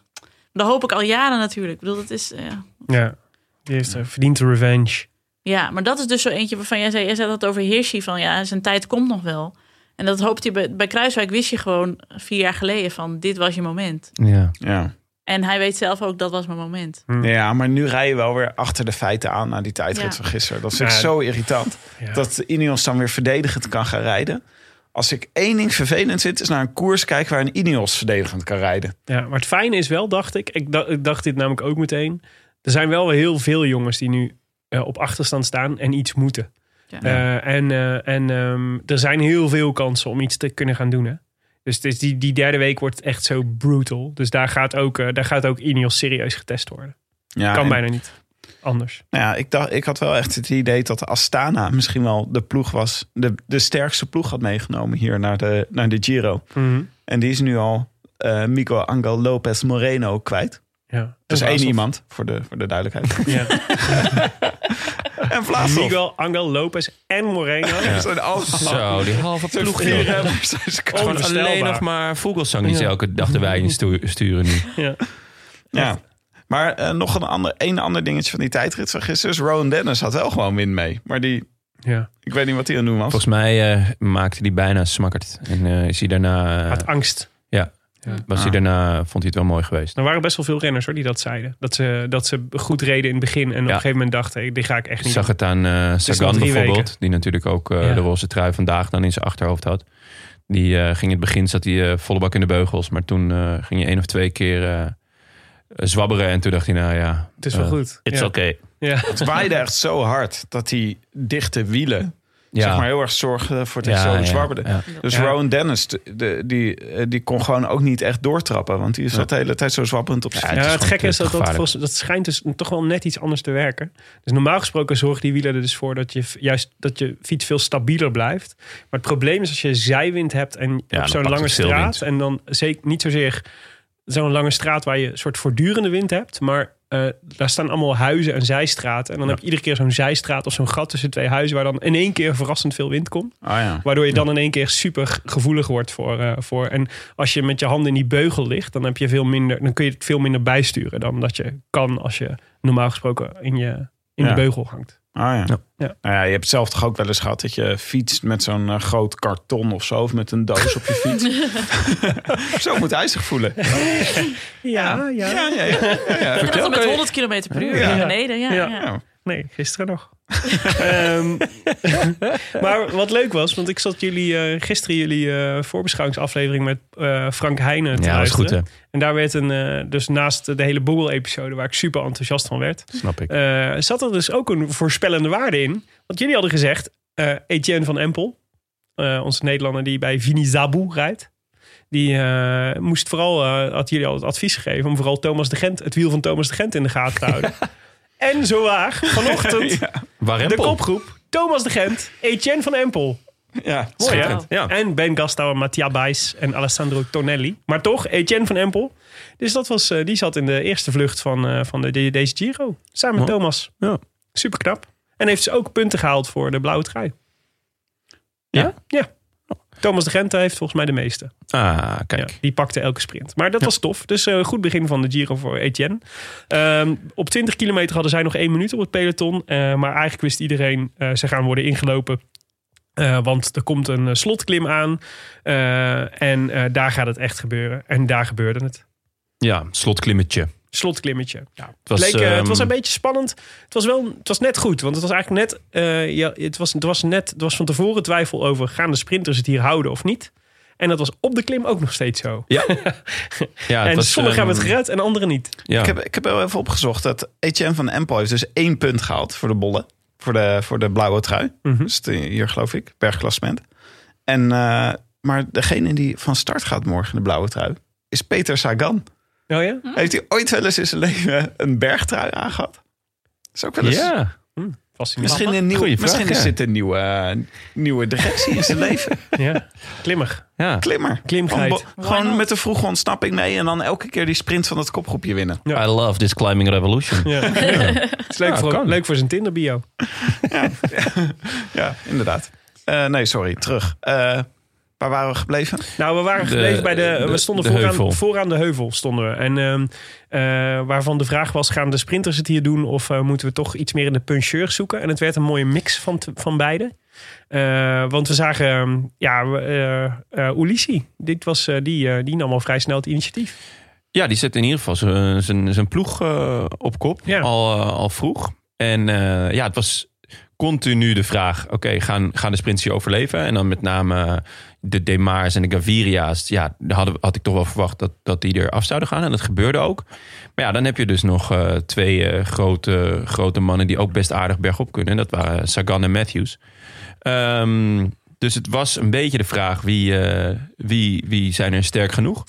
Speaker 7: dat hoop ik al jaren natuurlijk. Ik bedoel, dat is... eh,
Speaker 3: Ja, die heeft eh, verdiend de revenge.
Speaker 7: ja, maar dat is dus zo eentje waarvan jij zei... Jij zei dat over Hirschi, van ja, zijn tijd komt nog wel. En dat hoopt hij bij, bij Kruiswijk wist je gewoon vier jaar geleden van dit was je moment.
Speaker 2: Ja.
Speaker 6: Ja.
Speaker 7: En hij weet zelf ook, dat was mijn moment.
Speaker 6: Ja, maar nu rij je wel weer achter de feiten aan na die tijdrit
Speaker 7: Ja.
Speaker 6: van gisteren. Dat is echt
Speaker 3: Ja.
Speaker 6: zo irritant.
Speaker 3: Ja.
Speaker 6: Dat Ineos dan weer verdedigend kan gaan rijden. Als ik één ding vervelend vind, is naar een koers kijken waar een Ineos verdedigend kan rijden.
Speaker 3: Ja, maar het fijne is wel, dacht ik, ik dacht, ik dacht dit namelijk ook meteen. Er zijn wel heel veel jongens die nu eh, op achterstand staan en iets moeten.
Speaker 7: Ja.
Speaker 3: Eh, en eh, en ehm, er zijn heel veel kansen om iets te kunnen gaan doen. Hè? Dus het is die, die derde week wordt echt zo brutal. Dus daar gaat ook, eh, daar gaat ook Ineos serieus getest worden.
Speaker 6: Ja,
Speaker 3: kan
Speaker 6: en-
Speaker 3: bijna niet anders.
Speaker 6: Nou ja, ik, dacht, ik had wel echt het idee dat Astana misschien wel de ploeg was. De, de sterkste ploeg had meegenomen hier naar de, naar de Giro.
Speaker 2: Mhm.
Speaker 6: En die is nu al eh Mico Angel Lopez Moreno kwijt.
Speaker 3: Ja.
Speaker 6: Dus
Speaker 3: En
Speaker 6: één
Speaker 3: Vlaasov.
Speaker 6: iemand, voor de, voor de [LAUGHS] duidelijkheid.
Speaker 3: Ja.
Speaker 2: [LAUGHS]
Speaker 6: en Vlaasov.
Speaker 3: Miguel, Angel, Lopez en Moreno.
Speaker 6: Dat zijn al-
Speaker 2: Zo, die halve
Speaker 6: zijn
Speaker 2: ploeg.
Speaker 6: vier
Speaker 2: joh.
Speaker 6: renners. Dat is
Speaker 2: Gewoon
Speaker 3: Onvoorstelbaar.
Speaker 2: alleen nog maar Vogelsang die ze
Speaker 3: Ja.
Speaker 2: elke dag de wei in stu- sturen nu.
Speaker 3: Ja.
Speaker 6: Ja. Maar eh, nog een ander, één ander dingetje van die tijdrit van gisteren. is Rowan Dennis had wel gewoon win mee. Maar die,
Speaker 3: Ja.
Speaker 6: ik weet niet wat hij aan het doen was.
Speaker 2: Volgens mij eh, maakte hij bijna smakkerd. En eh, is hij daarna... eh,
Speaker 3: Uit angst.
Speaker 2: was hij
Speaker 6: Ah.
Speaker 2: daarna vond hij het wel mooi geweest.
Speaker 3: Er waren best wel veel renners hoor, die dat zeiden. Dat ze, dat ze goed reden in het begin. En op een gegeven moment dachten, hey, dit ga ik echt
Speaker 2: Ik
Speaker 3: niet
Speaker 2: zag het aan eh,
Speaker 3: nog
Speaker 2: Sagan
Speaker 3: drie
Speaker 2: bijvoorbeeld.
Speaker 3: weken.
Speaker 2: Die natuurlijk ook eh,
Speaker 3: Ja.
Speaker 2: de roze trui vandaag dan in zijn achterhoofd had. Die eh, ging in het begin, zat hij eh, volle bak in de beugels. Maar toen eh, ging hij één of twee keer eh, eh, zwabberen. En toen dacht hij, nou ja...
Speaker 3: Het is wel
Speaker 2: eh,
Speaker 3: goed.
Speaker 2: It's
Speaker 3: ja.
Speaker 2: okay.
Speaker 3: Ja.
Speaker 6: Het waaide echt zo hard dat die dichte wielen...
Speaker 2: Ja.
Speaker 6: zeg maar heel erg zorgden voor dat
Speaker 2: Ja,
Speaker 6: het zo
Speaker 2: ja,
Speaker 6: zwabberde.
Speaker 2: ja.
Speaker 6: Dus
Speaker 3: Ja.
Speaker 6: Rowan Dennis, de, die, eh, die kon gewoon ook niet echt doortrappen. Want die zat de hele tijd zo zwabberend op zijn
Speaker 3: Ja,
Speaker 2: is
Speaker 3: het,
Speaker 2: gewoon
Speaker 3: gekke is dat dat,
Speaker 2: gevaarlijk.
Speaker 3: volgens- dat schijnt dus toch wel net iets anders te werken. Dus normaal gesproken zorgen die wielen er dus voor dat je f- juist dat je fiets veel stabieler blijft. Maar het probleem is als je zijwind hebt en
Speaker 2: dan
Speaker 3: op zo'n
Speaker 2: pakt
Speaker 3: lange
Speaker 2: het veel
Speaker 3: straat
Speaker 2: wind.
Speaker 3: en dan zeker niet zozeer zo'n lange straat waar je een soort voortdurende wind hebt, maar eh, daar staan allemaal huizen en zijstraten. En dan heb je iedere keer zo'n zijstraat of zo'n gat tussen twee huizen waar dan in één keer verrassend veel wind komt.
Speaker 6: Ah ja.
Speaker 3: Waardoor je dan in één keer super gevoelig wordt voor, eh, voor. En als je met je handen in die beugel ligt, dan, heb je veel minder, dan kun je het veel minder bijsturen dan dat je kan als je normaal gesproken in, je, in
Speaker 6: Ja.
Speaker 3: de beugel hangt.
Speaker 6: Ah ja.
Speaker 2: Ja.
Speaker 3: Ja.
Speaker 6: Nou ja, je hebt zelf toch ook wel eens gehad dat je fietst met zo'n eh, groot karton of zo. Of met een doos op je fiets. zo moet hij zich voelen.
Speaker 3: Ja,
Speaker 6: Ja, ja, ja. ja, ja.
Speaker 7: En dat dan met
Speaker 6: Oké.
Speaker 7: 100 km per uur
Speaker 6: Ja.
Speaker 7: naar beneden. Ja,
Speaker 3: Ja.
Speaker 7: ja.
Speaker 6: Ja.
Speaker 3: Nee, gisteren nog. [LAUGHS] Ehm, [LAUGHS] maar wat leuk was, want ik zat jullie, eh, gisteren jullie eh, voorbeschouwingsaflevering met eh, Frank Heijnen te
Speaker 2: Ja, dat is
Speaker 3: luisteren.
Speaker 2: goed hè.
Speaker 3: En daar werd een, eh, dus naast de hele Boegel-episode, waar ik super enthousiast van werd,
Speaker 2: Snap ik.
Speaker 3: eh, zat er dus ook een voorspellende waarde in. Want jullie hadden gezegd, eh, Etienne van Empel, eh, onze Nederlander die bij Vini Zabu rijdt, die eh, moest vooral, eh, had jullie al het advies gegeven om vooral Thomas de Gent, het wiel van Thomas de Gent in de gaten te houden. en zowaar, vanochtend, de
Speaker 2: Warempel.
Speaker 3: kopgroep, Thomas de Gent, Etienne van Empel.
Speaker 6: Ja. Dus
Speaker 3: Mooi hè?
Speaker 2: Schitterend, ja.
Speaker 3: En Ben Gastouw, Mattia Bijs en Alessandro Tonelli. Maar toch, Etienne van Empel. Dus dat was, eh, die zat in de eerste vlucht van, eh, van de, de- deze Giro. Samen met
Speaker 2: Ja.
Speaker 3: Thomas.
Speaker 2: Ja.
Speaker 3: Super knap. En heeft ze ook punten gehaald voor de blauwe trui.
Speaker 2: Ja?
Speaker 3: Ja. Thomas de Gent heeft volgens mij de meeste.
Speaker 2: Ah,
Speaker 3: Ja,
Speaker 2: kijk.
Speaker 3: die pakte elke sprint. Maar dat was tof. Dus eh goed begin van de Giro voor Etienne. Ehm, op 20 kilometer hadden zij nog één minuut op het peloton. Eh, maar eigenlijk wist iedereen, eh, ze gaan worden ingelopen. Eh, want er komt een eh, slotklim aan. Eh, en eh, daar gaat het echt gebeuren. En daar gebeurde het.
Speaker 2: Ja, slotklimmetje. Het
Speaker 3: Slotklimmetje. Ja,
Speaker 2: was,
Speaker 3: Leek, eh,
Speaker 2: ehm,
Speaker 3: het was een beetje spannend. Het was, wel, het was net goed, want het was eigenlijk net... eh, ja, het, was, het, was net het was van tevoren twijfel over... gaan de sprinters het hier houden of niet? En dat was op de klim ook nog steeds zo. [LAUGHS]
Speaker 2: ja, het
Speaker 3: en
Speaker 2: was,
Speaker 3: sommigen
Speaker 2: ehm,
Speaker 3: hebben het gered en anderen niet.
Speaker 2: Ja.
Speaker 6: Ik heb, ik heb wel even opgezocht dat Etienne van Empel heeft dus één punt gehaald voor de bollen. Voor de, voor de blauwe trui.
Speaker 2: Mhm.
Speaker 3: Mhm.
Speaker 6: Dus de- hier geloof ik, bergklassement. En, eh, maar degene die van start gaat morgen in de blauwe trui is Peter Sagan.
Speaker 3: Oh ja?
Speaker 6: Heeft hij ooit wel eens in zijn leven een bergtrui aangehad? Dat is ook wel eens...
Speaker 2: Ja.
Speaker 3: Hmm, Fascinerend.
Speaker 6: Misschien, een nieuw,
Speaker 2: Goeie vraag,
Speaker 6: misschien is
Speaker 2: ja.
Speaker 6: dit een nieuwe, eh, nieuwe directie in zijn leven.
Speaker 3: Ja. Klimmig.
Speaker 2: ja.
Speaker 6: Klimmer. Gewoon,
Speaker 3: Klimgeit.
Speaker 6: bo- gewoon met de vroege ontsnapping mee en dan elke keer die sprint van dat kopgroepje winnen.
Speaker 3: Ja.
Speaker 2: I love this climbing revolution.
Speaker 3: [LAUGHS] Ja. Het is leuk, voor,
Speaker 2: kan.
Speaker 3: leuk voor zijn Tinder bio.
Speaker 6: Ja, inderdaad. Eh, nee, sorry, terug. Eh, waar waren we gebleven?
Speaker 3: Nou, we waren
Speaker 2: De-
Speaker 3: gebleven bij de...
Speaker 2: de-
Speaker 3: we stonden
Speaker 2: de heuvel.
Speaker 3: vooraan, vooraan de heuvel. Stonden we. En ehm, eh, waarvan de vraag was, gaan de sprinters het hier doen... of eh, moeten we toch iets meer in de puncheur zoeken? En het werd een mooie mix van, t- van beide. Eh, want we zagen, ehm, ja, we, eh eh, Ulissi. Dit was, eh, die, eh, die nam al vrij snel het initiatief.
Speaker 2: Ja, die zet in ieder geval zijn- zijn zijn ploeg eh, op kop.
Speaker 3: Ja.
Speaker 2: Al, eh, al vroeg. En eh, ja, het was continu de vraag: oké, gaan, gaan de sprints hier overleven? En dan met name eh, de Demars en de Gaviria's. Ja, daar hadden, had ik toch wel verwacht dat, dat die er af zouden gaan. En dat gebeurde ook. Maar ja, dan heb je dus nog eh, twee eh, grote, grote mannen die ook best aardig bergop kunnen. En dat waren Sagan en Matthews. Ehm, dus het was een beetje de vraag: wie, eh, wie, wie zijn er sterk genoeg?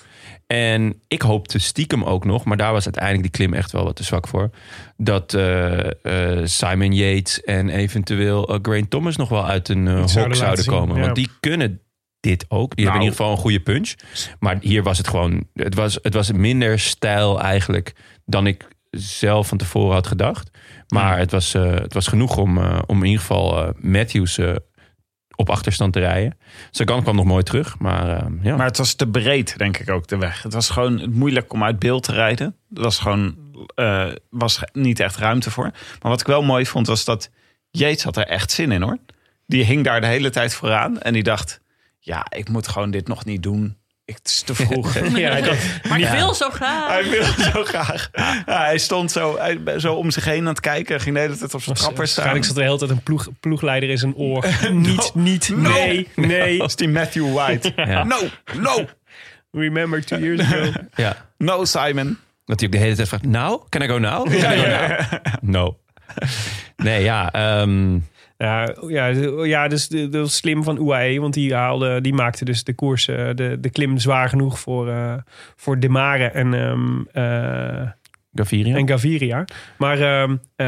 Speaker 2: En ik hoopte stiekem ook nog, maar daar was uiteindelijk die klim echt wel wat te zwak voor. Dat eh, eh, Simon Yates en eventueel eh, Grain Thomas nog wel uit een eh, hok zouden,
Speaker 3: zouden laten zien,
Speaker 2: komen.
Speaker 3: ja.
Speaker 2: Want die kunnen dit ook. Die hebben in ieder geval een goede punch. Maar hier was het gewoon. Het was, het was minder stijl eigenlijk dan ik zelf van tevoren had gedacht. Maar het, was, eh, het was genoeg om, eh, om in ieder geval eh, Matthews eh, op achterstand te rijden. Sagan kwam nog mooi terug, maar eh, ja.
Speaker 6: Maar het was te breed, denk ik ook, de weg. Het was gewoon moeilijk om uit beeld te rijden. Er was gewoon eh, was ge- niet echt ruimte voor. Maar wat ik wel mooi vond, was dat Jeets had er echt zin in, hoor. Die hing daar de hele tijd vooraan. En die dacht, ja, ik moet gewoon dit nog niet doen. Ik- Het is te
Speaker 3: [LAUGHS]
Speaker 6: vroeg.
Speaker 3: Ja, dat-
Speaker 7: Maar ik wil zo graag.
Speaker 6: Hij wilde zo graag. Ja, hij stond zo, hij- zo om zich heen aan het kijken. Ging de hele tijd op zijn trappers staan.
Speaker 3: eh, Waarschijnlijk zat de hele tijd een ploeg, ploegleider in zijn
Speaker 2: [LAUGHS]
Speaker 3: oor. Niet, niet,
Speaker 6: No.
Speaker 3: nee, nee.
Speaker 6: Als die Matthew
Speaker 2: [LAUGHS]
Speaker 6: White.
Speaker 2: Ja.
Speaker 5: Nou.
Speaker 6: No, no,
Speaker 3: Remember two years ago.
Speaker 2: [LAUGHS] ja.
Speaker 6: no, Simon.
Speaker 2: Dat hij ook de hele tijd vraagt, nou, can I go now? Can I go now? No. Nee, ja. ehm,
Speaker 3: Ja, ja, ja dus de- dat was slim van UAE, want die, haalde, die maakte dus de koers, eh, de, de klim zwaar genoeg voor, eh, voor Demare en, ehm, eh,
Speaker 2: Gaviria.
Speaker 3: en Gaviria. Maar ehm, eh,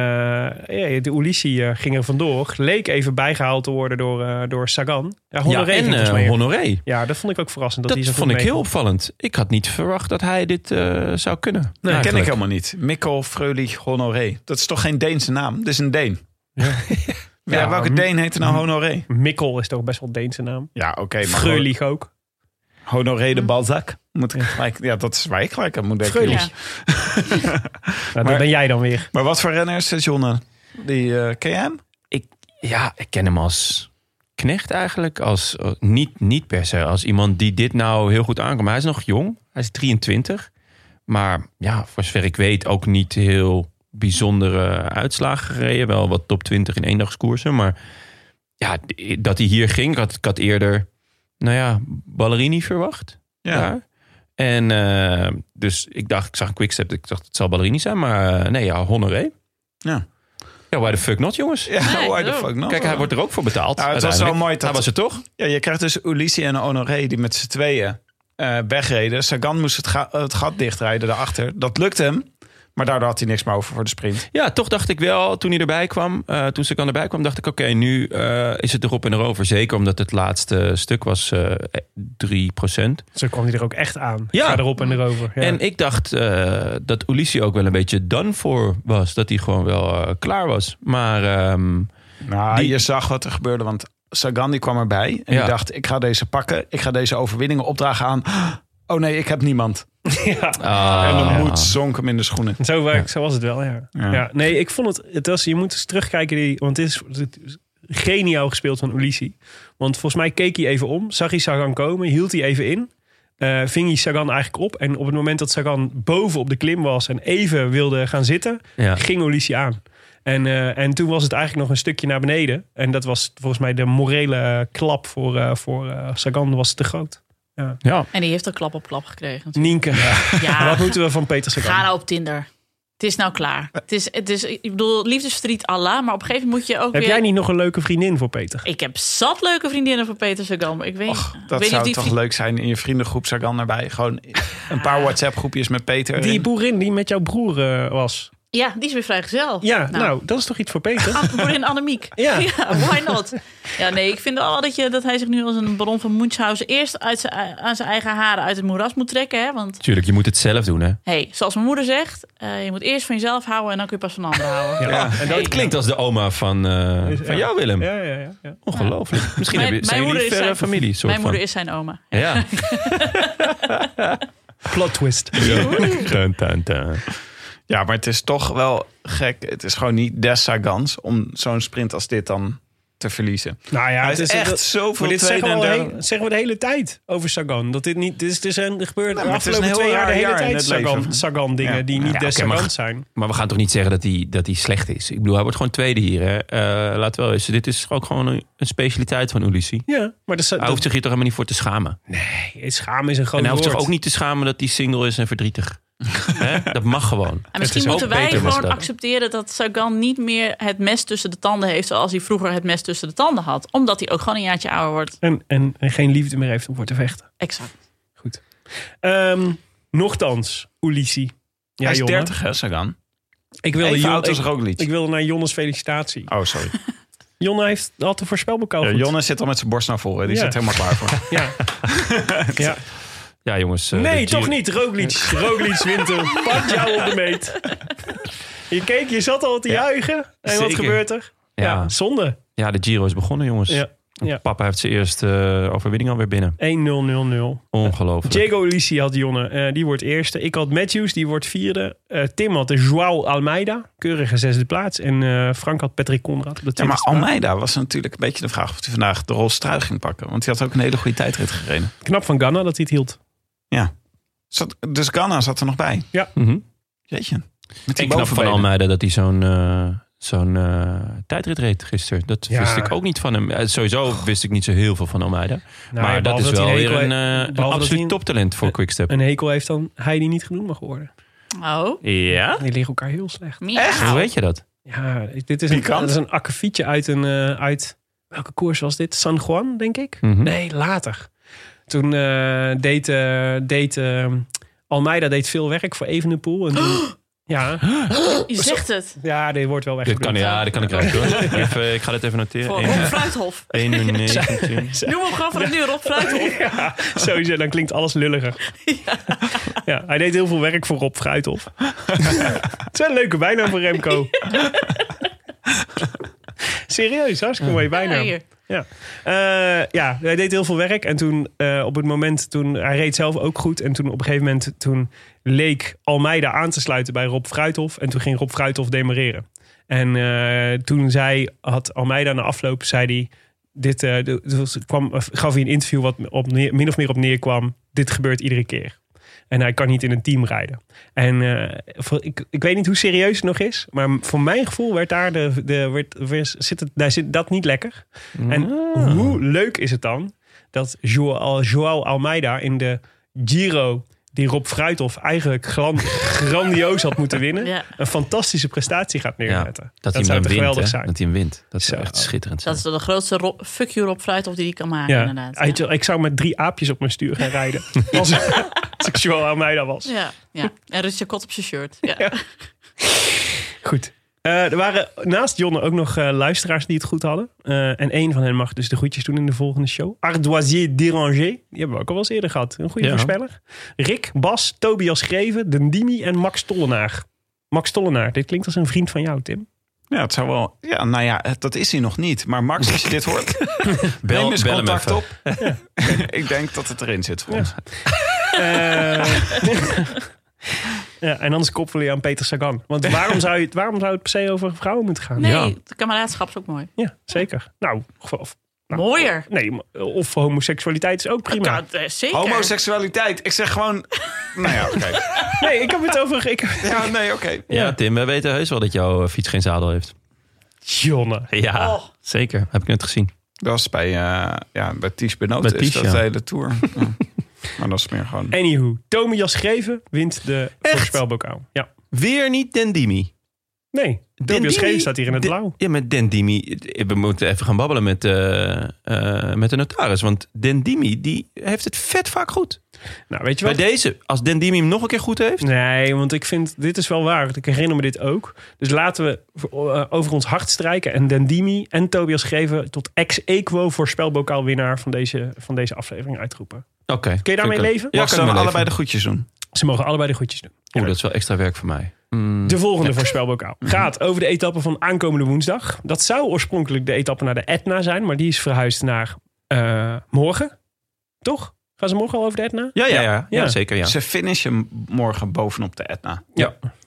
Speaker 3: ja, de Ulissi eh, ging er vandoor. Leek even bijgehaald te worden door, eh, door Sagan. Ja,
Speaker 2: ja,
Speaker 3: Honoré ging
Speaker 2: en
Speaker 3: volgens mij
Speaker 2: eh,
Speaker 3: ook.
Speaker 2: Honoré.
Speaker 3: Ja, dat vond ik ook verrassend. Dat,
Speaker 2: Dat
Speaker 3: hij zo goed
Speaker 2: vond ik
Speaker 3: mee-
Speaker 2: heel opvallend. Ik had niet verwacht dat hij dit eh, zou kunnen.
Speaker 6: Nee, ken ik
Speaker 2: Eigenlijk.
Speaker 6: helemaal niet. Mikkel Freulich Honoré. Dat is toch geen Deense naam? Dat is een Deen. Ja.
Speaker 3: Ja,
Speaker 6: welke
Speaker 3: m-
Speaker 6: Deen heet nou Honoré?
Speaker 3: Mikkel is toch best wel Deense naam.
Speaker 6: Ja, oké. maar
Speaker 3: Freulich ook.
Speaker 6: Ho- Honoré
Speaker 2: Hm.
Speaker 6: de Balzac. Moet ik gelijk, ja, dat is waar ik gelijk aan moet denken.
Speaker 3: Freulich.
Speaker 7: Ja.
Speaker 3: Nou, dat ben jij dan weer.
Speaker 6: Maar wat voor renner is dit, Jonne? Die, eh, ken jij hem?
Speaker 2: Ik, ja, ik ken hem als knecht eigenlijk. Als, eh, niet, niet per se als iemand die dit nou heel goed aankomt. Hij is nog jong. Hij is 23. Maar ja, voor zover ik weet ook niet heel bijzondere uitslagen gereden. Wel wat top 20 in eendagskoersen. Maar ja, d- dat hij hier ging, ik had, ik had eerder, nou ja, Ballerini verwacht. Ja.
Speaker 6: Ah,
Speaker 2: En eh, dus ik dacht, ik zag een quickstep. Ik dacht, het zal Ballerini zijn. Maar eh, nee, ja, Honoré.
Speaker 6: Ja.
Speaker 2: Ja, why the fuck not, jongens?
Speaker 6: Ja,
Speaker 7: Nee,
Speaker 6: why the
Speaker 7: daarom.
Speaker 6: fuck not?
Speaker 2: Kijk, hij wordt er ook voor betaald.
Speaker 6: Nou, het was
Speaker 2: uiteindelijk.
Speaker 6: wel mooi dat-
Speaker 2: Hij was er toch?
Speaker 6: Ja, je krijgt dus Ulissi en Honoré die met z'n tweeën eh, wegreden. Sagan moest het, ga- het gat dichtrijden daarachter. Dat lukte hem, maar daardoor had hij niks meer over voor de sprint.
Speaker 2: Ja, toch dacht ik wel, toen hij erbij kwam, eh, toen Sagan erbij kwam, dacht ik, oké, nu eh, is het erop en erover. Zeker omdat het laatste stuk was eh 3%.
Speaker 3: Zo kwam hij er ook echt aan.
Speaker 2: Ja.
Speaker 3: Ga erop en erover. Ja.
Speaker 2: En ik dacht eh, dat Ulissi ook wel een beetje done voor was. Dat hij gewoon wel eh, klaar was. Maar ehm,
Speaker 6: Nou,
Speaker 2: Die-
Speaker 6: je zag wat er gebeurde, want Sagan die kwam erbij. En
Speaker 2: Ja.
Speaker 6: die dacht, ik ga deze pakken. Ik ga deze overwinningen opdragen aan... Oh nee, ik heb niemand.
Speaker 2: ah,
Speaker 6: en de
Speaker 2: ja.
Speaker 6: moed zonk hem in de schoenen.
Speaker 3: Zo, werkt, zo was het wel, ja. ja.
Speaker 6: Ja.
Speaker 3: nee, ik vond het... het was, je moet eens terugkijken, die, want het is, het is geniaal gespeeld van Ulissi. Want volgens mij keek hij even om, zag hij Sagan komen, hield hij even in. eh, ving hij Sagan eigenlijk op. En op het moment dat Sagan boven op de klim was en even wilde gaan zitten,
Speaker 2: Ja.
Speaker 3: ging Ulissi aan. En, eh, en toen was het eigenlijk nog een stukje naar beneden. En dat was volgens mij de morele eh, klap voor, eh, voor eh, Sagan was te groot.
Speaker 7: En die heeft een klap op klap gekregen.
Speaker 6: [LAUGHS]
Speaker 7: natuurlijk.
Speaker 3: Nienke,
Speaker 7: Ja,
Speaker 3: wat moeten we van Peter Sagan?
Speaker 7: Ah. ga nou op Tinder. Het is nou klaar. Het is, het is, ik bedoel, liefdesverdriet Allah, maar op een gegeven moment moet je ook
Speaker 3: Heb
Speaker 7: weer...
Speaker 3: jij niet nog een leuke vriendin voor Peter?
Speaker 7: Ik heb zat leuke vriendinnen van Peter Sagan, maar ik weet,
Speaker 6: Och,
Speaker 7: ik weet
Speaker 6: dat
Speaker 7: niet of
Speaker 6: zou
Speaker 7: die
Speaker 6: toch
Speaker 7: vriend-
Speaker 6: leuk zijn in je vriendengroep Sagan erbij. Gewoon een
Speaker 7: Ah.
Speaker 6: paar WhatsApp groepjes met Peter.
Speaker 3: Die
Speaker 6: erin.
Speaker 3: boerin die met jouw broer eh, was.
Speaker 7: Ja, die is weer vrijgezel.
Speaker 3: Ja, nou. dat is toch iets voor
Speaker 6: [LAUGHS]
Speaker 3: Peter?
Speaker 7: An- Boerin Annemiek.
Speaker 3: [LAUGHS]
Speaker 7: [LAUGHS]
Speaker 3: Ja.
Speaker 7: why not? Ja, nee, ik vind al dat, je, dat hij zich nu als een baron van Munchausen eerst uit zijn, aan zijn eigen haren uit het moeras moet trekken. Hè? Want
Speaker 2: Tuurlijk, je moet het zelf doen, hè?
Speaker 7: hey, zoals mijn moeder zegt, eh, je moet eerst van jezelf houden en dan kun je pas van anderen houden.
Speaker 3: Ja, en dat
Speaker 2: Het klinkt als de oma van, eh, van jou, Willem.
Speaker 3: Ja, ja, ja. ja.
Speaker 2: Ongelooflijk. Misschien
Speaker 7: Mijn-
Speaker 2: hebben
Speaker 7: mijn
Speaker 2: zijn jullie
Speaker 7: moeder is
Speaker 2: verre
Speaker 7: zijn-
Speaker 2: familie. Soort
Speaker 7: Mijn moeder
Speaker 2: van.
Speaker 7: is zijn oma. [LAUGHS]
Speaker 2: Ja.
Speaker 3: Plot twist.
Speaker 2: Dun, dun, dun.
Speaker 6: Ja, maar het is toch wel gek. Het is gewoon niet des Sagans om zo'n sprint als dit dan te verliezen.
Speaker 3: Nou ja,
Speaker 6: het is echt zoveel
Speaker 3: Maar dit
Speaker 6: tweede
Speaker 3: zeggen we,
Speaker 6: en
Speaker 3: al
Speaker 6: derde-
Speaker 3: heel- zeggen we de hele tijd over Sagan. Dat dit niet. Dit is, dit is een, gebeurd
Speaker 6: Nou,
Speaker 3: de
Speaker 6: maar het is
Speaker 3: afgelopen
Speaker 6: een
Speaker 3: twee
Speaker 6: heel
Speaker 3: jaar de hele
Speaker 6: raar jaar in
Speaker 3: tijd
Speaker 6: het
Speaker 3: Sagan,
Speaker 6: leven.
Speaker 3: Sagan dingen
Speaker 6: Ja.
Speaker 3: die niet
Speaker 2: Ja,
Speaker 3: des
Speaker 2: oké, maar-
Speaker 3: Sagans zijn.
Speaker 2: Maar we gaan toch niet zeggen dat hij dat die slecht is? Ik bedoel, hij wordt gewoon tweede hier. Hè? Eh, laat wel eens. Dit is ook gewoon een, een specialiteit van Ulissi.
Speaker 3: Ja, maar dat,
Speaker 2: Hij hoeft zich hier toch helemaal niet voor te schamen.
Speaker 3: nee, schaam is een groot
Speaker 2: en hij hoeft zich
Speaker 3: woord.
Speaker 2: ook niet te schamen dat hij single is en verdrietig. [LAUGHS] Hè? Dat mag gewoon.
Speaker 7: En misschien
Speaker 2: is
Speaker 7: moeten
Speaker 2: ook
Speaker 7: wij
Speaker 2: beter was
Speaker 7: gewoon
Speaker 2: dat.
Speaker 7: accepteren dat Sagan niet meer het mes tussen de tanden heeft zoals hij vroeger het mes tussen de tanden had. Omdat hij ook gewoon een jaartje ouder wordt.
Speaker 3: En, en, en geen liefde meer heeft om voor te vechten.
Speaker 7: Exact.
Speaker 3: Ehm nochtans, Ulissi. Ja,
Speaker 6: hij is
Speaker 3: Jonne.
Speaker 6: 30, hè, Sagan?
Speaker 3: Ik wilde,
Speaker 6: Even
Speaker 3: Jon-
Speaker 6: oud als
Speaker 3: ik-
Speaker 6: Roglic.
Speaker 3: ik wilde naar Jonnes felicitatie.
Speaker 6: Oh, sorry.
Speaker 3: Jonne heeft had de voorspelbokaal
Speaker 6: Ja,
Speaker 3: goed.
Speaker 6: Jonne zit al met zijn borst naar voren. Die
Speaker 3: Ja.
Speaker 6: zit helemaal klaar voor.
Speaker 3: Ja. ja.
Speaker 2: [LAUGHS] Ja, jongens. eh,
Speaker 3: Nee,
Speaker 2: de Giro-
Speaker 3: toch niet. Roglic. Roglic wint
Speaker 2: [LAUGHS]
Speaker 3: hem. Pak jou op de meet. Je keek, je zat al te juichen. En wat
Speaker 2: Zeker.
Speaker 3: gebeurt er? Ja.
Speaker 2: Ja.
Speaker 3: zonde.
Speaker 2: Ja, de Giro is begonnen, jongens.
Speaker 3: Ja. Ja.
Speaker 2: Papa heeft zijn eerste eh, overwinning alweer binnen.
Speaker 3: 1-0-0-0.
Speaker 2: Ongelooflijk.
Speaker 3: Diego Ulissi had Jonne. eh, die wordt eerste. Ik had Matthews. Die wordt vierde. Eh, Tim had de Joao Almeida. Keurige zesde plaats. En eh, Frank had Patrick Conrad op de
Speaker 6: Ja,
Speaker 3: tweede
Speaker 6: maar Almeida was natuurlijk een beetje de vraag of hij vandaag de rol struik ging pakken. Want hij had ook een hele goede tijdrit gereden.
Speaker 3: Knap van Ganna dat hij het hield.
Speaker 6: Zat- dus Ghana zat er nog bij.
Speaker 2: Mhm.
Speaker 6: Jeetje. Met die
Speaker 2: En knap van
Speaker 6: bovenbenen.
Speaker 2: Almeida dat hij zo'n eh, zo'n eh, tijdrit reed gisteren. Dat
Speaker 3: Ja.
Speaker 2: wist ik ook niet van hem. Eh, Sowieso wist ik niet zo heel veel van Almeida. maar
Speaker 3: Nou, ja,
Speaker 2: dat
Speaker 3: behalve
Speaker 2: is wel
Speaker 3: hij
Speaker 2: weer
Speaker 3: hekel
Speaker 2: een,
Speaker 3: heeft-
Speaker 2: eh, een
Speaker 3: behalve dat
Speaker 2: absoluut
Speaker 3: hij-
Speaker 2: toptalent voor
Speaker 3: Eh,
Speaker 2: Quickstep.
Speaker 3: een hekel heeft dan hij die niet genoemd mag worden.
Speaker 7: Oh.
Speaker 2: Ja?
Speaker 3: Die liggen elkaar heel slecht.
Speaker 7: Miauw.
Speaker 2: Hoe weet je dat?
Speaker 3: Ja, dit is een,
Speaker 6: Pikant.
Speaker 3: dat is een akkefietje uit een... eh, uit, welke koers was dit? San Juan, denk ik?
Speaker 2: Mhm.
Speaker 3: Nee, later. Toen eh, deed, eh, deed eh, Almeida deed veel werk voor Evenepoel.
Speaker 2: [GASPS]
Speaker 3: En toen, ja,
Speaker 7: Je zegt het.
Speaker 3: ja, dit wordt wel
Speaker 2: Dit
Speaker 3: weggedrukt.
Speaker 2: kan, ja, dat kan ik
Speaker 3: [LAUGHS]
Speaker 2: raken. hoor. Even, ik ga dit even noteren.
Speaker 7: Voor
Speaker 2: Eén-
Speaker 7: Rob Fruithof.
Speaker 2: 1
Speaker 3: [LAUGHS]
Speaker 2: uur 19.
Speaker 7: Noem hem gewoon vanaf nu Rob Fruithof.
Speaker 3: Ja, [LAUGHS] sowieso, dan klinkt alles
Speaker 2: [LAUGHS]
Speaker 3: lulliger. Ja. hij deed heel veel werk voor Rob Fruithof. Het is wel een leuke bijnaam voor Remco. Serieus, hartstikke mooie bijnaam.
Speaker 7: hier.
Speaker 3: Ja. Eh, ja, hij deed heel veel werk. En toen eh, op het moment, toen, hij reed zelf ook goed. En toen op een gegeven moment, toen leek Almeida aan te sluiten bij Rob Fruithof. En toen ging Rob Fruithof demareren. En eh, toen zei, had Almeida na afloop, zei hij... Dit, eh, dit was- kwam, gaf hij een interview wat op, neer- min of meer op neerkwam. Dit gebeurt iedere keer. En hij kan niet in een team rijden. En eh, voor, ik, ik weet niet hoe serieus het nog is. Maar voor mijn gevoel werd daar, de, de, werd, werd- zit het, daar zit dat niet lekker. En hoe leuk is het dan dat Joao, Joao Almeida in de Giro, die Rob Fruithof eigenlijk glan- [LAUGHS] grandioos had moeten winnen,
Speaker 7: Ja.
Speaker 3: een fantastische prestatie gaat
Speaker 2: Ja,
Speaker 3: neerzetten.
Speaker 2: dat hij
Speaker 3: zou
Speaker 2: hem
Speaker 3: toch
Speaker 2: wint.
Speaker 3: geweldig
Speaker 2: hè?
Speaker 3: zijn.
Speaker 2: Dat hij hem wint. Dat is
Speaker 3: Zo.
Speaker 2: echt schitterend.
Speaker 7: Dus Dat is wel de grootste Rob- fuck you Rob Fruithof die hij kan maken
Speaker 3: Ja,
Speaker 7: inderdaad.
Speaker 3: Hij-
Speaker 7: Ja.
Speaker 3: Ik zou met drie aapjes op mijn stuur gaan
Speaker 7: [LAUGHS]
Speaker 3: rijden. [LAUGHS] als, als ik Joao Almeida was.
Speaker 7: Ja, ja. En Richard Kot op zijn shirt. Ja.
Speaker 3: Goed. Eh, er waren naast Jonne ook nog eh, luisteraars die het goed hadden. Eh, en één van hen mag dus de groetjes doen in de volgende show. Ardoisier Diranger. Die hebben we ook al wel eens eerder gehad. Een goede
Speaker 2: Ja.
Speaker 3: voorspeller. Rick, Bas, Tobias Greven, Dendimi en Max Tollenaar. Max Tollenaar, dit klinkt als een vriend van jou, Tim.
Speaker 6: Ja, het zou wel. Ja, nou ja, het- dat is hij nog niet. Maar Max, als je dit
Speaker 2: [LAUGHS]
Speaker 6: hoort,
Speaker 2: Bel-
Speaker 6: neem eens
Speaker 2: bel hem
Speaker 6: contact
Speaker 2: even.
Speaker 6: op. [LAUGHS] ik denk dat het erin zit voor ons.
Speaker 3: Eh. [LAUGHS] Ja, en anders koppelen je aan Peter Sagan. Want waarom zou, je, het- waarom zou het per se over vrouwen moeten gaan?
Speaker 7: Nee,
Speaker 3: Ja.
Speaker 7: de kameraadschap is ook mooi.
Speaker 3: Ja, zeker. Nou, of, nou,
Speaker 7: Mooier.
Speaker 3: Nee, maar- of homoseksualiteit is ook prima.
Speaker 7: Ja, eh, zeker.
Speaker 6: Homoseksualiteit. Ik zeg gewoon. nou ja, oké.
Speaker 3: Nee, ik heb het over... Ik,
Speaker 6: [LAUGHS] Ja, nee, oké.
Speaker 2: Ja, Tim, wij weten heus wel dat jouw eh, fiets geen zadel heeft.
Speaker 3: Jonne.
Speaker 2: Ja,
Speaker 7: Oh.
Speaker 2: zeker. Heb ik net gezien.
Speaker 6: Dat is bij, eh ja, bij Ties Benoot
Speaker 2: Bij
Speaker 6: is
Speaker 2: Ties,
Speaker 6: dat
Speaker 2: ja.
Speaker 6: de hele tour. Ja. Maar dat is meer gewoon...
Speaker 3: Anywho, Tomias Greven wint de
Speaker 2: Echt?
Speaker 3: voorspelbokaal. Ja.
Speaker 2: Weer niet Dendimi.
Speaker 3: Nee, Tobias Greven staat hier in het
Speaker 2: Den-
Speaker 3: blauw.
Speaker 2: Ja, met Dendimi. We moeten even gaan babbelen met, eh, eh, met de notaris. Want Dendimi die heeft het vet vaak goed.
Speaker 3: Nou, weet je
Speaker 2: Bij
Speaker 3: wat?
Speaker 2: deze, als Dendimi hem nog een keer goed heeft.
Speaker 3: Nee, want ik vind, dit is wel waar. Ik herinner me dit ook. Dus laten we voor- eh, over ons hart strijken en Dendimi en Tobias Greven tot ex-equo voorspelbokaalwinnaar van deze, van deze aflevering uitroepen.
Speaker 2: Oké.
Speaker 3: Kun je daarmee
Speaker 2: Vind ik-
Speaker 3: leven?
Speaker 2: Ja,
Speaker 6: Mag
Speaker 2: kan
Speaker 6: ze
Speaker 2: ik
Speaker 6: dan
Speaker 2: mee
Speaker 6: allebei
Speaker 2: leven.
Speaker 6: de goedjes doen?
Speaker 3: Ze mogen allebei de goedjes doen.
Speaker 2: Oeh, dat is wel extra werk voor mij. Hmm.
Speaker 3: De volgende voorspelbokaal
Speaker 6: Mhm.
Speaker 3: gaat over de etappe van aankomende woensdag. Dat zou oorspronkelijk de etappe naar de Etna zijn, maar die is verhuisd naar eh, morgen. Toch? Gaan ze morgen al over de Etna?
Speaker 2: Ja, ja, ja. ja,
Speaker 3: Ja.
Speaker 2: zeker. Ja.
Speaker 6: Ze finishen morgen bovenop de Etna.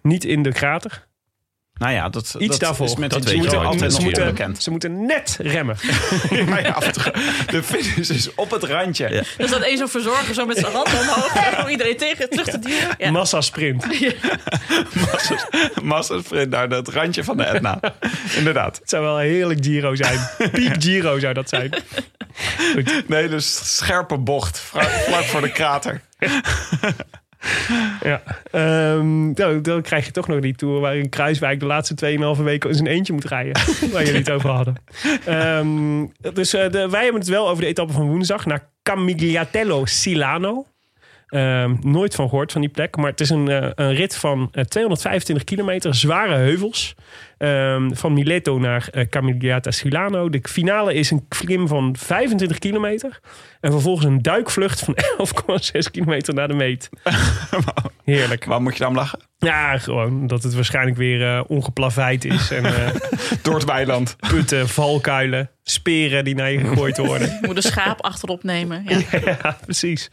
Speaker 3: Niet in de krater.
Speaker 6: Nou ja, dat,
Speaker 3: Iets
Speaker 6: dat
Speaker 3: daarvoor.
Speaker 6: is met
Speaker 2: Dat
Speaker 6: de
Speaker 2: weet je
Speaker 6: Giro
Speaker 2: wel.
Speaker 6: altijd
Speaker 3: ze,
Speaker 6: nog
Speaker 2: moeten-
Speaker 6: bekend.
Speaker 3: moeten, ze moeten net remmen.
Speaker 6: Maar [LAUGHS] ja, de finish is op het randje.
Speaker 7: Dus dat één zo'n verzorger zo met zijn hand omhoog om iedereen tegen terug te duwen. Ja.
Speaker 3: Massa sprint.
Speaker 6: Massasprint naar het randje van de Etna. Inderdaad.
Speaker 3: Het zou wel een heerlijk Giro zijn. Piep Giro zou dat zijn.
Speaker 6: Nee, dus scherpe bocht. Vra- Vlak voor de krater.
Speaker 3: Ja. Ehm, nou, dan krijg je toch nog die tour waarin Kruiswijk de laatste 2,5 weken in zijn eentje moet rijden. waar jullie het over hadden. Ehm, dus eh, de- wij hebben het wel over de etappe van woensdag naar Camigliatello Silano. Ehm, nooit van gehoord van die plek. Maar het is een, eh, een rit van eh, 225 kilometer, zware heuvels. Ehm, van Mileto naar eh, Camigliata Silano. De finale is een klim van 25 kilometer. En vervolgens een duikvlucht van [LAUGHS] 11,6 kilometer naar de meet. Heerlijk.
Speaker 6: Waar moet je dan om lachen?
Speaker 3: Ja, gewoon dat het waarschijnlijk weer eh, ongeplaveid is. En eh,
Speaker 6: Door het weiland.
Speaker 3: putten, valkuilen, speren die naar je gegooid
Speaker 2: [LAUGHS]
Speaker 3: worden.
Speaker 7: Moet een schaap achterop nemen. Ja.
Speaker 3: ja, precies.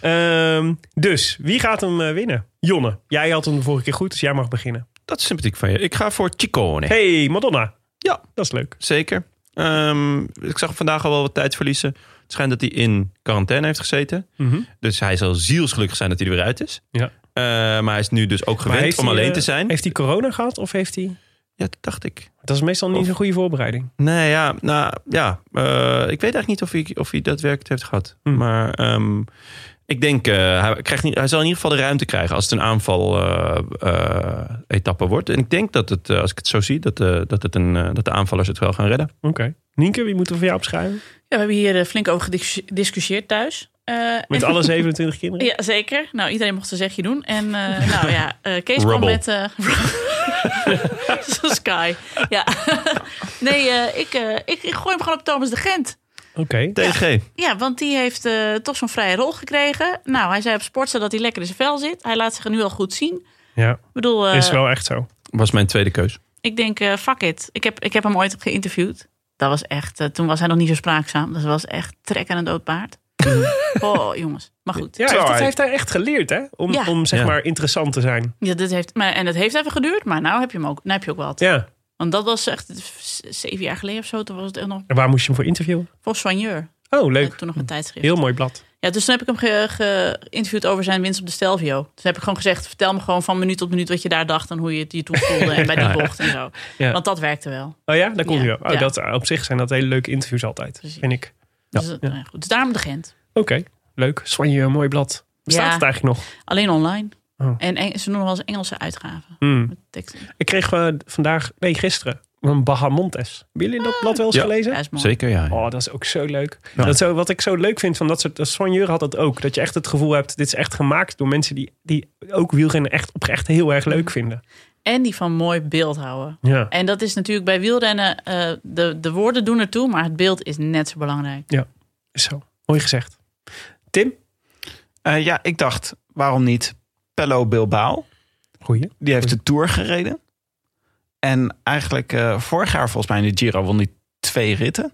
Speaker 3: Ehm, dus, wie gaat hem eh, winnen? Jonne, jij had hem de vorige keer goed, dus jij mag beginnen.
Speaker 2: Dat is sympathiek van je. Ik ga voor Chicone.
Speaker 3: Hey, Madonna.
Speaker 2: Ja.
Speaker 3: Dat is leuk.
Speaker 2: Zeker. Ehm, ik zag hem vandaag al wel wat tijd verliezen. Het schijnt dat hij in quarantaine heeft gezeten. Dus hij zal zielsgelukkig zijn dat hij er weer uit is.
Speaker 3: Ja.
Speaker 2: Eh, maar hij is nu dus ook gewend
Speaker 3: heeft
Speaker 2: om
Speaker 3: hij,
Speaker 2: alleen
Speaker 3: eh,
Speaker 2: te zijn.
Speaker 3: Heeft hij corona gehad of heeft hij...
Speaker 2: Ja, dat dacht ik.
Speaker 3: Dat is meestal niet
Speaker 2: Of-
Speaker 3: zo'n goede voorbereiding.
Speaker 2: Nee, ja, nou ja. eh, ik weet eigenlijk niet of hij, of hij dat werkt heeft gehad.
Speaker 6: Hm.
Speaker 3: Hmm.
Speaker 2: Maar ehm, ik denk, eh, hij, krijgt niet, hij zal in ieder geval de ruimte krijgen als het een aanval-etappe wordt. En ik denk dat het, eh, als ik het zo zie, dat, eh, dat, het een, eh, dat de aanvallers het wel gaan redden.
Speaker 3: Oké. Nienke, wie moeten we voor jou opschrijven?
Speaker 7: Ja, we hebben hier eh, flink over gedis- gediscussieerd thuis. Eh,
Speaker 3: Met
Speaker 2: [LAUGHS]
Speaker 7: en-
Speaker 3: alle 27 kinderen?
Speaker 7: Ja, zeker. Nou, iedereen mocht zijn zegje doen. En
Speaker 3: [LAUGHS]
Speaker 7: eh, nou ja, eh, Kees kwam
Speaker 2: Rubble.
Speaker 7: met... eh, [LAUGHS] Zo'n Sky. Ja. [LAUGHS] nee, eh, ik, eh, ik, ik gooi hem gewoon op Thomas de Gent.
Speaker 3: Oké.
Speaker 2: TG.
Speaker 7: Ja, want die heeft eh, toch zo'n vrije rol gekregen. Nou, hij zei op Sportza dat hij lekker in zijn vel zit. Hij laat zich er nu al goed zien. Ik
Speaker 3: Ja,
Speaker 7: bedoel, eh,
Speaker 3: is wel echt zo.
Speaker 2: Was mijn tweede keus.
Speaker 7: ik denk, eh, fuck it. Ik heb, ik heb hem ooit geïnterviewd. Dat was echt, eh, toen was hij nog niet zo spraakzaam. Dat was echt trek aan een dood paard. [LAUGHS] oh, jongens. Maar goed.
Speaker 3: Mhm. Ja,
Speaker 6: Zo,
Speaker 3: dat
Speaker 6: hij-
Speaker 3: heeft hij echt geleerd, hè? Om,
Speaker 7: Ja.
Speaker 3: om zeg
Speaker 2: Ja.
Speaker 3: maar interessant te zijn.
Speaker 7: Ja, dit heeft, maar, en dat heeft even geduurd, maar nou heb je hem ook, nou heb je ook wat.
Speaker 3: Ja.
Speaker 7: Want dat was echt z- zeven jaar geleden of zo. Toen was het echt nog
Speaker 3: En waar moest je hem voor interviewen?
Speaker 7: voor soigneur.
Speaker 3: Oh,
Speaker 7: Eh,
Speaker 3: leuk.
Speaker 7: Toen nog een tijdschrift.
Speaker 3: Heel mooi blad.
Speaker 7: Ja, dus toen heb ik hem ge- geïnterviewd over zijn winst op de Stelvio. Toen heb ik gewoon gezegd, vertel me gewoon van minuut tot minuut wat je daar dacht... en hoe je het je toen voelde en bij die bocht en zo.
Speaker 3: Ja.
Speaker 7: Want dat werkte wel.
Speaker 3: Oh ja, daar komt
Speaker 7: Ja,
Speaker 3: hij wel. Oh,
Speaker 7: ja.
Speaker 3: dat, op zich zijn dat hele leuke interviews altijd,
Speaker 7: Precies.
Speaker 3: vind ik.
Speaker 7: dus, eh, nou ja, goed. dus daarom de Gent.
Speaker 3: Oké, leuk. Soigne, een mooi blad. Bestaat
Speaker 7: Ja.
Speaker 3: het eigenlijk nog?
Speaker 7: Alleen online.
Speaker 3: Oh.
Speaker 7: En Eng- ze doen nog wel eens Engelse uitgaven.
Speaker 3: Hmm.
Speaker 7: Met teksten.
Speaker 3: Ik kreeg eh, vandaag, nee gisteren, een Bahamontes. Hebben jullie dat blad wel eens
Speaker 2: Ja.
Speaker 3: gelezen?
Speaker 7: Ja, is mooi.
Speaker 2: Zeker, ja.
Speaker 3: Oh, dat is ook zo leuk. Dat zo, wat ik zo leuk vind van dat soort... dat Soigneur had dat ook. Dat je echt het gevoel hebt... dit is echt gemaakt door mensen die, die ook wielrennen echt oprecht heel erg
Speaker 7: Mm.
Speaker 3: leuk vinden.
Speaker 7: En die van mooi beeld houden.
Speaker 3: Ja.
Speaker 7: En dat is natuurlijk bij wielrennen... eh, de, de woorden doen ertoe, maar het beeld is net zo belangrijk.
Speaker 3: Is zo. Mooi gezegd. Tim?
Speaker 6: Eh, ja, ik dacht, waarom niet Pello Bilbao?
Speaker 3: Goeie.
Speaker 6: Die heeft de Tour gereden. En eigenlijk eh, vorig jaar volgens mij in de Giro won hij twee ritten.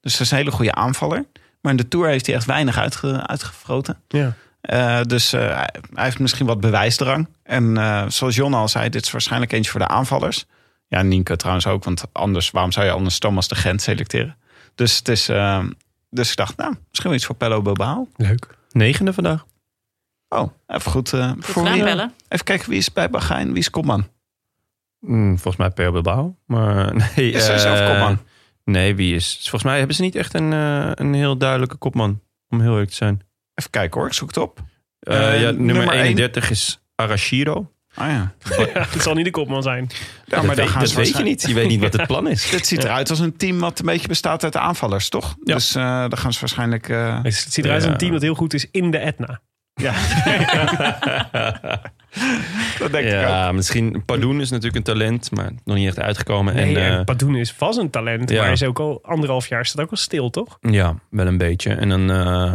Speaker 6: Dus dat is een hele goede aanvaller. Maar in de Tour heeft hij echt weinig uitge uitgefroten.
Speaker 3: Ja.
Speaker 6: Eh, dus eh, hij- hij heeft misschien wat bewijsdrang. En eh, zoals Jon al zei, dit is waarschijnlijk eentje voor de aanvallers. Ja, Nienke trouwens ook, want anders, waarom zou je anders Thomas de Gent selecteren? Dus, het is, eh, dus ik dacht, nou, misschien wel iets voor Pello Bilbao.
Speaker 3: Leuk.
Speaker 2: Negende vandaag.
Speaker 6: Oh, even goed. eh,
Speaker 7: Goed
Speaker 6: voor
Speaker 7: gedaan,
Speaker 6: wie-
Speaker 7: Pelle.
Speaker 6: even kijken wie is bij Bahrein, wie is kopman?
Speaker 2: Mm, volgens mij Per Bilbao. Maar [LAUGHS] nee.
Speaker 6: Is hij
Speaker 2: eh,
Speaker 6: zelf kopman?
Speaker 2: Nee, wie is. Dus Volgens mij hebben ze niet echt een, eh, een heel duidelijke kopman. Om heel eerlijk te zijn.
Speaker 6: Even kijken hoor, ik zoek het op.
Speaker 2: Eh,
Speaker 6: Eh,
Speaker 2: ja, nummer,
Speaker 6: nummer één.
Speaker 2: 31 is Arashiro.
Speaker 6: Ah [LAUGHS] ja.
Speaker 3: Het zal niet de kopman zijn.
Speaker 6: Ja,
Speaker 2: dat
Speaker 6: maar daar
Speaker 2: weet,
Speaker 6: gaan
Speaker 2: dat
Speaker 6: ze
Speaker 2: weet je
Speaker 6: waarschijn-
Speaker 2: niet. Je weet niet wat het plan
Speaker 6: [LAUGHS]
Speaker 2: is. [LAUGHS]
Speaker 6: Dit ziet eruit als een team wat een beetje bestaat uit de aanvallers, toch?
Speaker 2: Ja.
Speaker 6: Dus eh daar gaan ze waarschijnlijk... eh, [LAUGHS]
Speaker 3: Het ziet eruit als een team dat heel goed is in de Etna.
Speaker 6: dat denk ik ook.
Speaker 2: ja, misschien. Pardoen is natuurlijk een talent, maar nog niet echt uitgekomen.
Speaker 3: En,
Speaker 2: en, eh,
Speaker 3: Padoen is vast een talent,
Speaker 2: ja.
Speaker 3: maar is ook al anderhalf jaar staat ook al stil, toch?
Speaker 2: ja, wel een beetje. En dan eh,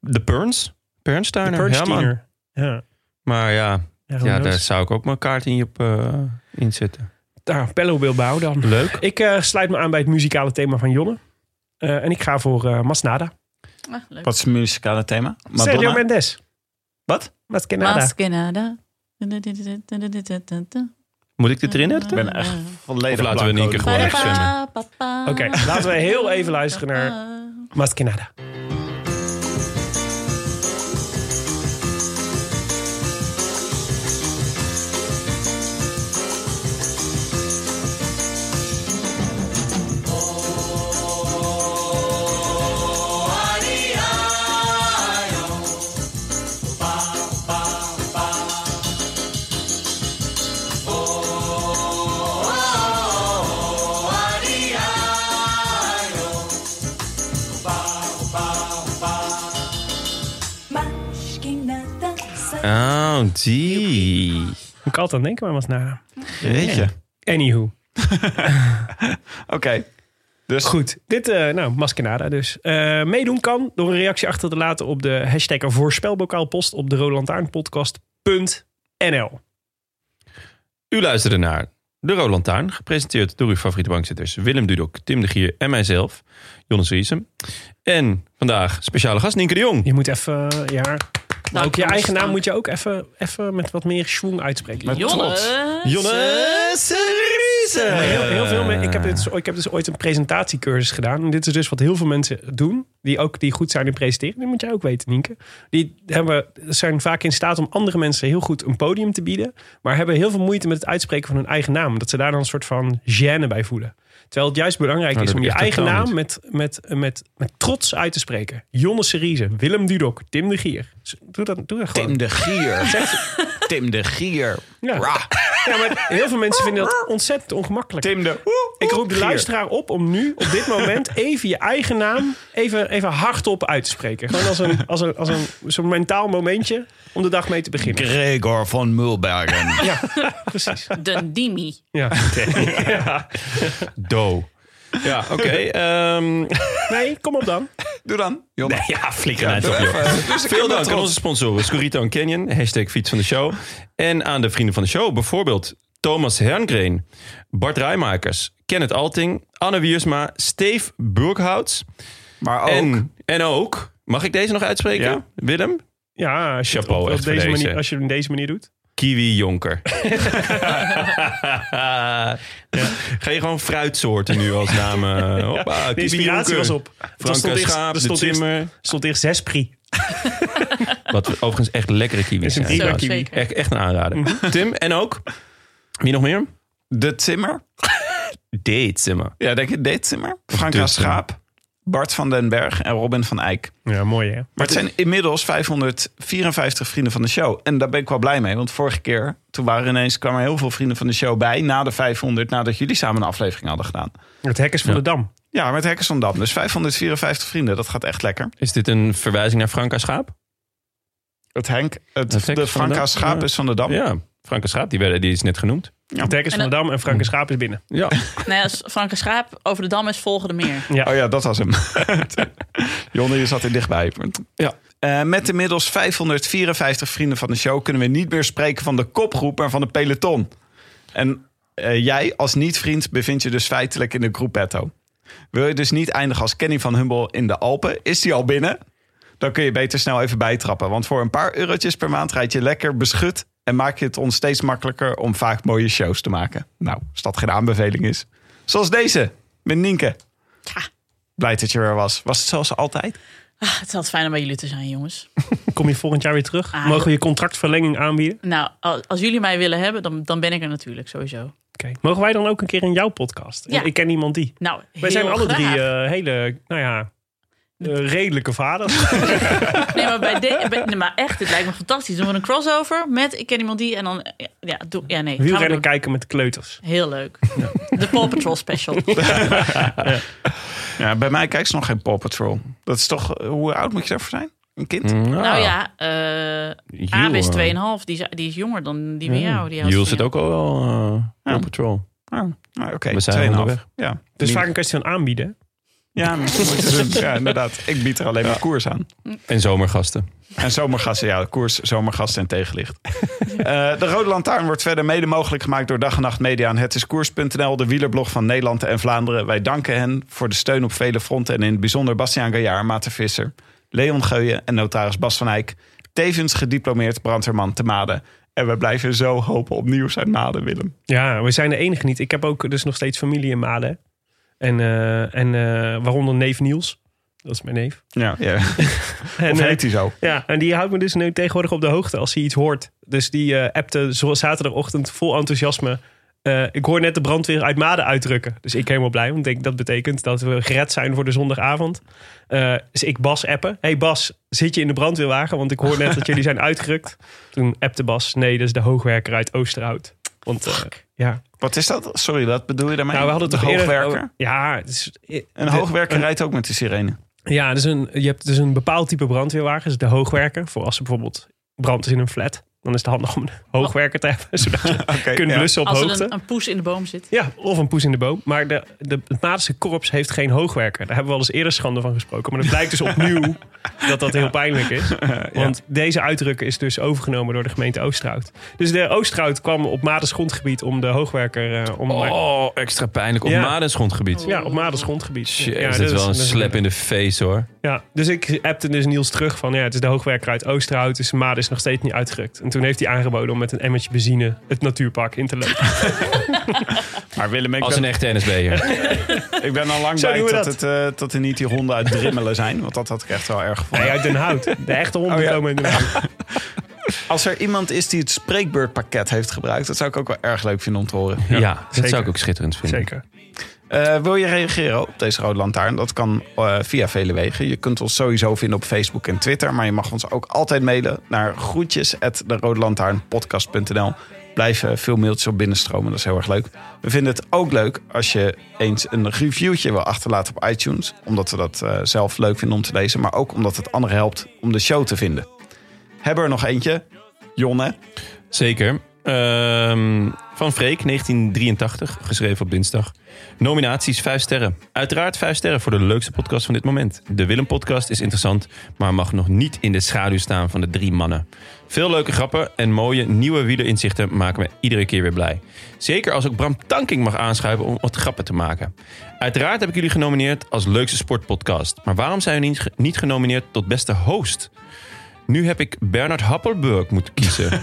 Speaker 2: de Perns.
Speaker 3: De
Speaker 2: Pernsteiner. ja, man.
Speaker 3: Perch-tiener. Ja,
Speaker 2: Maar ja,
Speaker 3: ja,
Speaker 2: ja,
Speaker 3: ja
Speaker 2: daar zou ik ook mijn kaart in, op, eh in zetten.
Speaker 3: daar, Pello Bilbao dan.
Speaker 2: Leuk.
Speaker 3: Ik eh, sluit me aan bij het muzikale thema van Jonne. Eh, en ik ga voor eh, Masnada.
Speaker 7: Ah, leuk.
Speaker 6: Wat is het muzikale thema?
Speaker 3: Sergio
Speaker 6: Madonna?
Speaker 3: Mendes. Nou,
Speaker 6: Wat?
Speaker 3: Maskenada.
Speaker 7: Maskenada.
Speaker 2: Moet ik dit erin editen?
Speaker 6: ben echt volledig
Speaker 2: Of laten we in één keer
Speaker 6: blanco.
Speaker 2: gewoon rechts zwemmen.
Speaker 7: Oké.
Speaker 3: Oké, laten we heel even luisteren naar Maskinada.
Speaker 2: Oh, die.
Speaker 3: Moet ik altijd aan denken bij Maskinada.
Speaker 6: Weet je.
Speaker 3: Anywho.
Speaker 6: Oké. Dus
Speaker 3: Goed, dit, eh, nou, Maskenada dus. Eh, meedoen kan door een reactie achter te laten op de hashtag voorspelbokaalpost op de rolantaarnpodcast.nl.
Speaker 2: U luisterde naar De Rode Lantaarn, gepresenteerd door uw favoriete bankzitters Willem Dudok, Tim de Gier en mijzelf, Jonas Riesem. En vandaag speciale gast Nienke de Jong.
Speaker 3: Je moet even, eh,
Speaker 2: Nou,
Speaker 3: ja, maar ook je
Speaker 7: Dank,
Speaker 3: eigen naam
Speaker 7: dank.
Speaker 3: moet je ook even, even met wat meer schwung uitspreken.
Speaker 7: Jonnes.
Speaker 2: Jonas Riesem!
Speaker 3: Heel, heel veel men- ik, heb dit, ik heb dus ooit een presentatiecursus gedaan. En dit is dus wat heel veel mensen doen. Die ook die goed zijn in presenteren. Dat moet jij ook weten, Nienke. Die hebben, zijn vaak in staat om andere mensen heel goed een podium te bieden. Maar hebben heel veel moeite met het uitspreken van hun eigen naam. Dat ze daar dan een soort van gêne bij voelen. Terwijl het juist belangrijk
Speaker 2: Nou,
Speaker 3: is
Speaker 2: dat
Speaker 3: om
Speaker 2: heb
Speaker 3: je
Speaker 2: ik echt
Speaker 3: eigen
Speaker 2: totaal
Speaker 3: naam met, met, met, met trots uit te spreken. Jonne Serize, Willem Dudok, Tim de Gier. Doe dat, doe dat gewoon.
Speaker 6: Tim de Gier. Tim de Gier.
Speaker 3: Ja. Ja, maar heel veel mensen vinden dat ontzettend ongemakkelijk.
Speaker 6: Tim de...
Speaker 3: Ik roep de
Speaker 6: Gier.
Speaker 3: luisteraar op om nu, op dit moment, even je eigen naam even, even hardop uit te spreken. Gewoon als een, als een, als een zo'n mentaal momentje om de dag mee te beginnen.
Speaker 6: Gregor van [LAUGHS] Mulbergen.
Speaker 3: Ja, precies.
Speaker 7: De Dimi.
Speaker 3: Ja.
Speaker 2: Do. Ja, oké. ehm,
Speaker 3: Nee, kom op dan.
Speaker 6: Doe dan. [LAUGHS] Jonne.
Speaker 2: ja, flikker uit op,
Speaker 6: doe
Speaker 2: joh.
Speaker 6: even. Dus ik
Speaker 2: Veel
Speaker 6: ben
Speaker 2: dank aan
Speaker 6: trots.
Speaker 2: onze sponsoren Scorito en Canyon, hashtag fiets van de show. En aan de vrienden van de show, bijvoorbeeld Thomas Herngren, Bart Rijmakers, Kenneth Alting, Anne Wiersma, Steve Burghouts.
Speaker 6: Maar ook...
Speaker 2: En, en ook, mag ik deze nog uitspreken?
Speaker 6: Ja.
Speaker 2: Willem?
Speaker 3: Ja, als je, het
Speaker 2: Chapeau,
Speaker 3: op, op
Speaker 2: echt voor
Speaker 3: deze
Speaker 2: deze.
Speaker 3: manier, als je het op deze manier doet.
Speaker 2: Kiwi [LAUGHS] Jonker. Ga je gewoon fruitsoorten nu als naam? eh, hoppa,
Speaker 3: De
Speaker 2: kiwi
Speaker 3: inspiratie
Speaker 2: Jonker.
Speaker 3: was op. Want er
Speaker 2: Franka
Speaker 3: stond eerst-
Speaker 2: Schaap,
Speaker 3: er
Speaker 2: de
Speaker 3: stond eerst-
Speaker 2: Timmer.
Speaker 3: er stond eerst zes pri.
Speaker 2: Wat overigens echt lekkere kiwis
Speaker 3: Is een
Speaker 2: zijn.
Speaker 3: prima
Speaker 2: trouwens.
Speaker 7: kiwi. Zeker.
Speaker 2: Echt, echt een aanrader. Mhm. Tim, en ook? Wie nog meer?
Speaker 6: De Timmer.
Speaker 2: Date Timmer.
Speaker 6: Ja, denk je De Timmer?
Speaker 2: De
Speaker 6: Franka
Speaker 2: Timmer.
Speaker 6: Schaap. Bart van den Berg en Robin van Eyck.
Speaker 3: Ja, mooi hè.
Speaker 6: Maar het zijn inmiddels 554 vrienden van de show. En daar ben ik wel blij mee. Want vorige keer, toen waren ineens, kwamen heel veel vrienden van de show bij. Na de 500, nadat jullie samen een aflevering hadden gedaan.
Speaker 3: Het hek is van de dam.
Speaker 6: Ja, met Hekkers van Dam. Dus 554 vrienden, dat gaat echt lekker.
Speaker 2: Is dit een verwijzing naar Franka Schaap?
Speaker 6: Het Henk, Oh.
Speaker 2: Het
Speaker 6: het,
Speaker 2: Hekkers
Speaker 6: de
Speaker 2: van den
Speaker 6: Franka
Speaker 2: Dam?
Speaker 6: Schaap is van de Dam.
Speaker 2: Ja, Franka Schaap, die, werd, die is net genoemd.
Speaker 3: Het hek is van de dam en Frank en Schaap is binnen.
Speaker 2: [LAUGHS] Ja.
Speaker 7: Nee, als Franke Schaap over de dam is, volgen er meer.
Speaker 6: Oh ja, dat was hem. [LAUGHS] Jonne, je zat er dichtbij.
Speaker 2: Ja.
Speaker 6: Eh, met inmiddels 554 vrienden van de show kunnen we niet meer spreken van de kopgroep, maar van de peloton. En eh, jij als niet-vriend bevindt je dus feitelijk in de groepetto. Wil je dus niet eindigen als Kenny van Humble in de Alpen? Is die al binnen? Dan kun je beter snel even bijtrappen. Want voor een paar eurotjes per maand rijd je lekker beschut. En maak je het ons steeds makkelijker om vaak mooie shows te maken. Nou, als dat geen aanbeveling is. Zoals deze, met Nienke. Blij dat je er was. Was het zoals altijd?
Speaker 7: Ah, het is altijd fijn om bij jullie te zijn, jongens.
Speaker 3: Kom je volgend jaar weer terug?
Speaker 7: Ah.
Speaker 3: Mogen we je contractverlenging aanbieden?
Speaker 7: Nou, al- als jullie mij willen hebben, dan, dan ben ik er natuurlijk sowieso.
Speaker 3: Oké. Mogen wij dan ook een keer in jouw podcast?
Speaker 7: Ja.
Speaker 3: Ik ken iemand die.
Speaker 7: Nou,
Speaker 3: Wij zijn
Speaker 7: heel
Speaker 3: alle
Speaker 7: graag.
Speaker 3: drie eh, hele, nou ja,
Speaker 7: [LAUGHS]
Speaker 3: eh, redelijke vaders.
Speaker 7: Nee, maar, bij de, bij- nee, maar echt, dit lijkt me fantastisch. Doen we een crossover met Ik ken iemand die en dan... eh, Ja, doe, ja nee. gaan we
Speaker 3: Wielrennen
Speaker 7: doen.
Speaker 3: kijken met kleuters.
Speaker 7: Heel leuk. De Paw Patrol
Speaker 3: [LAUGHS]
Speaker 7: special.
Speaker 3: Nou.
Speaker 6: Ja, bij mij kijkt ze nog geen Paw Patrol. Dat is toch, eh, hoe oud moet je daarvoor zijn? Een kind?
Speaker 7: Nou ja, eh Abe is 2,5. Die, is- die is jonger dan die van jou. Die
Speaker 2: Jules
Speaker 7: was
Speaker 2: zit
Speaker 7: van jou.
Speaker 2: ook al wel eh,
Speaker 6: Ja.
Speaker 2: op patrol.
Speaker 6: Ah, ah, Oké,
Speaker 2: We zijn
Speaker 6: 2,5.
Speaker 2: onderweg.
Speaker 6: Ja,
Speaker 3: Dus
Speaker 6: dus
Speaker 3: vaak een kwestie van aanbieden.
Speaker 6: ja, [LAUGHS] misschien moet je doen. ja, inderdaad. Ik bied er alleen maar koers aan.
Speaker 2: En zomergasten.
Speaker 6: En zomergasten, ja, koers, zomergasten en tegenlicht. Eh, de Rode Lantaarn wordt verder mede mogelijk gemaakt door Dag en Nacht Media en Het is Koers.nl, de wielerblog van Nederland en Vlaanderen. Wij danken hen voor de steun op vele fronten en in het bijzonder Bastiaan Gaillard, Maarten Visser, Leon Geuyen en notaris Bas van Eyck. Tevens gediplomeerd brandweerman te Maden. En we blijven zo hopen op nieuws uit Maden, Willem.
Speaker 3: Ja, we zijn de enige niet. Ik heb ook dus nog steeds familie in Maden. En, eh, en eh, waaronder neef Niels. Dat is mijn neef.
Speaker 6: Ja, ja.
Speaker 3: En,
Speaker 6: of
Speaker 3: eh,
Speaker 6: heet hij zo?
Speaker 3: Ja, en die houdt me dus nu tegenwoordig op de hoogte als hij iets hoort. Dus die eh, appte zo- zaterdagochtend vol enthousiasme. eh, ik hoor net de brandweer uit Maden uitrukken. Dus ik helemaal blij, want ik denk dat betekent dat we gered zijn voor de zondagavond. Eh, dus ik Bas appen. hey Bas, zit je in de brandweerwagen? Want ik hoor net dat jullie zijn
Speaker 6: [LAUGHS]
Speaker 3: uitgerukt. Toen appte Bas, nee, dat is de hoogwerker uit Oosterhout. Want eh, ja,
Speaker 6: Wat is dat? Sorry, wat bedoel je daarmee?
Speaker 3: nou, we hadden
Speaker 6: de
Speaker 3: toch eerder-
Speaker 6: hoogwerker.
Speaker 3: oh, eh, ja, het is,
Speaker 6: Een hoogwerker rijdt ook met de sirene.
Speaker 3: ja, dus een, je hebt dus een bepaald type brandweerwagens, de hoogwerker. Voor als er bijvoorbeeld brand is in een flat, dan is het handig om een hoogwerker te hebben, [LAUGHS] zodat je
Speaker 6: Oké,
Speaker 3: kunt
Speaker 6: ja.
Speaker 3: blussen op
Speaker 7: Als er
Speaker 3: hoogte.
Speaker 7: een, een poes in de boom zit.
Speaker 3: Ja, of een poes in de boom. Maar de, de, het Madense korps heeft geen hoogwerker. Daar hebben we al eens eerder schande van gesproken. Maar het blijkt dus opnieuw
Speaker 2: [LAUGHS]
Speaker 3: dat dat heel pijnlijk is. Want deze uitdruk is dus overgenomen door de gemeente Oosterhout. Dus de Oosterhout kwam op Madens grondgebied om de hoogwerker... eh, om
Speaker 2: Oh, extra pijnlijk. Op
Speaker 3: Ja.
Speaker 2: Madens grondgebied.
Speaker 3: Ja, op Madens grondgebied.
Speaker 2: Jezus,
Speaker 3: ja,
Speaker 2: dat is wel een slap in de face hoor.
Speaker 3: Ja, dus ik appte dus Niels terug van... ja, het is de hoogwerker uit Oosterhout, dus Maden is nog steeds niet uitgerukt. En toen heeft hij aangeboden om met een emmertje benzine het natuurpark in te [LAUGHS] lopen.
Speaker 6: Maar Willem, ik
Speaker 2: Als
Speaker 6: ben,
Speaker 2: een echte
Speaker 3: [LAUGHS]
Speaker 2: NSB'er.
Speaker 6: ik ben al lang
Speaker 3: Zo
Speaker 6: blij
Speaker 3: doen
Speaker 6: dat,
Speaker 3: we
Speaker 6: Het, eh, dat er niet die honden uit Drimmelen zijn. Want dat had ik echt wel erg gevonden.
Speaker 3: Nee, uit Den Hout. De echte honden
Speaker 6: Oh ja.
Speaker 3: komen in Den Hout.
Speaker 6: Als er iemand is die het spreekbeurtpakket heeft gebruikt... dat zou ik ook wel erg leuk vinden om te horen.
Speaker 2: Ja, dat
Speaker 3: zeker.
Speaker 2: zou ik ook schitterend vinden.
Speaker 3: Zeker.
Speaker 6: Eh, wil je reageren op deze Rode Lantaarn? Dat kan eh, via vele wegen. Je kunt ons sowieso vinden op Facebook en Twitter. Maar je mag ons ook altijd mailen naar groetjes at de Blijven eh, veel mailtjes op binnenstromen, dat is heel erg leuk. We vinden het ook leuk als je eens een reviewtje wil achterlaten op iTunes. Omdat we dat eh, zelf leuk vinden om te lezen. Maar ook omdat het anderen helpt om de show te vinden. Hebben we er nog eentje? Jonne.
Speaker 2: Zeker. Ehm, van Freek, 1983, geschreven op dinsdag. Nominaties 5 sterren. Uiteraard 5 sterren voor de leukste podcast van dit moment. De Willem podcast is interessant, maar mag nog niet in de schaduw staan van de drie mannen. Veel leuke grappen en mooie nieuwe wielerinzichten maken me iedere keer weer blij. Zeker als ook Bram Tanking mag aanschuiven om wat grappen te maken. Uiteraard heb ik jullie genomineerd als leukste sportpodcast. Maar waarom zijn jullie niet- niet genomineerd tot beste host? Nu heb ik Bernard Happelburg moeten kiezen.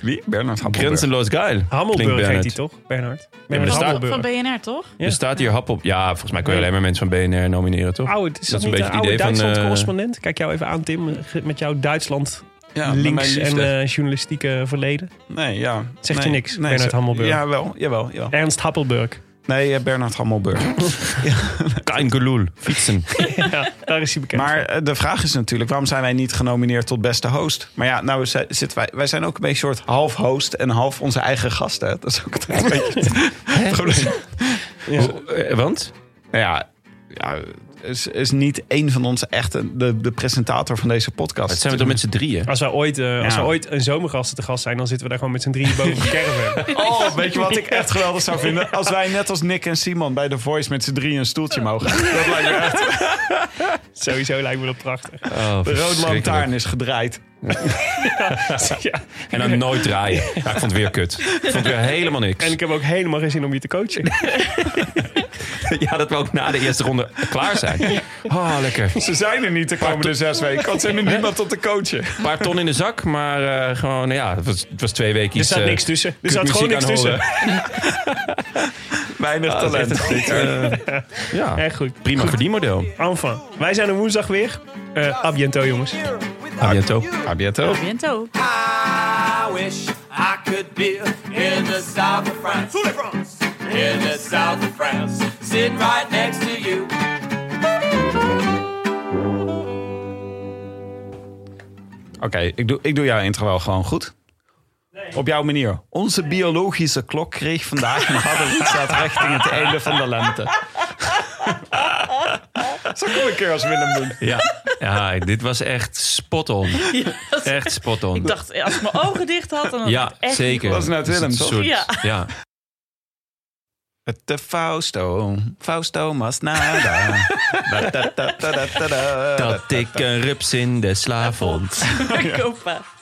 Speaker 6: Wie? Bernard Happelburg.
Speaker 2: Grenzenloos geil. klinkt
Speaker 3: Hammelburg heet
Speaker 2: Bernard.
Speaker 3: hij toch, Bernard?
Speaker 2: maar er
Speaker 3: Bernard
Speaker 2: staat-
Speaker 7: Van,
Speaker 3: Hammelburg.
Speaker 7: van BNR, toch?
Speaker 3: Ja.
Speaker 2: Er staat hier hap op. Ja, volgens mij kun je alleen maar mensen van BNR nomineren, toch?
Speaker 3: Oude, is dat,
Speaker 2: Dat is een beetje
Speaker 3: niet de
Speaker 2: het
Speaker 3: oude
Speaker 2: idee van, eh,
Speaker 3: Duitsland-correspondent? Kijk jou even aan, Tim, ge- met jouw Duitsland-links
Speaker 6: Ja, bij mijn
Speaker 3: en
Speaker 6: liefde.
Speaker 3: eh, journalistieke verleden.
Speaker 6: Nee, ja.
Speaker 3: Zegt
Speaker 6: nee,
Speaker 3: je niks, Bernard
Speaker 6: ze-
Speaker 3: Hammelburg?
Speaker 6: Jawel, jawel, jawel.
Speaker 3: Ernst Happelburg.
Speaker 6: Nee, eh, Bernard Hammelburg.
Speaker 2: Kein geloel.
Speaker 3: [LAUGHS]
Speaker 2: Fietsen.
Speaker 3: ja, daar is hij bekend.
Speaker 6: maar eh, de vraag is natuurlijk, waarom zijn wij niet genomineerd tot beste host? Maar ja, nou zi- zitten wij, wij zijn ook een beetje een soort half host en half onze eigen gasten. Dat is ook een
Speaker 3: [LAUGHS]
Speaker 6: beetje het probleem.
Speaker 2: Hoe- eh, Want?
Speaker 6: Nou ja, ja is, is niet één van ons echt een- de, de presentator van deze podcast.
Speaker 2: Dat zijn we toch met z'n drieën?
Speaker 3: Als wij ooit, eh, als
Speaker 6: Ja.
Speaker 3: wij ooit een zomergasten te gast zijn, dan zitten we daar gewoon met z'n drieën
Speaker 6: [LAUGHS]
Speaker 3: boven de caravan.
Speaker 6: Oh, weet je wat ik echt geweldig zou vinden? Als wij net als Nick en Simon bij The Voice met z'n drieën een stoeltje mogen. Dat lijkt me echt...
Speaker 3: Sowieso lijkt me dat
Speaker 6: [LAUGHS]
Speaker 3: prachtig.
Speaker 2: Oh,
Speaker 6: De rode
Speaker 2: verschrikkelijk.
Speaker 6: lantaarn is gedraaid.
Speaker 3: [LAUGHS] ja.
Speaker 2: En dan nooit
Speaker 3: [LAUGHS]
Speaker 2: draaien. Ja, ik vond het weer kut. Ik vond het weer helemaal niks.
Speaker 3: En ik heb ook helemaal geen zin om je te coachen.
Speaker 2: ja, dat we ook na de eerste ronde klaar zijn. Oh, lekker.
Speaker 6: [LAUGHS] Ze zijn er niet de komende zes weken, want ze hebben niemand om te coachen.
Speaker 2: Een paar ton in de zak, maar eh, gewoon, ja, het was, het was twee weken
Speaker 3: Er
Speaker 2: iets...
Speaker 3: staat
Speaker 2: eh,
Speaker 3: niks tussen. Er
Speaker 2: kut
Speaker 3: staat gewoon niks
Speaker 2: muziek
Speaker 3: tussen.
Speaker 2: aanhoren.
Speaker 3: [LAUGHS]
Speaker 6: Weinig
Speaker 2: Ah, dat is
Speaker 6: talent.
Speaker 2: echt een Eh, ja,
Speaker 3: Echt goed.
Speaker 2: prima verdienmodel.
Speaker 3: Enfin, wij zijn er woensdag weer. Eh à bientôt, jongens.
Speaker 2: A bientôt.
Speaker 6: A bientôt.
Speaker 7: Biento.
Speaker 5: I wish I could be in the south of France. In the south of France. Sitting right next to you.
Speaker 6: Oké, ik, doe, ik doe jouw intro wel gewoon goed. Op jouw manier. Onze biologische klok kreeg vandaag een harde
Speaker 2: [LAUGHS]
Speaker 6: rietzaad richting het einde van de lente. Zo kom ik keer als Willem doen.
Speaker 2: Ja. ja, dit was echt spot on.
Speaker 7: [LAUGHS]
Speaker 2: Echt spot on.
Speaker 7: Ik dacht, als ik mijn ogen dicht had, dan had ik
Speaker 2: Ja,
Speaker 7: het echt
Speaker 2: zeker.
Speaker 6: Dat is net Willem,
Speaker 2: een
Speaker 6: toch?
Speaker 2: soort-
Speaker 7: Ja.
Speaker 2: ja.
Speaker 6: Met de Fausto, Fausto Masnada. [LAUGHS] Da, da, da, da, da, da, da.
Speaker 2: Dat ik een rups in de sla vond.
Speaker 7: [LAUGHS] niet kopen.